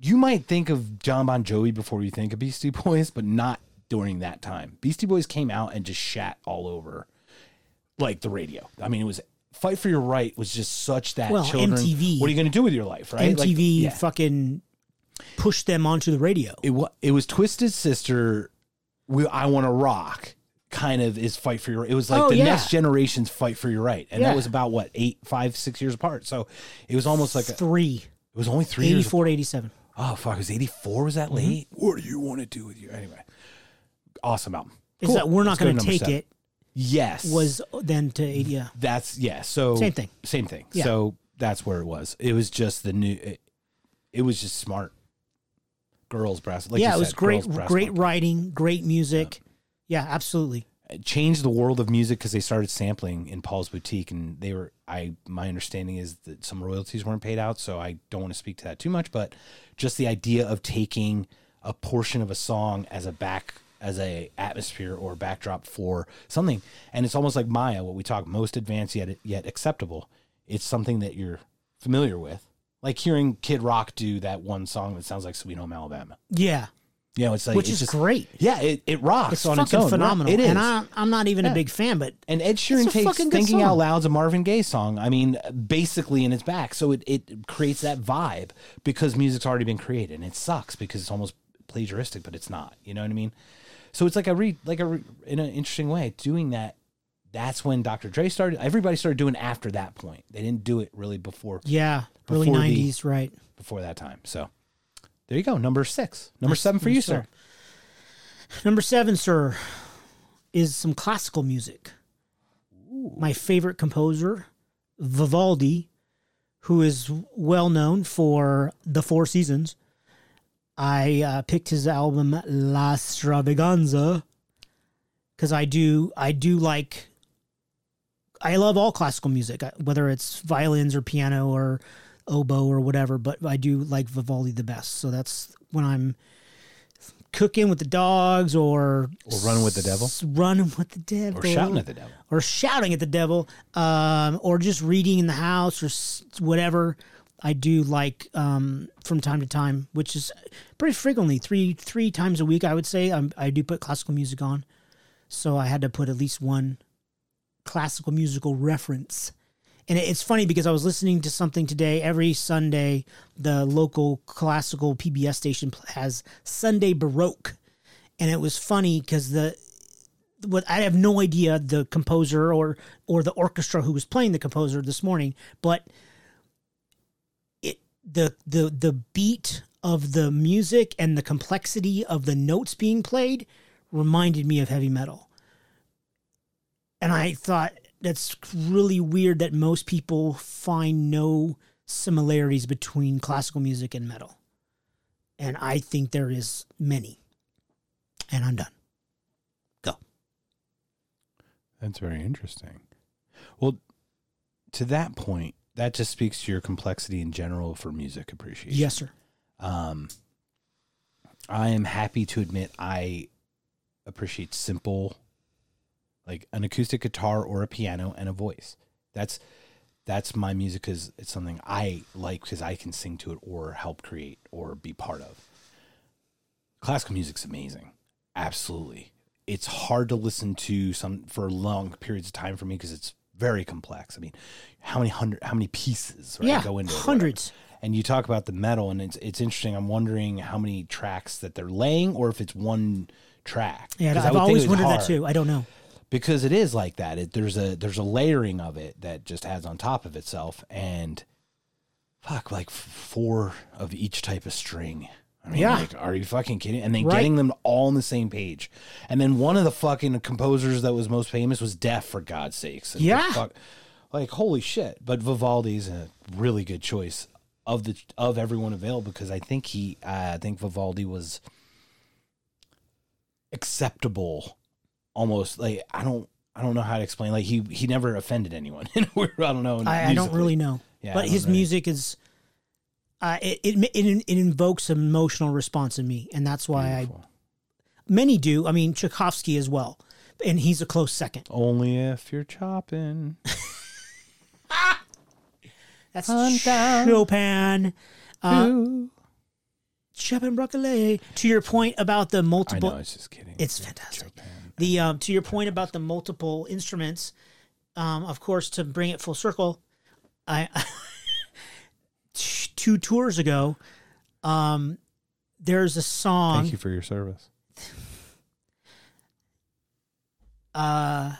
[SPEAKER 1] you might think of John Bon Jovi before you think of Beastie Boys, but not during that time. Beastie Boys came out and just shat all over like the radio. I mean, it was Fight for Your Right was just such that
[SPEAKER 2] Well,
[SPEAKER 1] children.
[SPEAKER 2] MTV.
[SPEAKER 1] What are you going to do with your life, right? Like,
[SPEAKER 2] MTV
[SPEAKER 1] yeah.
[SPEAKER 2] fucking pushed them onto the radio.
[SPEAKER 1] It was it was Twisted Sister. We, I want to rock. Kind of is fight for your. It was like
[SPEAKER 2] Oh,
[SPEAKER 1] the
[SPEAKER 2] yeah.
[SPEAKER 1] next generation's fight for your right, and
[SPEAKER 2] Yeah.
[SPEAKER 1] that was about what eight, five, six years apart. So it was almost like a, it
[SPEAKER 2] Three.
[SPEAKER 1] was only three years
[SPEAKER 2] 84 to 87.
[SPEAKER 1] Oh fuck, it was eighty four? Was that
[SPEAKER 2] Mm-hmm.
[SPEAKER 1] late? What do you want to do with your anyway? Awesome album.
[SPEAKER 2] Is
[SPEAKER 1] Cool.
[SPEAKER 2] that we're not
[SPEAKER 1] Let's go
[SPEAKER 2] going to
[SPEAKER 1] number
[SPEAKER 2] take
[SPEAKER 1] seven.
[SPEAKER 2] it
[SPEAKER 1] Yes,
[SPEAKER 2] was then to 80. Yeah.
[SPEAKER 1] that's yeah. So
[SPEAKER 2] Same thing.
[SPEAKER 1] Same thing.
[SPEAKER 2] Yeah.
[SPEAKER 1] So that's where it was. It was just the new. It, it was just smart. Girls brass. Like
[SPEAKER 2] yeah,
[SPEAKER 1] you
[SPEAKER 2] it was
[SPEAKER 1] said,
[SPEAKER 2] great,
[SPEAKER 1] girls brass
[SPEAKER 2] great
[SPEAKER 1] band.
[SPEAKER 2] writing, great music. Yeah, absolutely.
[SPEAKER 1] It changed the world of music because they started sampling in Paul's boutique, and they were. I my understanding is that some royalties weren't paid out, so I don't want to speak to that too much. But just the idea of taking a portion of a song as a back as a atmosphere or backdrop for something, and it's almost like Maya, what we talk most advanced yet yet acceptable. It's something that you're familiar with, like hearing Kid Rock do that one song that sounds like Sweet Home Alabama.
[SPEAKER 2] Yeah,
[SPEAKER 1] You know, it's like
[SPEAKER 2] which
[SPEAKER 1] it's
[SPEAKER 2] is
[SPEAKER 1] just,
[SPEAKER 2] great.
[SPEAKER 1] Yeah, it, it rocks
[SPEAKER 2] It's
[SPEAKER 1] on
[SPEAKER 2] fucking
[SPEAKER 1] its own. Right?
[SPEAKER 2] phenomenal.
[SPEAKER 1] It is.
[SPEAKER 2] And I, I'm not even a big fan, but
[SPEAKER 1] And Ed
[SPEAKER 2] It's
[SPEAKER 1] Sheeran
[SPEAKER 2] a
[SPEAKER 1] takes
[SPEAKER 2] fucking good
[SPEAKER 1] "Thinking Out
[SPEAKER 2] song.
[SPEAKER 1] Loud's a Marvin Gaye song. I mean, basically in its back, so it, it creates that vibe because music's already been created, and it sucks because it's almost plagiaristic, but it's not. You know what I mean? So it's like I read like a re- in an interesting way doing that. That's when Dr. Dre started. Everybody started doing after that point. They didn't do it really before
[SPEAKER 2] yeah, early
[SPEAKER 1] Before the-
[SPEAKER 2] '90s, right?
[SPEAKER 1] before that time. So there you go, number six, number seven for you,
[SPEAKER 2] yes,
[SPEAKER 1] sir.
[SPEAKER 2] sir. Number seven, sir, is some classical music. My favorite composer, Vivaldi, who is well known for the Four Seasons. I uh, picked his album La Stravaganza because I do I do like I love all classical music, I- whether it's violins or piano or oboe or whatever. But I do like Vivaldi the best, so that's when I'm cooking with the dogs or
[SPEAKER 1] Or running with the devil.
[SPEAKER 2] s- running with the devil,
[SPEAKER 1] Or shouting at the devil.
[SPEAKER 2] or shouting at the devil, um, or just reading in the house or s- whatever. I do like um, from time to time, which is pretty frequently three three times a week. I would say um, i I do put classical music on, so I had to put at least one classical musical reference. And it- it's funny because I was listening to something today. Every Sunday, the local classical PBS station pl- has Sunday Baroque, and it was funny because the what I have no idea the composer or or the orchestra who was playing the composer this morning, but it the the the beat of the music and the complexity of the notes being played reminded me of heavy metal. And I thought that's really weird that most people find no similarities between classical music and metal. And I think there is many. And I'm done. Go.
[SPEAKER 1] That's very interesting. Well, to that point, that just speaks to your complexity in general for music appreciation.
[SPEAKER 2] Yes, sir.
[SPEAKER 1] Um, I am happy to admit I appreciate simple, like an acoustic guitar or a piano and a voice. That's that's my music is it's something I like because I can sing to it or help create or be part of. Classical music's amazing, absolutely. It's hard to listen to some for long periods of time for me because it's very complex. I mean, how many hundred, how many pieces right,
[SPEAKER 2] yeah,
[SPEAKER 1] go into it or whatever
[SPEAKER 2] hundreds.
[SPEAKER 1] and you talk about the metal and it's it's interesting i'm wondering how many tracks that they're laying or if it's one track
[SPEAKER 2] Yeah,
[SPEAKER 1] 'Cause I
[SPEAKER 2] I've
[SPEAKER 1] would think it
[SPEAKER 2] always
[SPEAKER 1] was
[SPEAKER 2] wondered that
[SPEAKER 1] hard,
[SPEAKER 2] too. I don't know.
[SPEAKER 1] because it is like that it, there's a there's a layering of it that just adds on top of itself and fuck like f- four of each type of string I mean,
[SPEAKER 2] Yeah.
[SPEAKER 1] like, are you fucking kidding? And then
[SPEAKER 2] Right.
[SPEAKER 1] getting them all on the same page. And then one of the fucking composers that was most famous was deaf, for God's sakes. And
[SPEAKER 2] Yeah.
[SPEAKER 1] fuck- like holy shit but vivaldi's a really good choice of the of everyone available because i think he uh, i think vivaldi was acceptable almost like i don't i don't know how to explain like he he never offended anyone *laughs* in a weird- i don't know
[SPEAKER 2] I, I don't
[SPEAKER 1] musically.
[SPEAKER 2] really know.
[SPEAKER 1] Yeah, I
[SPEAKER 2] but
[SPEAKER 1] don't
[SPEAKER 2] his
[SPEAKER 1] really-
[SPEAKER 2] music is, uh, it, it it it invokes an emotional response in me, and that's why
[SPEAKER 1] Beautiful.
[SPEAKER 2] I many do. I mean, Tchaikovsky as well, and he's a close second.
[SPEAKER 1] only if you're chopping
[SPEAKER 2] That's
[SPEAKER 1] I'm down.
[SPEAKER 2] Chopin. Uh,
[SPEAKER 1] Ooh.
[SPEAKER 2] Chopin broccoli. To your point about the
[SPEAKER 1] i
[SPEAKER 2] multiple,
[SPEAKER 1] know it's just kidding
[SPEAKER 2] It's fantastic. The um, to your point about the multiple instruments, um, of course, to bring it full circle, I *laughs* t- two tours ago, um, there's a song.
[SPEAKER 1] thank you for your service
[SPEAKER 2] Uh,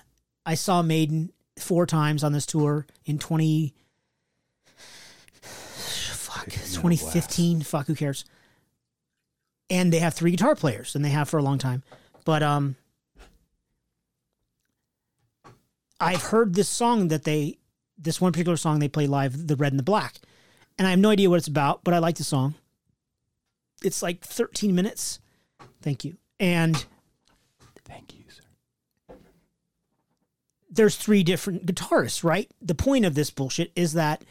[SPEAKER 2] I saw Maiden four times on this tour in twenty. Fuck,
[SPEAKER 1] Taking a
[SPEAKER 2] twenty fifteen. Fuck, who cares? And they have three guitar players, and they have for a long time. But um, I've heard this song that they this one particular song they play live, The Red and the Black. And I have no idea what it's about, but I like the song. It's like 13 minutes. Thank you. And
[SPEAKER 1] Thank you, sir.
[SPEAKER 2] there's three different guitarists, right? The point of this bullshit is that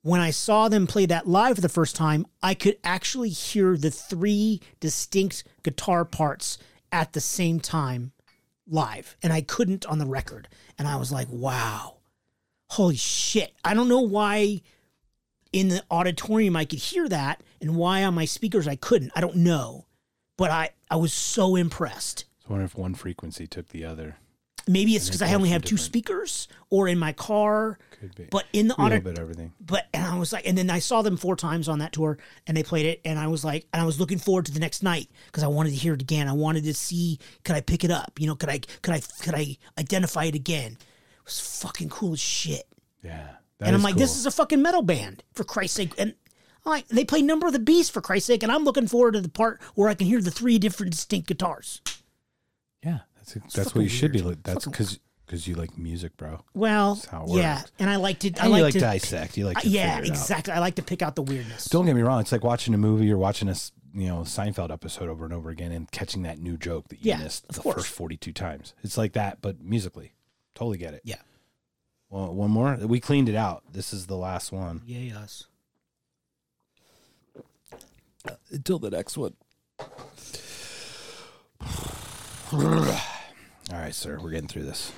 [SPEAKER 2] when I saw them play that live for the first time, I could actually hear the three distinct guitar parts at the same time live, and I couldn't on the record. And I was like, wow, holy shit. I don't know why in the auditorium I could hear that and why on my speakers I couldn't. I don't know, but I, I was so impressed
[SPEAKER 1] So I wonder if one frequency took the other.
[SPEAKER 2] maybe it's because I
[SPEAKER 1] they're
[SPEAKER 2] only
[SPEAKER 1] from
[SPEAKER 2] have two
[SPEAKER 1] different-
[SPEAKER 2] speakers or in my car,
[SPEAKER 1] Could be.
[SPEAKER 2] but in the
[SPEAKER 1] a little
[SPEAKER 2] audit,
[SPEAKER 1] bit of everything.
[SPEAKER 2] but and I was like, and then I saw them four times on that tour, and they played it, and I was like, and I was looking forward to the next night because I wanted to hear it again. I wanted to see could I pick it up, you know, could I could I could I identify it again? It was fucking cool as shit,
[SPEAKER 1] Yeah.
[SPEAKER 2] and I'm like, this is a fucking metal band for Christ's sake, and. I'm Like they play Number of the Beast for Christ's sake, and I'm looking forward to the part where I can hear the three different distinct guitars.
[SPEAKER 1] yeah. That's that's
[SPEAKER 2] fucking
[SPEAKER 1] what you should be.
[SPEAKER 2] weird.
[SPEAKER 1] li- That's
[SPEAKER 2] Fucking-
[SPEAKER 1] because because you like music, bro.
[SPEAKER 2] Well,
[SPEAKER 1] how it
[SPEAKER 2] yeah,
[SPEAKER 1] works.
[SPEAKER 2] and I like to. I
[SPEAKER 1] And
[SPEAKER 2] like,
[SPEAKER 1] you like
[SPEAKER 2] to
[SPEAKER 1] dissect. You like to
[SPEAKER 2] yeah,
[SPEAKER 1] figure it out.
[SPEAKER 2] exactly. I like to pick out the weirdness.
[SPEAKER 1] Don't get me wrong. It's like watching a movie or watching a s- you know Seinfeld episode over and over again and catching that new joke that you
[SPEAKER 2] Yeah,
[SPEAKER 1] missed
[SPEAKER 2] of
[SPEAKER 1] the
[SPEAKER 2] course.
[SPEAKER 1] first forty two times. It's like that, but musically. Totally get it.
[SPEAKER 2] Yeah.
[SPEAKER 1] Well, one more. We cleaned it out. This is the last one.
[SPEAKER 2] Yeah, yes.
[SPEAKER 1] Until the next one. All right, sir. We're getting through this.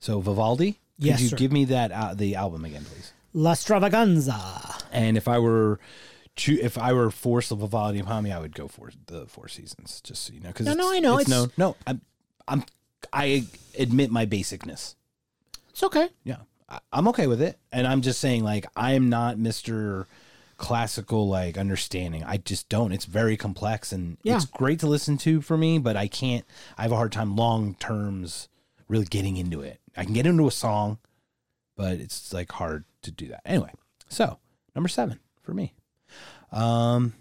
[SPEAKER 1] So Vivaldi, could
[SPEAKER 2] Yes,
[SPEAKER 1] you
[SPEAKER 2] sir.
[SPEAKER 1] give me that uh, the album again, please?
[SPEAKER 2] La Stravaganza.
[SPEAKER 1] And if I were, choo- if I were forced of a Vivaldi of Hami, I would go for the Four Seasons. Just so you know, because
[SPEAKER 2] No, no, I know,
[SPEAKER 1] it's,
[SPEAKER 2] it's-
[SPEAKER 1] no, no. I'm, I'm, I admit my basicness.
[SPEAKER 2] It's okay.
[SPEAKER 1] Yeah, I, I'm okay with it, and I'm just saying, like, I'm not Mister classical like understanding. I just don't. It's very complex, and
[SPEAKER 2] Yeah.
[SPEAKER 1] it's great to listen to for me, but I can't. I have a hard time long terms really getting into it. I can get into a song, but it's like hard to do that. Anyway, so number seven for me. Um,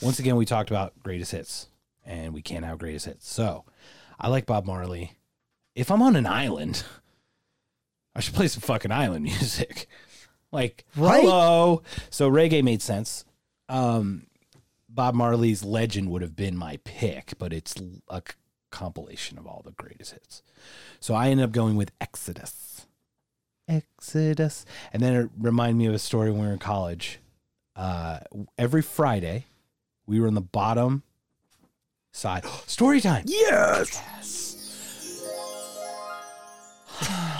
[SPEAKER 1] once again, we talked about greatest hits, and we can't have greatest hits. So, I like Bob Marley. If I'm on an island, *laughs* I should play some fucking island *laughs* music. Like,
[SPEAKER 2] Right?
[SPEAKER 1] hello. So reggae made sense. Um, Bob Marley's Legend would have been my pick, but it's l- a c- compilation of all the greatest hits. So I ended up going with Exodus. Exodus. And then it reminded me of a story when we were in college. Uh, every Friday, we were in the bottom side. *gasps* story time.
[SPEAKER 2] Yes.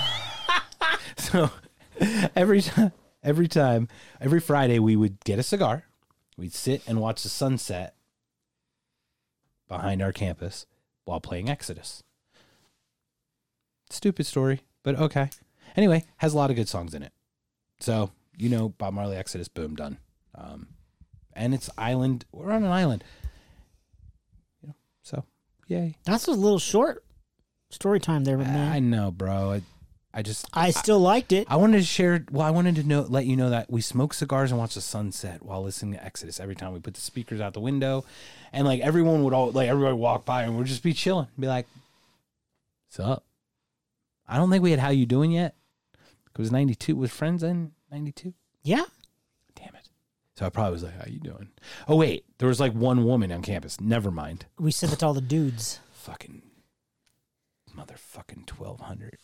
[SPEAKER 1] *sighs* So every time, every time, every Friday, we would get a cigar. We'd sit and watch the sunset behind our campus while playing Exodus. Stupid story, but okay. Anyway, has a lot of good songs in it. So you know, Bob Marley, Exodus, boom, done. Um, and it's island. We're on an island. You know, so yay.
[SPEAKER 2] That's a little short story time there, but
[SPEAKER 1] I
[SPEAKER 2] man.
[SPEAKER 1] know, bro. I, I just
[SPEAKER 2] I, still liked it.
[SPEAKER 1] I wanted to share. Well, I wanted to know, let you know that we smoke cigars and watch the sunset while listening to Exodus. Every time we put the speakers out the window, and like everyone would all like everybody would walk by and we'd just be chilling, be like, "What's up?" I don't think we had "How you doing" yet. It was ninety two. Was Friends in ninety two?
[SPEAKER 2] yeah.
[SPEAKER 1] Damn it! So I probably was like, "How you doing?" Oh wait, there was like one woman on campus. Never mind.
[SPEAKER 2] We sent it to all the dudes.
[SPEAKER 1] Fucking motherfucking twelve hundred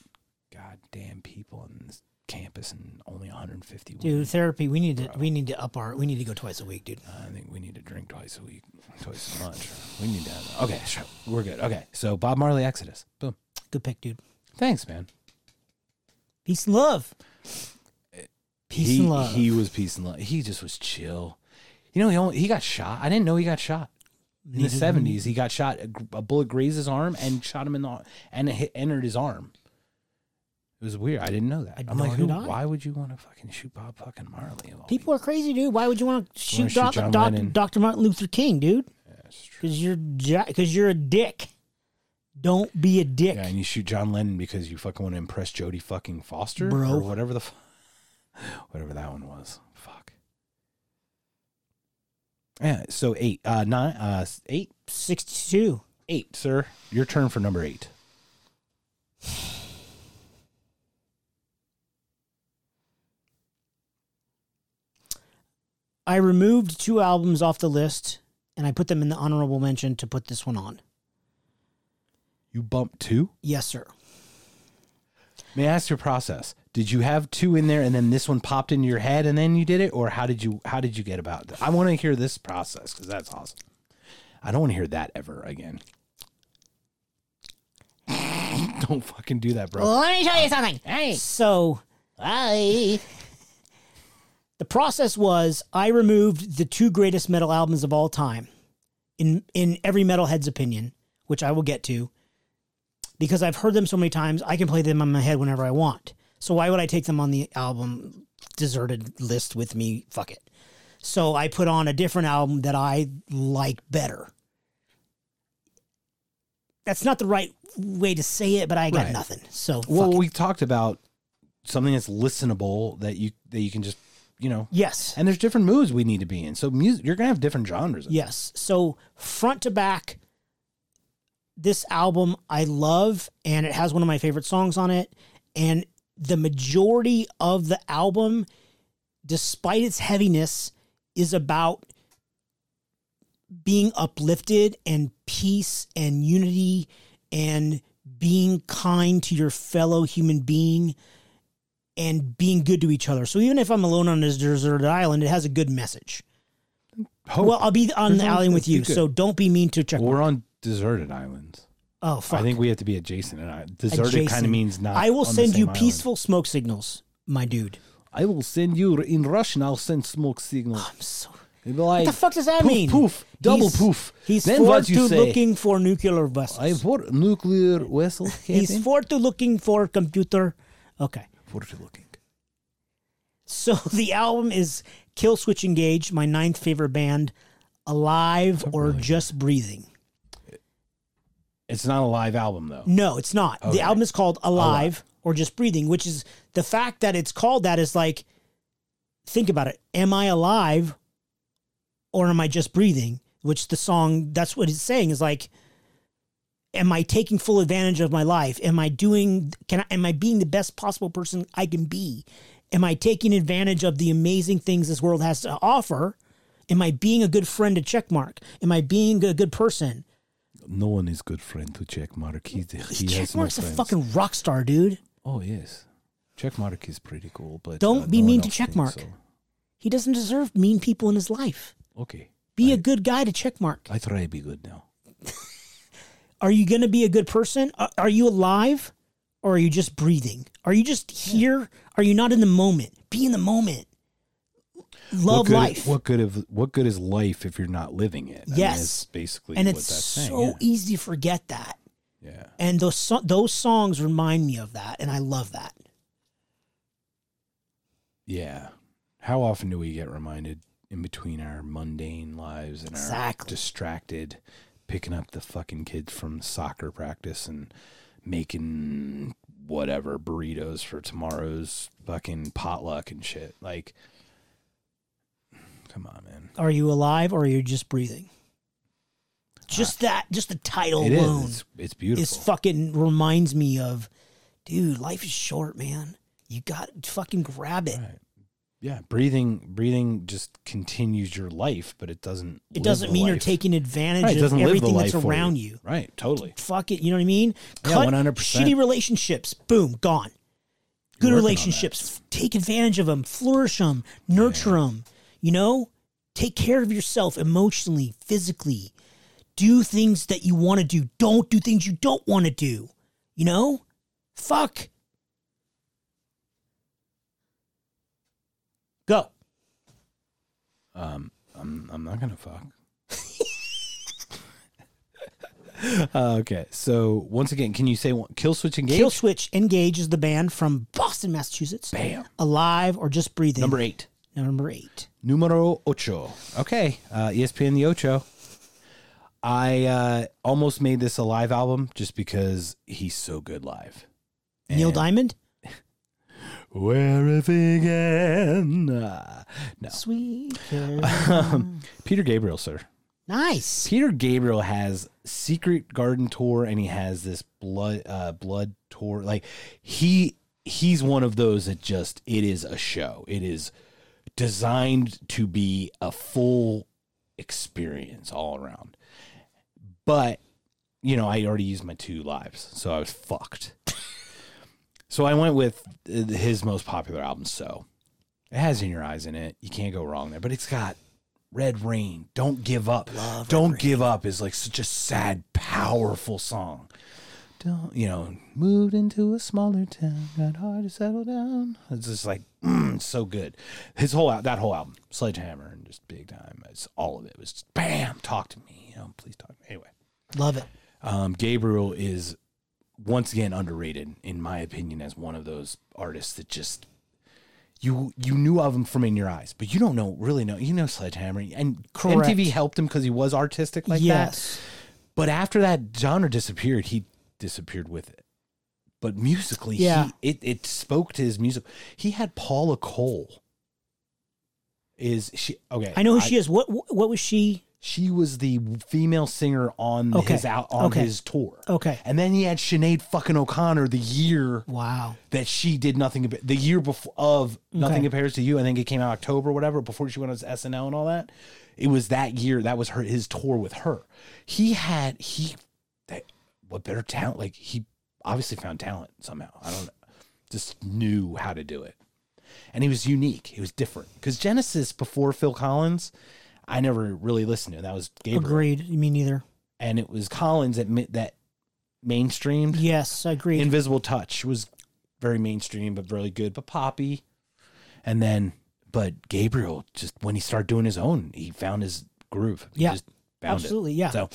[SPEAKER 1] goddamn people on this campus, and only one hundred fifty.
[SPEAKER 2] Dude, therapy. We need to. We need to up our. We need to go twice a week, dude.
[SPEAKER 1] I think we need to drink twice a week, twice as much. We need to. Have, okay, sure. We're good. Okay, so Bob Marley, Exodus. Boom.
[SPEAKER 2] Good pick, dude.
[SPEAKER 1] Thanks, man.
[SPEAKER 2] Peace and love. Peace
[SPEAKER 1] he,
[SPEAKER 2] and love.
[SPEAKER 1] He was peace and love. He just was chill. You know, he only, he got shot. I didn't know he got shot in the
[SPEAKER 2] Neither-
[SPEAKER 1] seventies. He got shot. A, gr- a bullet grazed his arm and shot him in the and it hit, entered his arm. It was weird. I didn't know that.
[SPEAKER 2] I'd
[SPEAKER 1] I'm like, who,
[SPEAKER 2] nor did I.
[SPEAKER 1] why would you want to fucking shoot Bob fucking Marley? of all
[SPEAKER 2] People are crazy, dude. Why would you want to shoot,
[SPEAKER 1] shoot
[SPEAKER 2] Doc-
[SPEAKER 1] John
[SPEAKER 2] Doc-
[SPEAKER 1] Lennon.
[SPEAKER 2] Dr. Martin Luther King, dude?
[SPEAKER 1] people? That's true.
[SPEAKER 2] Because you're because you're a dick. Don't be a dick.
[SPEAKER 1] Yeah, and you shoot John Lennon because you fucking want to impress Jodie fucking Foster,
[SPEAKER 2] Bro.
[SPEAKER 1] or whatever the, f- *laughs* whatever that one was. Fuck. Yeah. So eight, uh, nine, uh, s- eight,
[SPEAKER 2] Sixty-two.
[SPEAKER 1] eight, sir. Your turn for number eight.
[SPEAKER 2] I removed two albums off the list and I put them in the honorable mention to put this one on.
[SPEAKER 1] You bumped two?
[SPEAKER 2] Yes, sir.
[SPEAKER 1] May I ask your process? Did you have two in there and then this one popped into your head and then you did it? Or how did you how did you get about that? I want to hear this process because that's awesome. I don't want to hear that ever again. *laughs* don't fucking do that, bro.
[SPEAKER 3] Let me show you something. Hey.
[SPEAKER 2] So
[SPEAKER 3] Bye.
[SPEAKER 2] *laughs* the process was I removed the two greatest metal albums of all time, in in every metalhead's opinion, which I will get to, because I've heard them so many times I can play them on my head whenever I want. So why would I take them on the album deserted list with me? Fuck it. So I put on a different album that I like better. That's not the right way to say it, but I got
[SPEAKER 1] Right.
[SPEAKER 2] nothing. So fuck
[SPEAKER 1] Well,
[SPEAKER 2] it.
[SPEAKER 1] we talked about something that's listenable that you that you can just you know.
[SPEAKER 2] yes.
[SPEAKER 1] And there's different moods we need to be in. So music, you're gonna have different genres.
[SPEAKER 2] Yes. So front to back, this album I love, and it has one of my favorite songs on it. And the majority of the album, despite its heaviness, is about being uplifted and peace and unity and being kind to your fellow human being and being good to each other. So even if I'm alone on this deserted island, it has a good message.
[SPEAKER 1] Hope.
[SPEAKER 2] Well, I'll be on
[SPEAKER 1] There's
[SPEAKER 2] the
[SPEAKER 1] only-
[SPEAKER 2] island with
[SPEAKER 1] that's
[SPEAKER 2] you,
[SPEAKER 1] good.
[SPEAKER 2] so don't be mean to check.
[SPEAKER 1] Well, we're on deserted islands.
[SPEAKER 2] oh fuck!
[SPEAKER 1] I think we have to be adjacent, and I, deserted kind
[SPEAKER 2] Adjacent.
[SPEAKER 1] of means not.
[SPEAKER 2] I will
[SPEAKER 1] on the
[SPEAKER 2] send
[SPEAKER 1] same
[SPEAKER 2] you
[SPEAKER 1] island.
[SPEAKER 2] peaceful smoke signals, my dude.
[SPEAKER 1] I will send you in Russian. I'll send smoke
[SPEAKER 2] *gasps*
[SPEAKER 1] signals.
[SPEAKER 2] I'm so.
[SPEAKER 1] It'll be like,
[SPEAKER 2] What the fuck does that
[SPEAKER 1] poof,
[SPEAKER 2] mean?
[SPEAKER 1] Poof, double
[SPEAKER 2] He's-
[SPEAKER 1] poof.
[SPEAKER 2] He's
[SPEAKER 1] then
[SPEAKER 2] for
[SPEAKER 1] what you
[SPEAKER 2] to
[SPEAKER 1] say?
[SPEAKER 2] looking for nuclear vessels.
[SPEAKER 1] I for nuclear vessel.
[SPEAKER 2] *laughs* he's
[SPEAKER 1] captain?
[SPEAKER 2] for to looking for computer. Okay,
[SPEAKER 1] for to looking.
[SPEAKER 2] so *laughs* the album is Kill Switch Engage, my ninth favorite band, Alive or Just Breathing.
[SPEAKER 1] It's not a live album though.
[SPEAKER 2] No, it's not.
[SPEAKER 1] Okay.
[SPEAKER 2] The album is called Alive or Just Breathing, which is the fact that it's called that is like, think about it. Am I alive or am I just breathing? Which the song, that's what it's saying is like, am I taking full advantage of my life? Am I doing, can I, am I being the best possible person I can be? Am I taking advantage of the amazing things this world has to offer? Am I being a good friend to Checkmark? Am I being a good person?
[SPEAKER 1] No one is good friend to check mark. He, he has no
[SPEAKER 2] Checkmark's a
[SPEAKER 1] friends.
[SPEAKER 2] fucking rock star, dude.
[SPEAKER 1] Oh yes, checkmark is pretty cool, but
[SPEAKER 2] Don't
[SPEAKER 1] uh,
[SPEAKER 2] be
[SPEAKER 1] no
[SPEAKER 2] mean
[SPEAKER 1] one
[SPEAKER 2] to
[SPEAKER 1] else thinks
[SPEAKER 2] Checkmark. He doesn't deserve mean people in his life.
[SPEAKER 1] so. Okay,
[SPEAKER 2] Be a good guy to checkmark.
[SPEAKER 1] I try to be good now.
[SPEAKER 2] Are you going to be a good person? Are, are you alive or are you just breathing? Are you just here? Are you not in the moment? Be in the moment.
[SPEAKER 1] what
[SPEAKER 2] Love
[SPEAKER 1] good,
[SPEAKER 2] life.
[SPEAKER 1] What good of what good is life if you're not living it? I mean,
[SPEAKER 2] Yes.
[SPEAKER 1] it's basically
[SPEAKER 2] and
[SPEAKER 1] what
[SPEAKER 2] it's
[SPEAKER 1] that's
[SPEAKER 2] so e-
[SPEAKER 1] saying,
[SPEAKER 2] easy to forget that.
[SPEAKER 1] yeah. yeah.
[SPEAKER 2] And those so- those songs remind me of that and I love that.
[SPEAKER 1] Yeah. How often do we get reminded in between our mundane lives and
[SPEAKER 2] Exactly.
[SPEAKER 1] our distracted picking up the fucking kids from soccer practice and making whatever burritos for tomorrow's fucking potluck and shit. Like come on, man.
[SPEAKER 2] Are you alive or are you just breathing? Just that just the title
[SPEAKER 1] Uh, It
[SPEAKER 2] alone.
[SPEAKER 1] is. It's, it's beautiful.
[SPEAKER 2] This fucking reminds me of, dude, life is short, man. You got fucking grab it.
[SPEAKER 1] Right. Yeah, breathing breathing just continues your life, but it doesn't
[SPEAKER 2] It
[SPEAKER 1] live
[SPEAKER 2] doesn't
[SPEAKER 1] the
[SPEAKER 2] mean you're
[SPEAKER 1] life.
[SPEAKER 2] taking advantage
[SPEAKER 1] Right, it
[SPEAKER 2] of
[SPEAKER 1] doesn't live the
[SPEAKER 2] everything that's
[SPEAKER 1] life for
[SPEAKER 2] around you.
[SPEAKER 1] Right, totally.
[SPEAKER 2] Fuck it, you know what I mean?
[SPEAKER 1] Yeah, 100%.
[SPEAKER 2] Shitty relationships, boom, gone. Good
[SPEAKER 1] working on
[SPEAKER 2] relationships, f- take advantage of them, flourish them, nurture them. You know, take care of yourself emotionally, physically. Do things that you want to do. Don't do things you don't want to do. You know, fuck. Go.
[SPEAKER 1] Um, I'm I'm not gonna fuck. *laughs* uh, okay, so once again, can you say one, kill switch engage?
[SPEAKER 2] Kill Switch Engage is the band from Boston, Massachusetts.
[SPEAKER 1] Bam.
[SPEAKER 2] Alive or Just Breathing.
[SPEAKER 1] Number eight.
[SPEAKER 2] Number eight.
[SPEAKER 1] Numero ocho. Okay, uh, ESPN the ocho. I uh, almost made this a live album just because he's so good live.
[SPEAKER 2] Neil
[SPEAKER 1] And-
[SPEAKER 2] Diamond.
[SPEAKER 1] Where it began. Uh, no, *laughs*
[SPEAKER 2] Sweet. Caroline.
[SPEAKER 1] Peter Gabriel, sir.
[SPEAKER 2] nice.
[SPEAKER 1] Peter Gabriel has Secret Garden tour and he has this blood uh blood tour. Like he he's one of those that just it is a show. It is designed to be a full experience all around. But, you know, I already used my two lives, so I was fucked. *laughs* so I went with uh, his most popular album, So. It has In Your Eyes in it. You can't go wrong there, but it's got Red Rain, Don't Give Up. Don't Give Up is like such a sad, powerful song. Don't, you know, moved into a smaller town, got hard to settle down. It's just like, *clears throat* mm, so good. His whole, al- that whole album, Sledgehammer and just big time, it's, all of it was just bam, talk to me, you know, please talk to me. Anyway,
[SPEAKER 2] Love it.
[SPEAKER 1] um, Gabriel is once again underrated, in my opinion, as one of those artists that just you you knew of him from in your eyes, but you don't know really know you know Sledgehammer and
[SPEAKER 2] Correct.
[SPEAKER 1] MTV helped him because he was artistic like that.
[SPEAKER 2] yes.
[SPEAKER 1] But after that genre disappeared, he disappeared with it. But musically,
[SPEAKER 2] Yeah.
[SPEAKER 1] he, it it spoke to his music. He had Paula Cole. Is she okay?
[SPEAKER 2] I know who she is. What what was she?
[SPEAKER 1] She was the female singer on
[SPEAKER 2] Okay.
[SPEAKER 1] his out on
[SPEAKER 2] Okay.
[SPEAKER 1] his tour.
[SPEAKER 2] Okay.
[SPEAKER 1] And then he had Sinead fucking O'Connor the year
[SPEAKER 2] Wow.
[SPEAKER 1] that she did nothing Compa- the year before of nothing
[SPEAKER 2] Okay.
[SPEAKER 1] compares to you. I think it came out October or whatever before she went on SNL and all that. It was that year that was her his tour with her. He had he that, what better talent like he obviously found talent somehow. I don't know. Just knew how to do it. And he was unique. He was different. Because Genesis before Phil Collins, I never really listened to. That was Gabriel.
[SPEAKER 2] Agreed. Me neither.
[SPEAKER 1] And it was Collins that ma- that mainstreamed.
[SPEAKER 2] Yes, I agree.
[SPEAKER 1] Invisible Touch was very mainstream, but really good, but poppy. And then, but Gabriel, just when he started doing his own, he found his groove. He
[SPEAKER 2] Yeah.
[SPEAKER 1] just found it.
[SPEAKER 2] Absolutely, yeah.
[SPEAKER 1] So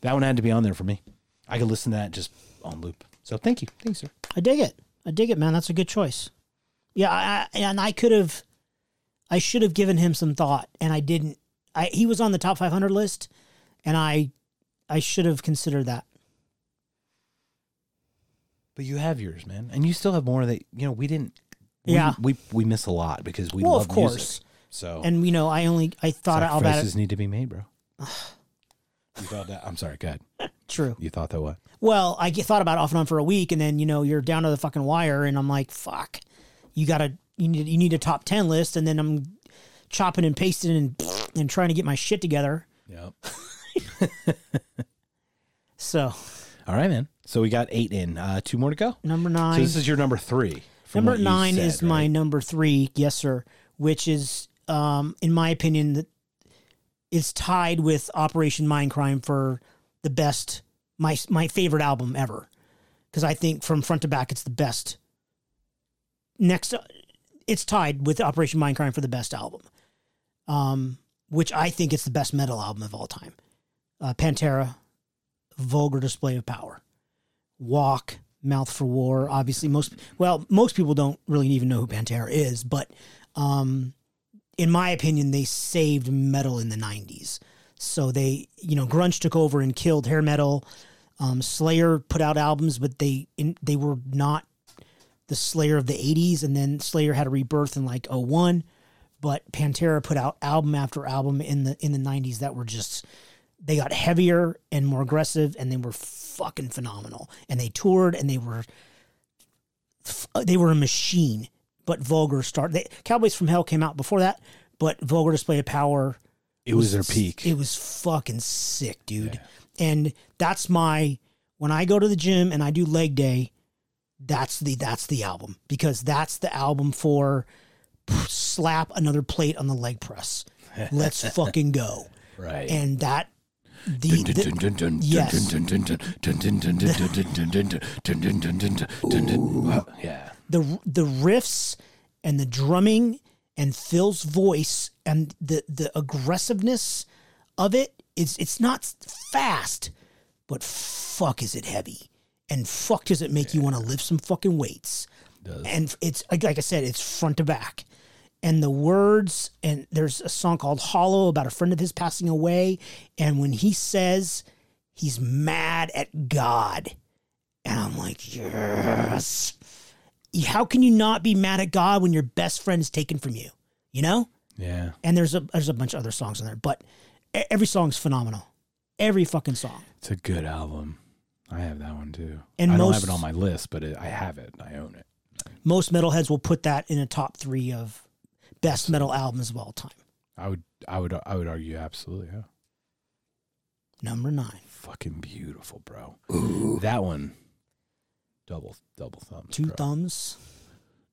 [SPEAKER 1] that one had to be on there for me. I could listen to that just on loop. So thank you. Thanks, sir.
[SPEAKER 2] I dig it. I dig it, man. That's a good choice. Yeah, I, I, and I could have, I should have given him some thought, and I didn't. I he was on the top 500 list, and I, I should have considered that.
[SPEAKER 1] But you have yours, man. And you still have more that, you know, we didn't. we-
[SPEAKER 2] Yeah.
[SPEAKER 1] We, we miss a lot because we
[SPEAKER 2] Well,
[SPEAKER 1] love
[SPEAKER 2] of course.
[SPEAKER 1] music. So
[SPEAKER 2] And you know, I only I thought about it.
[SPEAKER 1] sacrifices need to be
[SPEAKER 2] *sighs*
[SPEAKER 1] made, bro. you thought that. I'm sorry. Go ahead.
[SPEAKER 2] True.
[SPEAKER 1] You thought that
[SPEAKER 2] *sighs*
[SPEAKER 1] what?
[SPEAKER 2] Well, I get- thought about it off and on for a week, and then you know you're down to the fucking wire, and I'm like, fuck, you gotta you need you need a top 10 list, and then I'm chopping and pasting and and trying to get my shit together.
[SPEAKER 1] Yep.
[SPEAKER 2] So
[SPEAKER 1] All right, man. So we got eight in. Uh, two more to go.
[SPEAKER 2] number
[SPEAKER 1] So
[SPEAKER 2] nine.
[SPEAKER 1] this is your number three. from
[SPEAKER 2] Number
[SPEAKER 1] what you
[SPEAKER 2] nine
[SPEAKER 1] said,
[SPEAKER 2] is my
[SPEAKER 1] right?
[SPEAKER 2] number three, yes sir, which is, um, in my opinion, that is tied with Operation Mindcrime for the best, my my favorite album ever, because I think from front to back it's the best. Next, uh, it's tied with Operation Mindcrime for the best album, um, which I think it's the best metal album of all time. Uh, Pantera, Vulgar Display of Power walk mouth for war obviously most well most people don't really even know who pantera is but um in my opinion they saved metal in the 90s so they you know grunge took over and killed hair metal um, slayer put out albums but they in, they were not the slayer of the 80s and then slayer had a rebirth in like 01 but pantera put out album after album in the in the 90s that were just they got heavier and more aggressive and they were fucking phenomenal and they toured and they were f- uh, they were a machine but vulgar start they, cowboys from hell came out before that but vulgar display of power
[SPEAKER 1] It was their peak.
[SPEAKER 2] it was fucking sick dude and that's my when i go to the gym and i do leg day that's the that's the album because that's the album for slap another plate on the
[SPEAKER 1] *laughs*
[SPEAKER 2] leg press let's fucking go
[SPEAKER 1] right.
[SPEAKER 2] and that the, the yes.
[SPEAKER 1] yeah.
[SPEAKER 2] the the riffs and the drumming and Phil's voice and the the aggressiveness of it it's it's not fast but fuck is it heavy and fuck does it make you want to lift some fucking weights and it's like, like I said it's front to back and the words and there's a song called hollow about a friend of his passing away and when he says he's mad at god and i'm like yes how can you not be mad at God when your best friend is taken from you? You know?
[SPEAKER 1] Yeah.
[SPEAKER 2] And there's a there's a bunch of other songs in there, but e- every song's phenomenal. Every fucking song.
[SPEAKER 1] It's a good album. I have that one too.
[SPEAKER 2] And
[SPEAKER 1] I don't
[SPEAKER 2] most-
[SPEAKER 1] have it on my list, but it, I have it. I own it.
[SPEAKER 2] Most metalheads will put that in a top three of best metal albums of all time.
[SPEAKER 1] I would I would I would argue absolutely. Yeah.
[SPEAKER 2] Number nine,
[SPEAKER 1] Fucking beautiful, bro. That one. Double double thumbs.
[SPEAKER 2] two
[SPEAKER 1] bro.
[SPEAKER 2] thumbs.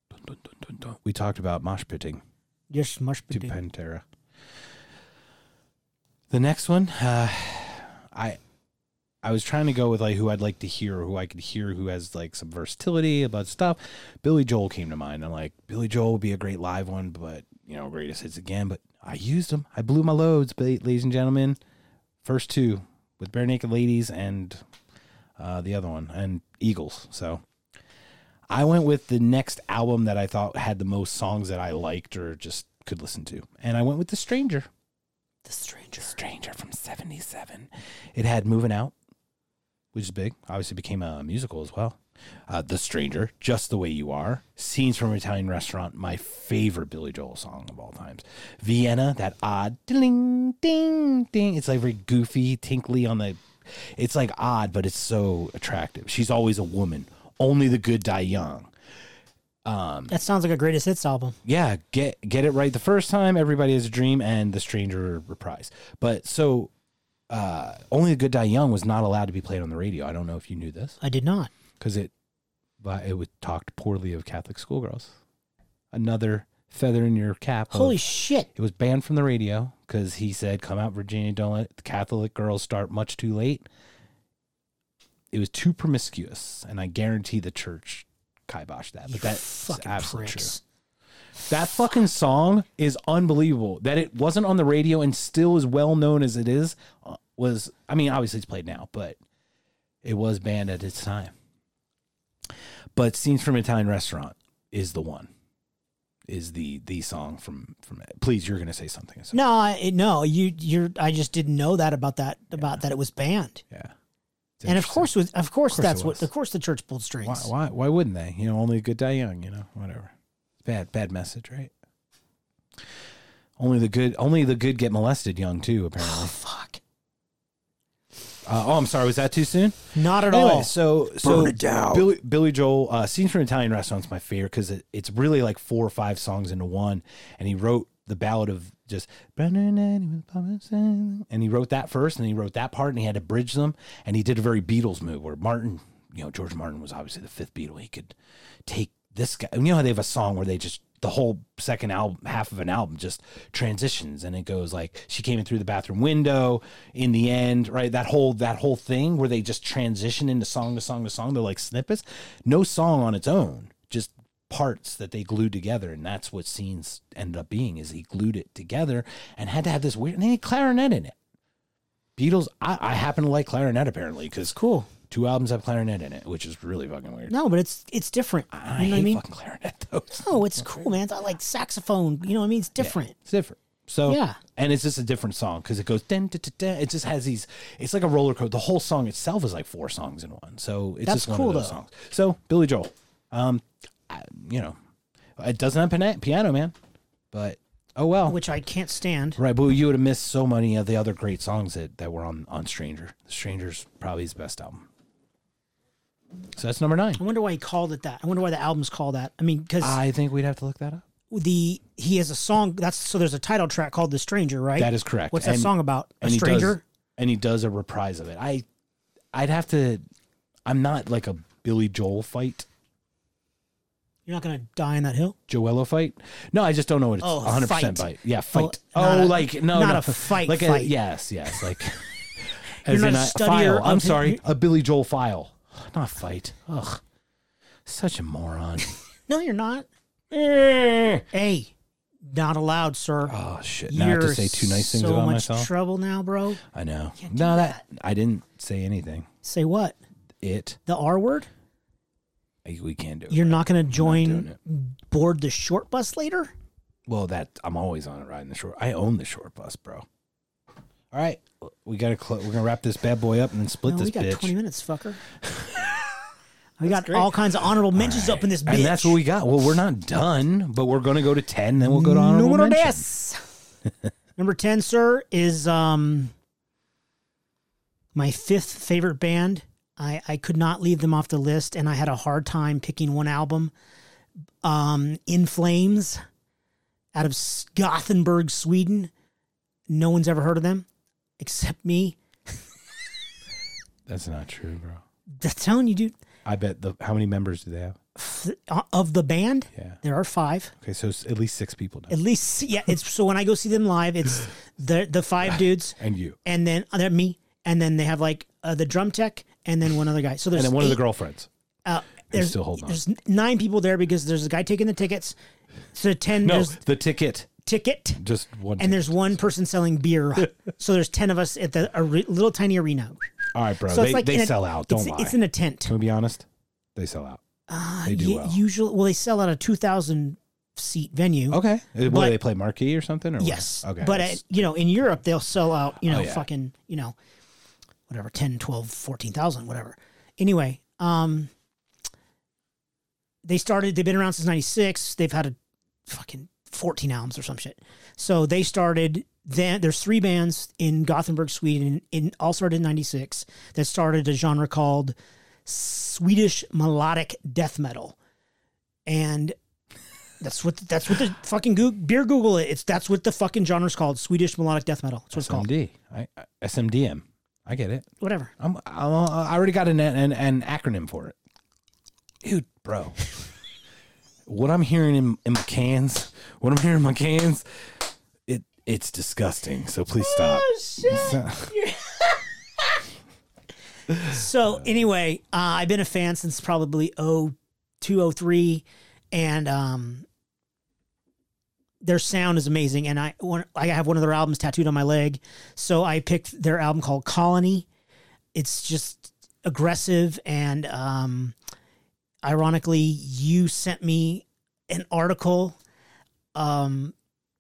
[SPEAKER 1] Dun, dun, dun, dun, dun. We talked about mosh pitting
[SPEAKER 2] Yes, much
[SPEAKER 1] to
[SPEAKER 2] do.
[SPEAKER 1] Pantera. The next one, uh, I I was trying to go with like who I'd like to hear, who I could hear, who has like some versatility about stuff. Billy Joel came to mind. I'm like, Billy Joel would be a great live one, but you know, greatest hits again. But I used them. I blew my loads, ba- ladies and gentlemen. First two with Bare Naked Ladies and uh, the other one and Eagles. So I went with the next album that I thought had the most songs that I liked or just could listen to. And I went with The Stranger.
[SPEAKER 2] The Stranger.
[SPEAKER 1] Stranger from 77. It had Moving Out, which is big. Obviously became a musical as well. Uh, the Stranger, Just the Way You Are, Scenes from an Italian Restaurant, my favorite Billy Joel song of all times. Vienna, that odd ding ding ding. It's like very goofy, tinkly on the. It's like odd, but it's so attractive. She's always a woman. Only the good die young.
[SPEAKER 2] That sounds like a greatest hits album.
[SPEAKER 1] yeah, get get it right the first time. Everybody has a dream, and the stranger reprise. But so, uh, only the good die young was not allowed to be played on the radio. I don't know if you knew this
[SPEAKER 2] I did not.
[SPEAKER 1] because it, but it was talked poorly of Catholic schoolgirls. Another feather in your cap. of-
[SPEAKER 2] Holy shit!
[SPEAKER 1] it was banned from the radio because he said, "Come out, Virginia. Don't let the Catholic girls start much too late." It was too promiscuous, and I guarantee the church kiboshed that.
[SPEAKER 2] You
[SPEAKER 1] But that's
[SPEAKER 2] fucking
[SPEAKER 1] absolutely true.
[SPEAKER 2] pricks.
[SPEAKER 1] That fucking song is unbelievable. That it wasn't on the radio and still as well known as it is uh, was. I mean, obviously it's played now, but it was banned at its time. But scenes from an Italian restaurant is the one. Is the the song from from? Please, you're gonna say something. I said.
[SPEAKER 2] No, I, no, you, you're. I just didn't know that about that about that it was banned.
[SPEAKER 1] Yeah. It's
[SPEAKER 2] And of
[SPEAKER 1] interesting.
[SPEAKER 2] course, with of course,
[SPEAKER 1] course it
[SPEAKER 2] that's what
[SPEAKER 1] was.
[SPEAKER 2] of course the church pulled strings.
[SPEAKER 1] why why why wouldn't they? You know, only a good die young. You know, whatever. Bad bad message, right? Only the good only the good get molested young too. Apparently.
[SPEAKER 2] Fuck.
[SPEAKER 1] Uh, oh, I'm sorry. Was that too soon?
[SPEAKER 2] Not at
[SPEAKER 1] Anyway,
[SPEAKER 2] all.
[SPEAKER 1] so so Billy Billy Joel uh, scenes from an Italian restaurant's my favorite because it, it's really like four or five songs into one, and he wrote the ballad of just and he wrote that first, and he wrote that part, and he had to bridge them, and he did a very Beatles move where Martin, you know, George Martin was obviously the fifth Beatle. He could take this guy. You know how they have a song where they just the whole second album, half of an album, just transitions, and it goes like she came in through the bathroom window. In the end, right, that whole that whole thing where they just transition into song to song to song. They're like snippets. No song on its own, just parts that they glued together, and that's what scenes ended up being. Is he glued it together and had to have this weird. And they had clarinet in it. Beatles. I, I happen to like clarinet apparently because
[SPEAKER 2] cool.
[SPEAKER 1] two albums have clarinet in it, which is really fucking weird.
[SPEAKER 2] No, but it's it's different. You
[SPEAKER 1] I
[SPEAKER 2] know
[SPEAKER 1] hate
[SPEAKER 2] what I mean?
[SPEAKER 1] fucking clarinet *laughs* though.
[SPEAKER 2] No, it's cool, man. It's not like saxophone. You know what I mean? It's different.
[SPEAKER 1] It's different. So
[SPEAKER 2] Yeah.
[SPEAKER 1] and it's just a different song because it goes dun, dun, dun, dun. it just has these. It's like a roller coaster. The whole song itself is like four songs in one. So it's
[SPEAKER 2] That's
[SPEAKER 1] just one
[SPEAKER 2] cool,
[SPEAKER 1] of those
[SPEAKER 2] though.
[SPEAKER 1] songs. So Billy Joel, um, I, you know, it doesn't have pana- piano, man, but oh well.
[SPEAKER 2] Which I can't stand.
[SPEAKER 1] Right, but you would have missed so many of the other great songs that, that were on on Stranger. The Stranger's probably his best album. So that's number nine.
[SPEAKER 2] I wonder why he called it that. I wonder why the album's called that. I mean, because
[SPEAKER 1] I think we'd have to look that up.
[SPEAKER 2] the he has a song that's so there's a title track called "The Stranger," right?
[SPEAKER 1] That is correct.
[SPEAKER 2] What's
[SPEAKER 1] And-
[SPEAKER 2] that song about? A
[SPEAKER 1] he
[SPEAKER 2] stranger.
[SPEAKER 1] does, and he does a reprise of it. I, I'd have to. I'm not like a Billy Joel fight,
[SPEAKER 2] You're not gonna die on that hill.
[SPEAKER 1] Joello fight. No, I just don't know what it's.
[SPEAKER 2] Oh,
[SPEAKER 1] 100 percent fight.
[SPEAKER 2] fight.
[SPEAKER 1] Yeah, fight.
[SPEAKER 2] Oh, not
[SPEAKER 1] Oh,
[SPEAKER 2] a-
[SPEAKER 1] like no,
[SPEAKER 2] not
[SPEAKER 1] no.
[SPEAKER 2] a fight
[SPEAKER 1] Like
[SPEAKER 2] fight.
[SPEAKER 1] yes, yes,
[SPEAKER 2] *laughs*
[SPEAKER 1] like.
[SPEAKER 2] You're
[SPEAKER 1] as
[SPEAKER 2] not
[SPEAKER 1] in
[SPEAKER 2] a
[SPEAKER 1] a
[SPEAKER 2] studier
[SPEAKER 1] file.
[SPEAKER 2] of
[SPEAKER 1] I'm
[SPEAKER 2] his-
[SPEAKER 1] sorry,
[SPEAKER 2] you-
[SPEAKER 1] a Billy Joel file, not fight. Ugh, such a moron.
[SPEAKER 2] No, you're not.
[SPEAKER 1] Eh.
[SPEAKER 2] Hey, not allowed, sir.
[SPEAKER 1] oh shit!
[SPEAKER 2] you're
[SPEAKER 1] Now I have to say two nice things
[SPEAKER 2] so
[SPEAKER 1] about
[SPEAKER 2] much
[SPEAKER 1] myself.
[SPEAKER 2] trouble now, bro.
[SPEAKER 1] I know.
[SPEAKER 2] Can't do
[SPEAKER 1] No, that I didn't say anything.
[SPEAKER 2] Say what?
[SPEAKER 1] It
[SPEAKER 2] The R word?
[SPEAKER 1] I- we can't do it.
[SPEAKER 2] You're not gonna
[SPEAKER 1] doing
[SPEAKER 2] join board the short bus later?
[SPEAKER 1] Well, that I'm always on it riding the short. I own the short bus, bro. All right, we gotta cl- we're gonna wrap this bad boy up and then split
[SPEAKER 2] No,
[SPEAKER 1] this
[SPEAKER 2] we got
[SPEAKER 1] bitch.
[SPEAKER 2] 20 minutes,
[SPEAKER 1] *laughs*
[SPEAKER 2] fucker. we got all kinds of honorable mentions up in this bitch.
[SPEAKER 1] and that's what we got. Well, we're not done, but we're gonna go to ten. Then we'll go to honorable
[SPEAKER 2] Numero
[SPEAKER 1] mention. *laughs*
[SPEAKER 2] diez. Number 10, sir, is um my fifth favorite band. I, I could not leave them off the list, and I had a hard time picking one album. Um, In Flames out of S- Gothenburg, Sweden. No one's ever heard of them except me.
[SPEAKER 1] That's not true, bro.
[SPEAKER 2] That's telling you, dude.
[SPEAKER 1] I bet the how many members do they have?
[SPEAKER 2] F- Of the band,
[SPEAKER 1] Yeah.
[SPEAKER 2] there are five.
[SPEAKER 1] Okay, so it's at least six people now,
[SPEAKER 2] At least, yeah. It's so when I go see them live, it's the the five dudes,
[SPEAKER 1] and you,
[SPEAKER 2] and then uh, they're me, and then they have like uh, the drum tech, and then one other guy. So there's
[SPEAKER 1] and then one of the
[SPEAKER 2] eight-
[SPEAKER 1] girlfriends.
[SPEAKER 2] Uh, there's
[SPEAKER 1] still holding on.
[SPEAKER 2] There's nine people there because there's a guy taking the tickets. So ten
[SPEAKER 1] No,
[SPEAKER 2] there's
[SPEAKER 1] the ticket,
[SPEAKER 2] ticket,
[SPEAKER 1] just one.
[SPEAKER 2] and there's one person selling beer.
[SPEAKER 1] *laughs*
[SPEAKER 2] so there's ten of us at the a re- little tiny arena.
[SPEAKER 1] all right, bro.
[SPEAKER 2] So
[SPEAKER 1] Oh, they
[SPEAKER 2] it's like in
[SPEAKER 1] they
[SPEAKER 2] a-
[SPEAKER 1] sell out. Don't
[SPEAKER 2] it's,
[SPEAKER 1] lie.
[SPEAKER 2] It's in a tent.
[SPEAKER 1] Can we be honest? They sell out.
[SPEAKER 2] Uh,
[SPEAKER 1] They do
[SPEAKER 2] ye-
[SPEAKER 1] well.
[SPEAKER 2] Usually, well, they sell out a two thousand seat venue.
[SPEAKER 1] Okay. Will
[SPEAKER 2] But-
[SPEAKER 1] they play marquee or something? Or what?
[SPEAKER 2] Yes.
[SPEAKER 1] Okay.
[SPEAKER 2] But uh,
[SPEAKER 1] that's- Oh,
[SPEAKER 2] you know, in Europe, they'll sell out, you know,
[SPEAKER 1] yeah.
[SPEAKER 2] fucking, you know, whatever, 10, 12, 14,000, whatever. Anyway, um, they started, they've been around since 96. They've had a fucking 14 albums or some shit. So they started, then there's three bands in Gothenburg, Sweden, in all started in 96 that started a genre called Swedish melodic death metal. And that's what that's what the fucking Goo beer Google it. It's that's what the fucking genre's called. Swedish melodic death metal. That's what it's called.
[SPEAKER 1] SMD. I, I- SMDM. I get it.
[SPEAKER 2] Whatever.
[SPEAKER 1] I'm, I'm, uh, I already got an, an, an acronym for it. Dude, bro. *laughs* what I'm hearing in, in my cans, what I'm hearing in my cans, it it's disgusting. So please stop.
[SPEAKER 2] So anyway, uh, I've been a fan since probably oh two oh three, and um, their sound is amazing. And I one, I have one of their albums tattooed on my leg, so I picked their album called Colony. It's just aggressive and um, ironically, you sent me an article um,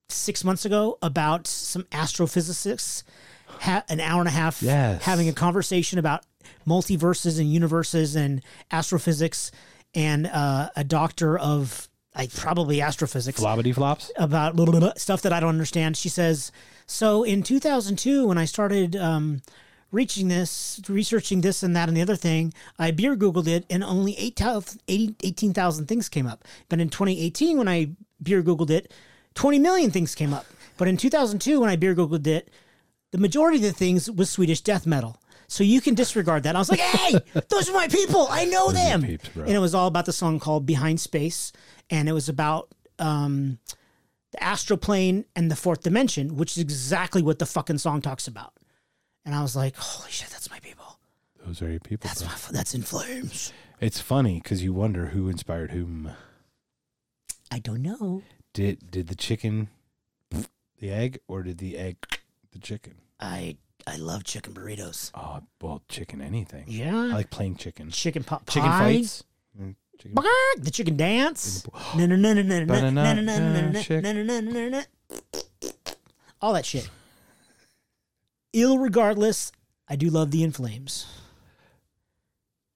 [SPEAKER 2] six months ago about some astrophysicists ha- an hour and a half
[SPEAKER 1] Yes.
[SPEAKER 2] having a conversation about multiverses and universes and astrophysics and uh, a doctor of like probably astrophysics
[SPEAKER 1] Flobbity flops.
[SPEAKER 2] about blah, blah, blah, stuff that I don't understand. She says, "So in 2002, when I started um, reaching this, researching this and that and the other thing, I beer googled it, and only 8,000 80 18,000 things came up. But in 2018, when I beer googled it, 20 million things came up. But in 2002, when I beer googled it, the majority of the things was Swedish death metal." So you can disregard that. I was like, "Hey,
[SPEAKER 1] *laughs*
[SPEAKER 2] those are my people. I know them."
[SPEAKER 1] peeps, bro.
[SPEAKER 2] and it was all about the song called "Behind Space," and it was about um, the astral plane and the fourth dimension, which is exactly what the fucking song talks about. And I was like, holy shit, that's my people.
[SPEAKER 1] Those are your people.
[SPEAKER 2] That's
[SPEAKER 1] bro.
[SPEAKER 2] my, that's in flames.
[SPEAKER 1] It's funny because you wonder who inspired whom.
[SPEAKER 2] I don't know.
[SPEAKER 1] Did did the chicken the egg or did the egg the chicken?
[SPEAKER 2] I I love chicken burritos.
[SPEAKER 1] Oh, well, chicken anything.
[SPEAKER 2] Yeah.
[SPEAKER 1] I like plain chicken.
[SPEAKER 2] chicken pot pie.
[SPEAKER 1] Chicken fights. Mm, Chicken
[SPEAKER 2] Bah! The chicken dance. No no no no no no no no no no no
[SPEAKER 1] Chick-
[SPEAKER 2] no no no no. All that shit. Ill regardless, I do love the In Flames,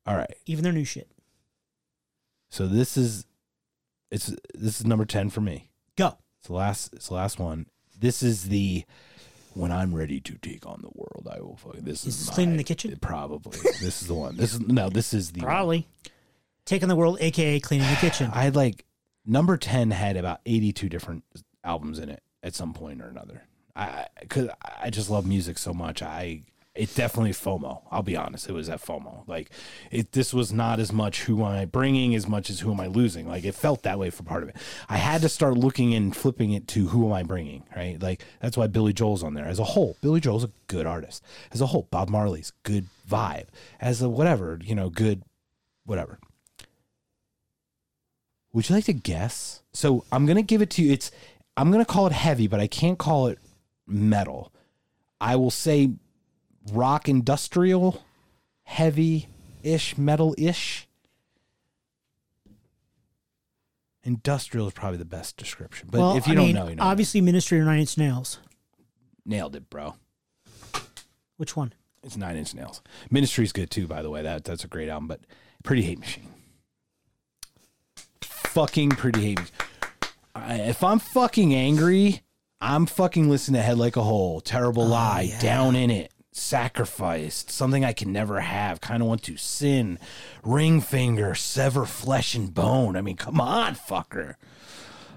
[SPEAKER 1] All right.
[SPEAKER 2] even their new shit.
[SPEAKER 1] So this is it's this is number 10 for me.
[SPEAKER 2] Go.
[SPEAKER 1] It's the last it's the last one. This is the when I'm ready to take on the world, I will fuck. This
[SPEAKER 2] Is
[SPEAKER 1] is,
[SPEAKER 2] this
[SPEAKER 1] my-
[SPEAKER 2] cleaning the kitchen?
[SPEAKER 1] Probably. this is the one. This is no, this is the one.
[SPEAKER 2] Probably. Taking the world, aka cleaning the kitchen.
[SPEAKER 1] I had like number 10 had about 82 different albums in it at some point or another. I cuz I just love music so much. I it definitely FOMO. I'll be honest. It was that FOMO. Like it this was not as much who am I bringing as much as who am I losing. Like it felt that way for part of it. I had to start looking and flipping it to who am I bringing, right? Like that's why Billy Joel's on there as a whole. Billy Joel's a good artist. As a whole, Bob Marley's good vibe. As a whatever, you know, good whatever. Would you like to guess? So I'm gonna give it to you. It's I'm gonna call it heavy, but I can't call it metal. I will say rock industrial, heavy ish, metal ish. Industrial is probably the best description. But if you
[SPEAKER 2] I
[SPEAKER 1] don't
[SPEAKER 2] mean,
[SPEAKER 1] know, you know.
[SPEAKER 2] obviously Ministry or Nine Inch Nails.
[SPEAKER 1] nailed it, bro.
[SPEAKER 2] Which one?
[SPEAKER 1] It's nine inch nails. Ministry's good too, by the way. That that's a great album, but Pretty Hate Machine. Fucking Pretty Hate Machine. I, if I'm fucking angry, I'm fucking listening to Head Like a Hole, Terrible Lie, Down in It, Sacrificed, Something I Can Never Have, Kind of Want to Sin, Ring Finger, Sever Flesh and Bone. I mean, come on, fucker.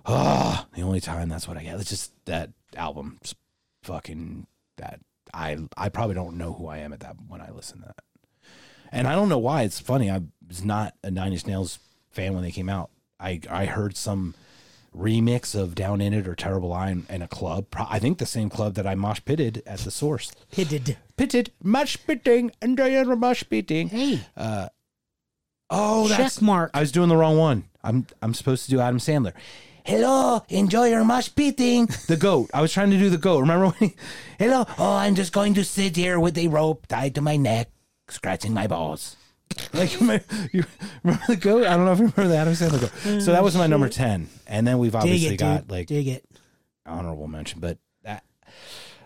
[SPEAKER 1] ah, the only time that's what I get. It's just that album, just fucking that. I I probably don't know who I am at that when I listen to that, and I don't know why. It's funny. I was not a Nine Inch Nails fan when they came out. I I heard some remix of Down in It or Terrible Eye in, in a club. Pro- I think the same club that I mosh pitted at the Source.
[SPEAKER 2] Pitted.
[SPEAKER 1] Pitted, mosh pitting, and they are mosh pitting.
[SPEAKER 3] Hey.
[SPEAKER 1] Oh, that's
[SPEAKER 2] Check mark.
[SPEAKER 1] I was doing the wrong one. I'm I'm supposed to do Adam Sandler. Hello, enjoy your mosh pitting. The goat. I was trying to do the goat. Remember when he, Hello, oh, I'm just going to sit here with a rope tied to my neck, scratching my balls. Like *laughs* remember, you remember the goat? I don't know if you remember the Adam Sandler goat. So that was my number ten, and then we've
[SPEAKER 2] Oh, Dig
[SPEAKER 1] obviously
[SPEAKER 2] it,
[SPEAKER 1] got
[SPEAKER 2] dude.
[SPEAKER 1] like
[SPEAKER 2] Dig it.
[SPEAKER 1] honorable mention, but that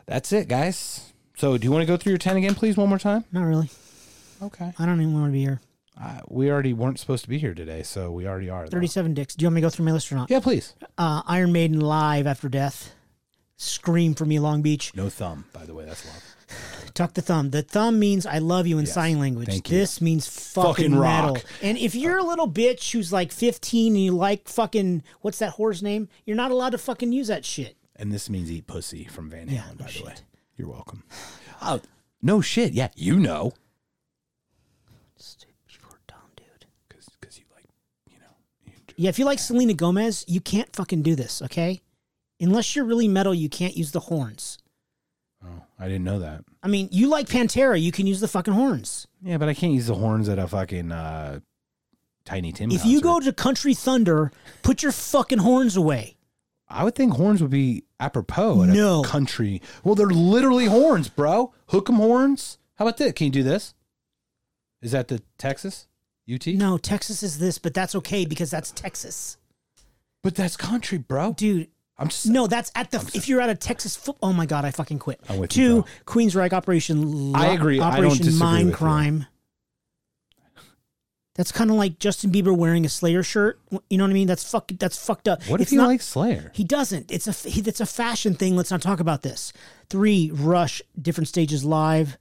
[SPEAKER 1] that's it, guys. So do you want to go through your ten again, please, one more time?
[SPEAKER 2] Not really.
[SPEAKER 1] Okay.
[SPEAKER 2] I don't even want to be here.
[SPEAKER 1] Uh, we already weren't supposed to be here today, so we already are. though.
[SPEAKER 2] 37 dicks. Do you want me to go through my list or not?
[SPEAKER 1] Yeah, please.
[SPEAKER 2] Uh, Iron Maiden live after death. Scream for me, Long Beach.
[SPEAKER 1] No thumb, by the way. That's love.
[SPEAKER 2] Tuck the thumb. The thumb means I love you in sign language.
[SPEAKER 1] Thank you.
[SPEAKER 2] this means fucking,
[SPEAKER 1] Fucking rock.
[SPEAKER 2] metal. And if you're a little bitch who's like 15 and you like fucking what's that whore's name? You're not allowed to fucking use that shit.
[SPEAKER 1] And this means eat pussy from Van Halen,
[SPEAKER 2] Yeah, no
[SPEAKER 1] by the
[SPEAKER 2] shit.
[SPEAKER 1] way. You're welcome. Oh, no shit. Yeah, you know.
[SPEAKER 2] Stupid, you were dumb, dude.
[SPEAKER 1] Because you like, you know. You enjoy.
[SPEAKER 2] Yeah, if you like Selena Gomez, you can't fucking do this, okay? Unless you're really metal, you can't use the horns.
[SPEAKER 1] Oh, I didn't know that.
[SPEAKER 2] I mean, you like Pantera, you can use the fucking horns.
[SPEAKER 1] Yeah, but I can't use the horns at a fucking uh, Tiny Tim
[SPEAKER 2] If you
[SPEAKER 1] concert.
[SPEAKER 2] go to Country Thunder, put your fucking horns away.
[SPEAKER 1] I would think horns would be apropos at
[SPEAKER 2] No.
[SPEAKER 1] a country. Well, they're literally horns, bro. Hook 'em horns. How about that? Can you do this? Is that the Texas? UT?
[SPEAKER 2] No, Texas is this, but that's okay because that's Texas.
[SPEAKER 1] But that's country, bro.
[SPEAKER 2] Dude,
[SPEAKER 1] I'm just
[SPEAKER 2] no, that's at the. If you're at a Texas foot, oh my god, I fucking quit.
[SPEAKER 1] I'm with
[SPEAKER 2] Two
[SPEAKER 1] you, bro.
[SPEAKER 2] Queensryche Operation. Lo-
[SPEAKER 1] I agree. I don't
[SPEAKER 2] Operation
[SPEAKER 1] disagree
[SPEAKER 2] Mind
[SPEAKER 1] with you.
[SPEAKER 2] Crime. That's kind of like Justin Bieber wearing a Slayer shirt. You know what I mean? That's fuck. That's fucked up.
[SPEAKER 1] What if
[SPEAKER 2] it's
[SPEAKER 1] you
[SPEAKER 2] not,
[SPEAKER 1] like Slayer?
[SPEAKER 2] He doesn't. It's a he, it's a fashion thing. Let's not talk about this. Three Rush different stages live.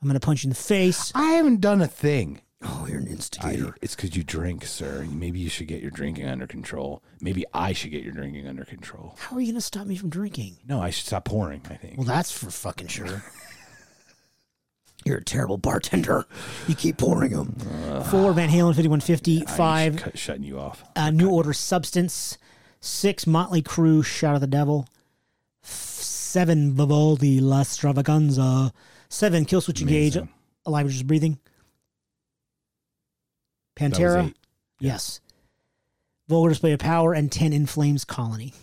[SPEAKER 2] I'm gonna punch you in the face.
[SPEAKER 1] I haven't done a thing.
[SPEAKER 2] Oh, you're an instigator.
[SPEAKER 1] it's because you drink, sir. Maybe you should get your drinking under control. Maybe I should get your drinking under control.
[SPEAKER 2] How are you gonna stop me from drinking?
[SPEAKER 1] No, I should stop pouring. I think.
[SPEAKER 2] Well, that's for fucking sure. *laughs* You're a terrible bartender. You keep pouring them. Four Van Halen 5150.
[SPEAKER 1] I
[SPEAKER 2] Five
[SPEAKER 1] cut, shutting you off.
[SPEAKER 2] uh, New Order Substance. Six Motley Crue Shout of the Devil. F- Seven Vivaldi La Stravaganza. Seven Killswitch Engage.
[SPEAKER 1] Amazing.
[SPEAKER 2] Alive Which is Breathing.
[SPEAKER 1] That was
[SPEAKER 2] Pantera.
[SPEAKER 1] eight.
[SPEAKER 2] Yes. Vulgar Display of Power and ten In Flames Colony.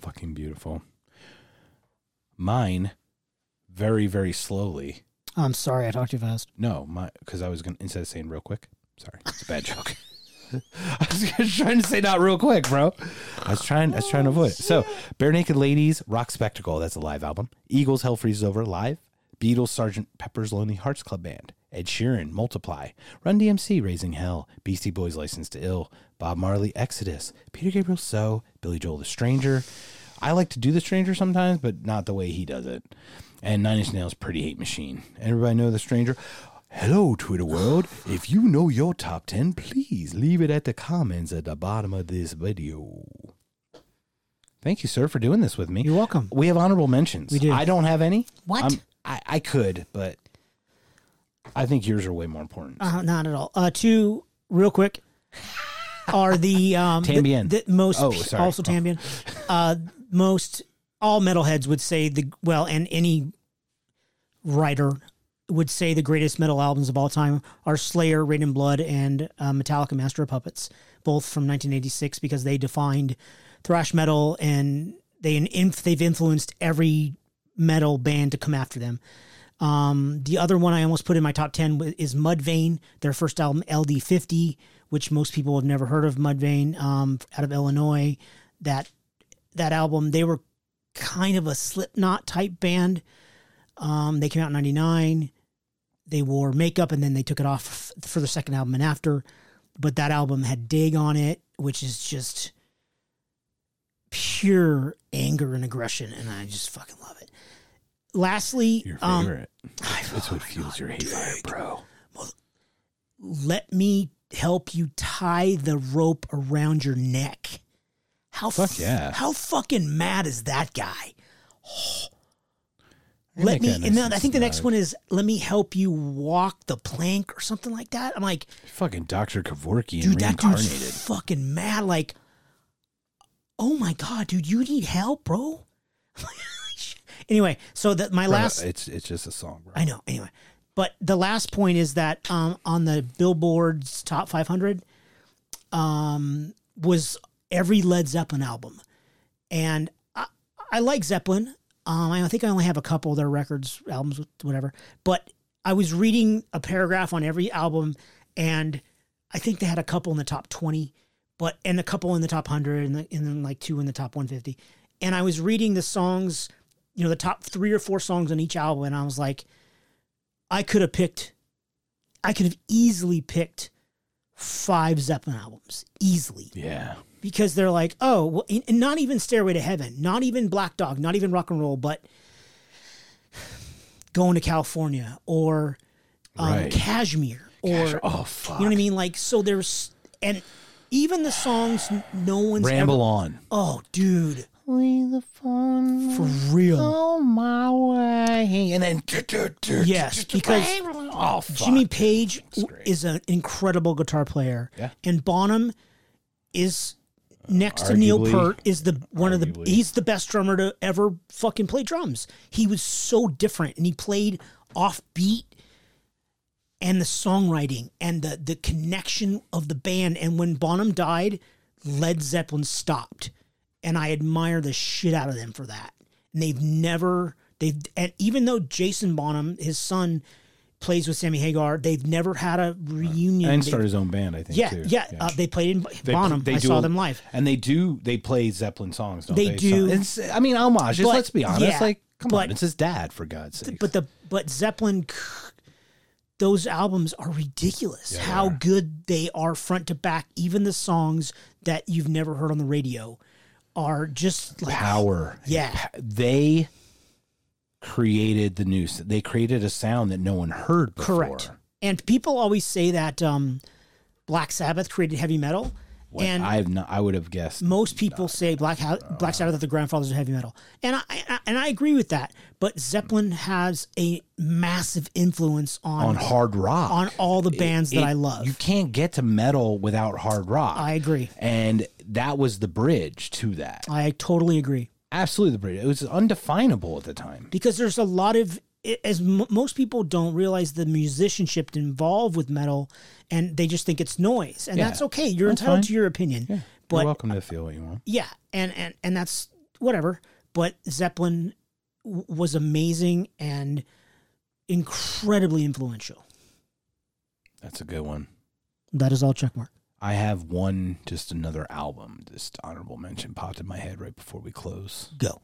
[SPEAKER 1] Fucking beautiful. Mine, very very slowly.
[SPEAKER 2] I'm sorry, I talked too fast.
[SPEAKER 1] No, my because I was gonna instead of saying real quick. Sorry, it's a bad joke. *laughs* I was just trying to say not real quick, bro. I was trying. I was trying to avoid. it. So, Bare Naked Ladies, Rock Spectacle. That's a live album. Eagles, Hell Freezes Over, live. Beatles, Sergeant Pepper's Lonely Hearts Club Band. Ed Sheeran, Multiply. Run DMC, Raising Hell. Beastie Boys, License to Ill. Bob Marley, Exodus. Peter Gabriel, So. Billy Joel, The Stranger. I like to do The Stranger sometimes, but not the way he does it. And Nine Inch Nails, Pretty Hate Machine. Everybody know The Stranger? Hello, Twitter world. If you know your top 10, please leave it at the comments at the bottom of this video. Thank you, sir, for doing this with me.
[SPEAKER 2] You're welcome.
[SPEAKER 1] We have honorable mentions.
[SPEAKER 2] We do.
[SPEAKER 1] I don't have any.
[SPEAKER 3] What?
[SPEAKER 1] I'm- I, I could, but I think yours are way more important.
[SPEAKER 2] Uh, not at all. Uh, two, real quick,
[SPEAKER 1] *laughs*
[SPEAKER 2] are the um, the-
[SPEAKER 1] Tambien.
[SPEAKER 2] The, most
[SPEAKER 1] Oh, sorry.
[SPEAKER 2] also Tambien. Uh, most all metalheads would say the well, and any writer would say the greatest metal albums of all time are Slayer, Rain in Blood, and uh, Metallica, Master of Puppets, both from 1986, because they defined thrash metal and they inf- they've influenced every metal band to come after them. Um, the other one I almost put in my top 10 wi- is Mudvayne, their first album, LD50, which most people have never heard of Mudvayne, um, out of Illinois. That, that album, they were kind of a Slipknot type band. Um, they came out in 99. They wore makeup and then they took it off f- for the second album and after. But that album had Dig on it, which is just pure anger and aggression. And I just fucking love it. Lastly,
[SPEAKER 1] your
[SPEAKER 2] um,
[SPEAKER 1] favorite. it's what fuels your hate fire, bro.
[SPEAKER 2] let me help you tie the rope around your neck. How
[SPEAKER 1] Fuck yeah.
[SPEAKER 2] How fucking mad is that guy?
[SPEAKER 1] We'll
[SPEAKER 2] let
[SPEAKER 1] make
[SPEAKER 2] me.
[SPEAKER 1] that
[SPEAKER 2] And then
[SPEAKER 1] nice
[SPEAKER 2] I think the next
[SPEAKER 1] slide.
[SPEAKER 2] one is let me help you walk the plank or something like that. I'm like,
[SPEAKER 1] Fucking Dr. Kevorkian
[SPEAKER 2] dude, that
[SPEAKER 1] reincarnated.
[SPEAKER 2] dude's fucking mad. Like, oh my god, dude, you need help, bro. *laughs* anyway, so that my
[SPEAKER 1] Bro,
[SPEAKER 2] last
[SPEAKER 1] it's it's just a song, bro.
[SPEAKER 2] I know. Anyway, but the last point is that um, on the Billboard's top 500 um, was every Led Zeppelin album, and I, I like Zeppelin. Um, I think I only have a couple of their records, albums, whatever. But I was reading a paragraph on every album, and I think they had a couple in the top 20, but and a couple in the top 100, and, the, and then like two in the top 150. And I was reading the songs, you know, the top three or four songs on each album, and I was like, I could have picked, I could have easily picked five Zeppelin albums, easily,
[SPEAKER 1] Yeah.
[SPEAKER 2] because they're like, oh, well, and and not even Stairway to Heaven, not even Black Dog, not even Rock and Roll, but Going to California or um,
[SPEAKER 1] Right.
[SPEAKER 2] Cashmere or,
[SPEAKER 1] Gosh, oh fuck.
[SPEAKER 2] you know what I mean? Like, so there's, and even the songs n- no one's
[SPEAKER 1] Ramble
[SPEAKER 2] ever,
[SPEAKER 1] on.
[SPEAKER 2] oh, dude,
[SPEAKER 3] Leave the phone
[SPEAKER 2] for
[SPEAKER 1] Oh,
[SPEAKER 2] real.
[SPEAKER 3] on my way.
[SPEAKER 1] And then
[SPEAKER 2] Yes, because
[SPEAKER 1] oh fuck.
[SPEAKER 2] Jimmy Page
[SPEAKER 1] great.
[SPEAKER 2] is an incredible guitar player,
[SPEAKER 1] Yeah. Uh,
[SPEAKER 2] and Bonham is next to Neil
[SPEAKER 1] arguably-
[SPEAKER 2] Peart is the one of the
[SPEAKER 1] arguably.
[SPEAKER 2] he's the best drummer to ever fucking play drums. He was so different, and he played offbeat, and the songwriting and the the connection of the band. And when Bonham died, Led Zeppelin stopped, and I admire the shit out of them for that. And they've never they've and even though Jason Bonham, his son. Plays with Sammy Hagar. They've never had a reunion.
[SPEAKER 1] and
[SPEAKER 2] They-
[SPEAKER 1] start his own band, I think.
[SPEAKER 2] yeah,
[SPEAKER 1] too.
[SPEAKER 2] yeah. Uh, they played in
[SPEAKER 1] They-
[SPEAKER 2] Bonham.
[SPEAKER 1] they
[SPEAKER 2] I
[SPEAKER 1] do
[SPEAKER 2] saw
[SPEAKER 1] a-
[SPEAKER 2] them live.
[SPEAKER 1] and they do. They play Zeppelin songs. Don't
[SPEAKER 2] They
[SPEAKER 1] they,
[SPEAKER 2] do.
[SPEAKER 1] Some- It's, I mean, homage.
[SPEAKER 2] But-
[SPEAKER 1] let's be honest.
[SPEAKER 2] yeah,
[SPEAKER 1] like, come
[SPEAKER 2] but-
[SPEAKER 1] on, it's his dad for God's sake.
[SPEAKER 2] But the but Zeppelin, c- those albums are ridiculous.
[SPEAKER 1] Yeah, they
[SPEAKER 2] how
[SPEAKER 1] are.
[SPEAKER 2] good they are front to back. Even the songs that you've never heard on the radio are just like,
[SPEAKER 1] power.
[SPEAKER 2] Yeah.
[SPEAKER 1] Pa- They created the new. s- They created a sound that no one heard before.
[SPEAKER 2] correct. And people always say that um, Black Sabbath created heavy metal,
[SPEAKER 1] What
[SPEAKER 2] and
[SPEAKER 1] I have not. I would have guessed.
[SPEAKER 2] most people say Black Ho- Black Sabbath are the grandfathers of heavy metal, and I, I and I agree with that. But Zeppelin has a massive influence
[SPEAKER 1] on hard rock
[SPEAKER 2] on all the bands that
[SPEAKER 1] it-
[SPEAKER 2] I love.
[SPEAKER 1] You can't get to metal without hard rock.
[SPEAKER 2] I agree.
[SPEAKER 1] And that was the bridge to that.
[SPEAKER 2] I totally agree
[SPEAKER 1] Absolutely the bridge. It was undefinable at the time.
[SPEAKER 2] because there's a lot of as m- most people don't realize the musicianship involved with metal, and they just think it's noise, and
[SPEAKER 1] Yeah.
[SPEAKER 2] that's okay. You're
[SPEAKER 1] That's
[SPEAKER 2] entitled
[SPEAKER 1] fine.
[SPEAKER 2] to your opinion,
[SPEAKER 1] You're
[SPEAKER 2] but
[SPEAKER 1] welcome to feel what you want.
[SPEAKER 2] yeah, and and and that's whatever. But Zeppelin w- was amazing and incredibly influential.
[SPEAKER 1] That's a good one.
[SPEAKER 2] That is all checkmark.
[SPEAKER 1] I have one, just another album, just honorable mention popped in my head right before we close.
[SPEAKER 2] Go.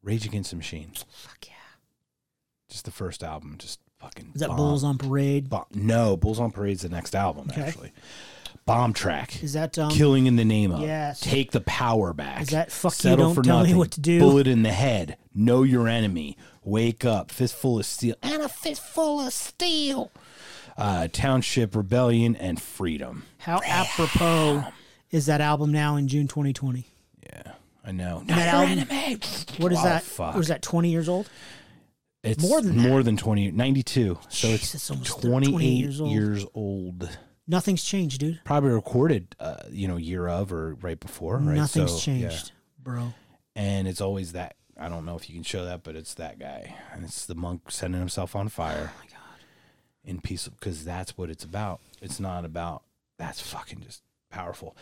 [SPEAKER 1] Rage Against the Machine.
[SPEAKER 2] Fuck yeah.
[SPEAKER 1] Just the first album. Just fucking.
[SPEAKER 2] Is that
[SPEAKER 1] bomb.
[SPEAKER 2] Bulls on Parade?
[SPEAKER 1] Bomb- No, Bulls on Parade's the next album,
[SPEAKER 2] Okay.
[SPEAKER 1] actually. Bomb track.
[SPEAKER 2] Is that um?
[SPEAKER 1] Killing in the name of.
[SPEAKER 2] yes.
[SPEAKER 1] Take the power back.
[SPEAKER 2] Is that fuck you,
[SPEAKER 1] Settle
[SPEAKER 2] don't
[SPEAKER 1] for
[SPEAKER 2] tell me
[SPEAKER 1] nothing.
[SPEAKER 2] what to do.
[SPEAKER 1] Bullet in the head. Know your enemy. Wake up. Fistful of steel.
[SPEAKER 3] And a fistful of steel.
[SPEAKER 1] Uh, township rebellion and freedom.
[SPEAKER 2] How apropos is that album now in June 2020?
[SPEAKER 1] Yeah, I know.
[SPEAKER 2] That album,
[SPEAKER 3] Enemy.
[SPEAKER 2] what is
[SPEAKER 1] Oh,
[SPEAKER 2] that?
[SPEAKER 1] fuck.
[SPEAKER 2] Was that 20 years old?
[SPEAKER 1] It's
[SPEAKER 2] More than
[SPEAKER 1] more than 20, 92. So
[SPEAKER 2] Jeez,
[SPEAKER 1] it's
[SPEAKER 2] it's almost
[SPEAKER 1] 28
[SPEAKER 2] years
[SPEAKER 1] years old.
[SPEAKER 2] old. Nothing's changed, dude.
[SPEAKER 1] Probably recorded, uh, you know, year of or right before, right?
[SPEAKER 2] Nothing's
[SPEAKER 1] So,
[SPEAKER 2] changed, bro.
[SPEAKER 1] yeah. And it's always that. I don't know if you can show that, but it's that guy. And it's the monk setting himself on fire. Oh, my God. In peace, because that's what it's about. It's not about, that's fucking just powerful.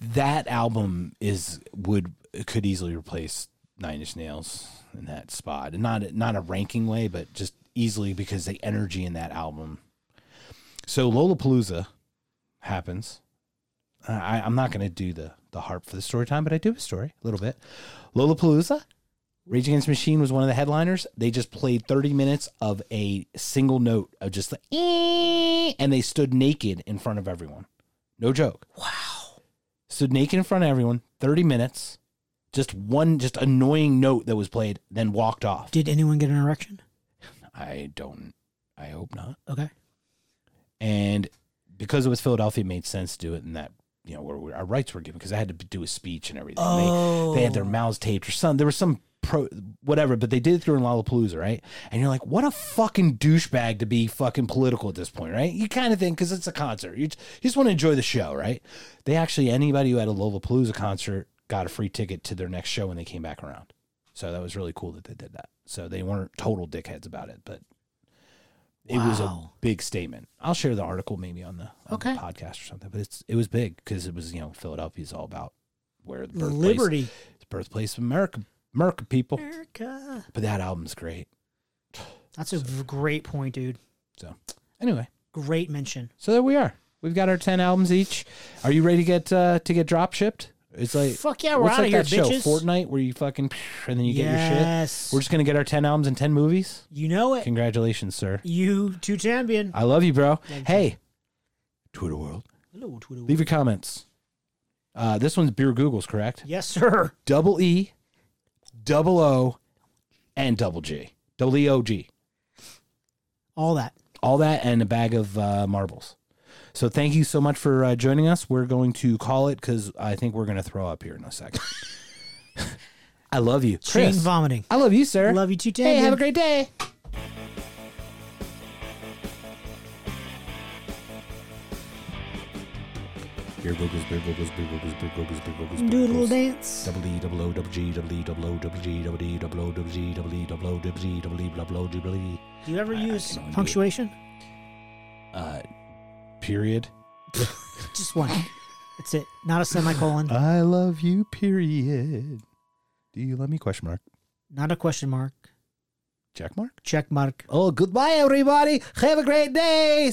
[SPEAKER 1] That album is, would, could easily replace Nine Inch Nails in that spot. And not, not a ranking way, but just easily because the energy in that album So Lollapalooza happens. I, I'm not going to do the the harp for the story time, but I do have a story a little bit. Lollapalooza, Rage Against the Machine was one of the headliners. They just played 30 minutes of a single note of just the "Eh," and they stood naked in front of everyone. No joke. Wow. Stood naked in front of everyone. 30 minutes. Just one, just annoying note that was played, then walked off.
[SPEAKER 2] Did anyone get an erection?
[SPEAKER 1] I don't. I hope not
[SPEAKER 2] Okay.
[SPEAKER 1] and because it was Philadelphia, it made sense to do it in that you know, where our rights were given because I had to do a speech and everything. They, they had their mouths taped or something. There was some pro whatever, but they did it during Lollapalooza, right? And you're like, what a fucking douchebag to be fucking political at this point, right? You kind of think because it's a concert, you just, you just want to enjoy the show, right? They actually anybody who had a Lollapalooza concert got a free ticket to their next show when they came back around. So that was really cool that they did that. So they weren't total dickheads about it, but it was a
[SPEAKER 2] Wow.
[SPEAKER 1] big statement. I'll share the article maybe on the, on
[SPEAKER 2] Okay.
[SPEAKER 1] the podcast or something. But it's it was big because it was you know Philadelphia's all about where the Oh. birthplace,
[SPEAKER 2] Liberty.
[SPEAKER 1] the birthplace of America, America people.
[SPEAKER 2] America.
[SPEAKER 1] But that album's great.
[SPEAKER 2] That's a great point, dude.
[SPEAKER 1] So anyway,
[SPEAKER 2] Great mention.
[SPEAKER 1] so there we are. We've got our ten albums each. Are you ready to get uh, to get drop shipped? It's like
[SPEAKER 2] Fuck yeah, we're
[SPEAKER 1] what's
[SPEAKER 2] outta
[SPEAKER 1] like
[SPEAKER 2] here,
[SPEAKER 1] that show
[SPEAKER 2] bitches.
[SPEAKER 1] Fortnite where you fucking *laughs* and then you get your shit.
[SPEAKER 2] yes.
[SPEAKER 1] We're just gonna get our ten albums and ten movies.
[SPEAKER 2] you know it.
[SPEAKER 1] Congratulations, sir.
[SPEAKER 2] You two champion.
[SPEAKER 1] I love you, bro. Hey, Twitter world.
[SPEAKER 2] Hello, Twitter.
[SPEAKER 1] Leave your comments. Uh, this one's beer Google's correct.
[SPEAKER 2] Yes, sir.
[SPEAKER 1] Double E, double O, and double G. Double E O G.
[SPEAKER 2] All that.
[SPEAKER 1] All that and a bag of uh, marbles. So thank you so much for uh, joining us. We're going to call it because I think we're going to throw up here in a second. *laughs* I love you,
[SPEAKER 2] Chain
[SPEAKER 1] Chris.
[SPEAKER 2] vomiting.
[SPEAKER 1] I love you, sir.
[SPEAKER 2] Love you two champion.
[SPEAKER 1] hey, have a great day. Beer Googles, Beer Googles, Beer Googles, Beer Googles, Beer Googles, Beer
[SPEAKER 2] Do a little
[SPEAKER 1] Googles.
[SPEAKER 2] dance.
[SPEAKER 1] Double E, double O, double G, double E, double O, double G, double E, double O, double G, double E, double O, double G, double E, double O, double E.
[SPEAKER 2] Do you ever
[SPEAKER 1] I- I
[SPEAKER 2] use
[SPEAKER 1] can only do it.
[SPEAKER 2] punctuation?
[SPEAKER 1] Uh, period.
[SPEAKER 2] Just one. That's it. Not a
[SPEAKER 1] *laughs*
[SPEAKER 2] semicolon.
[SPEAKER 1] I love you, period. Do you love me? Question mark.
[SPEAKER 2] not a question mark.
[SPEAKER 1] Check mark.
[SPEAKER 2] Check mark.
[SPEAKER 1] Oh, goodbye, everybody. Have a great day.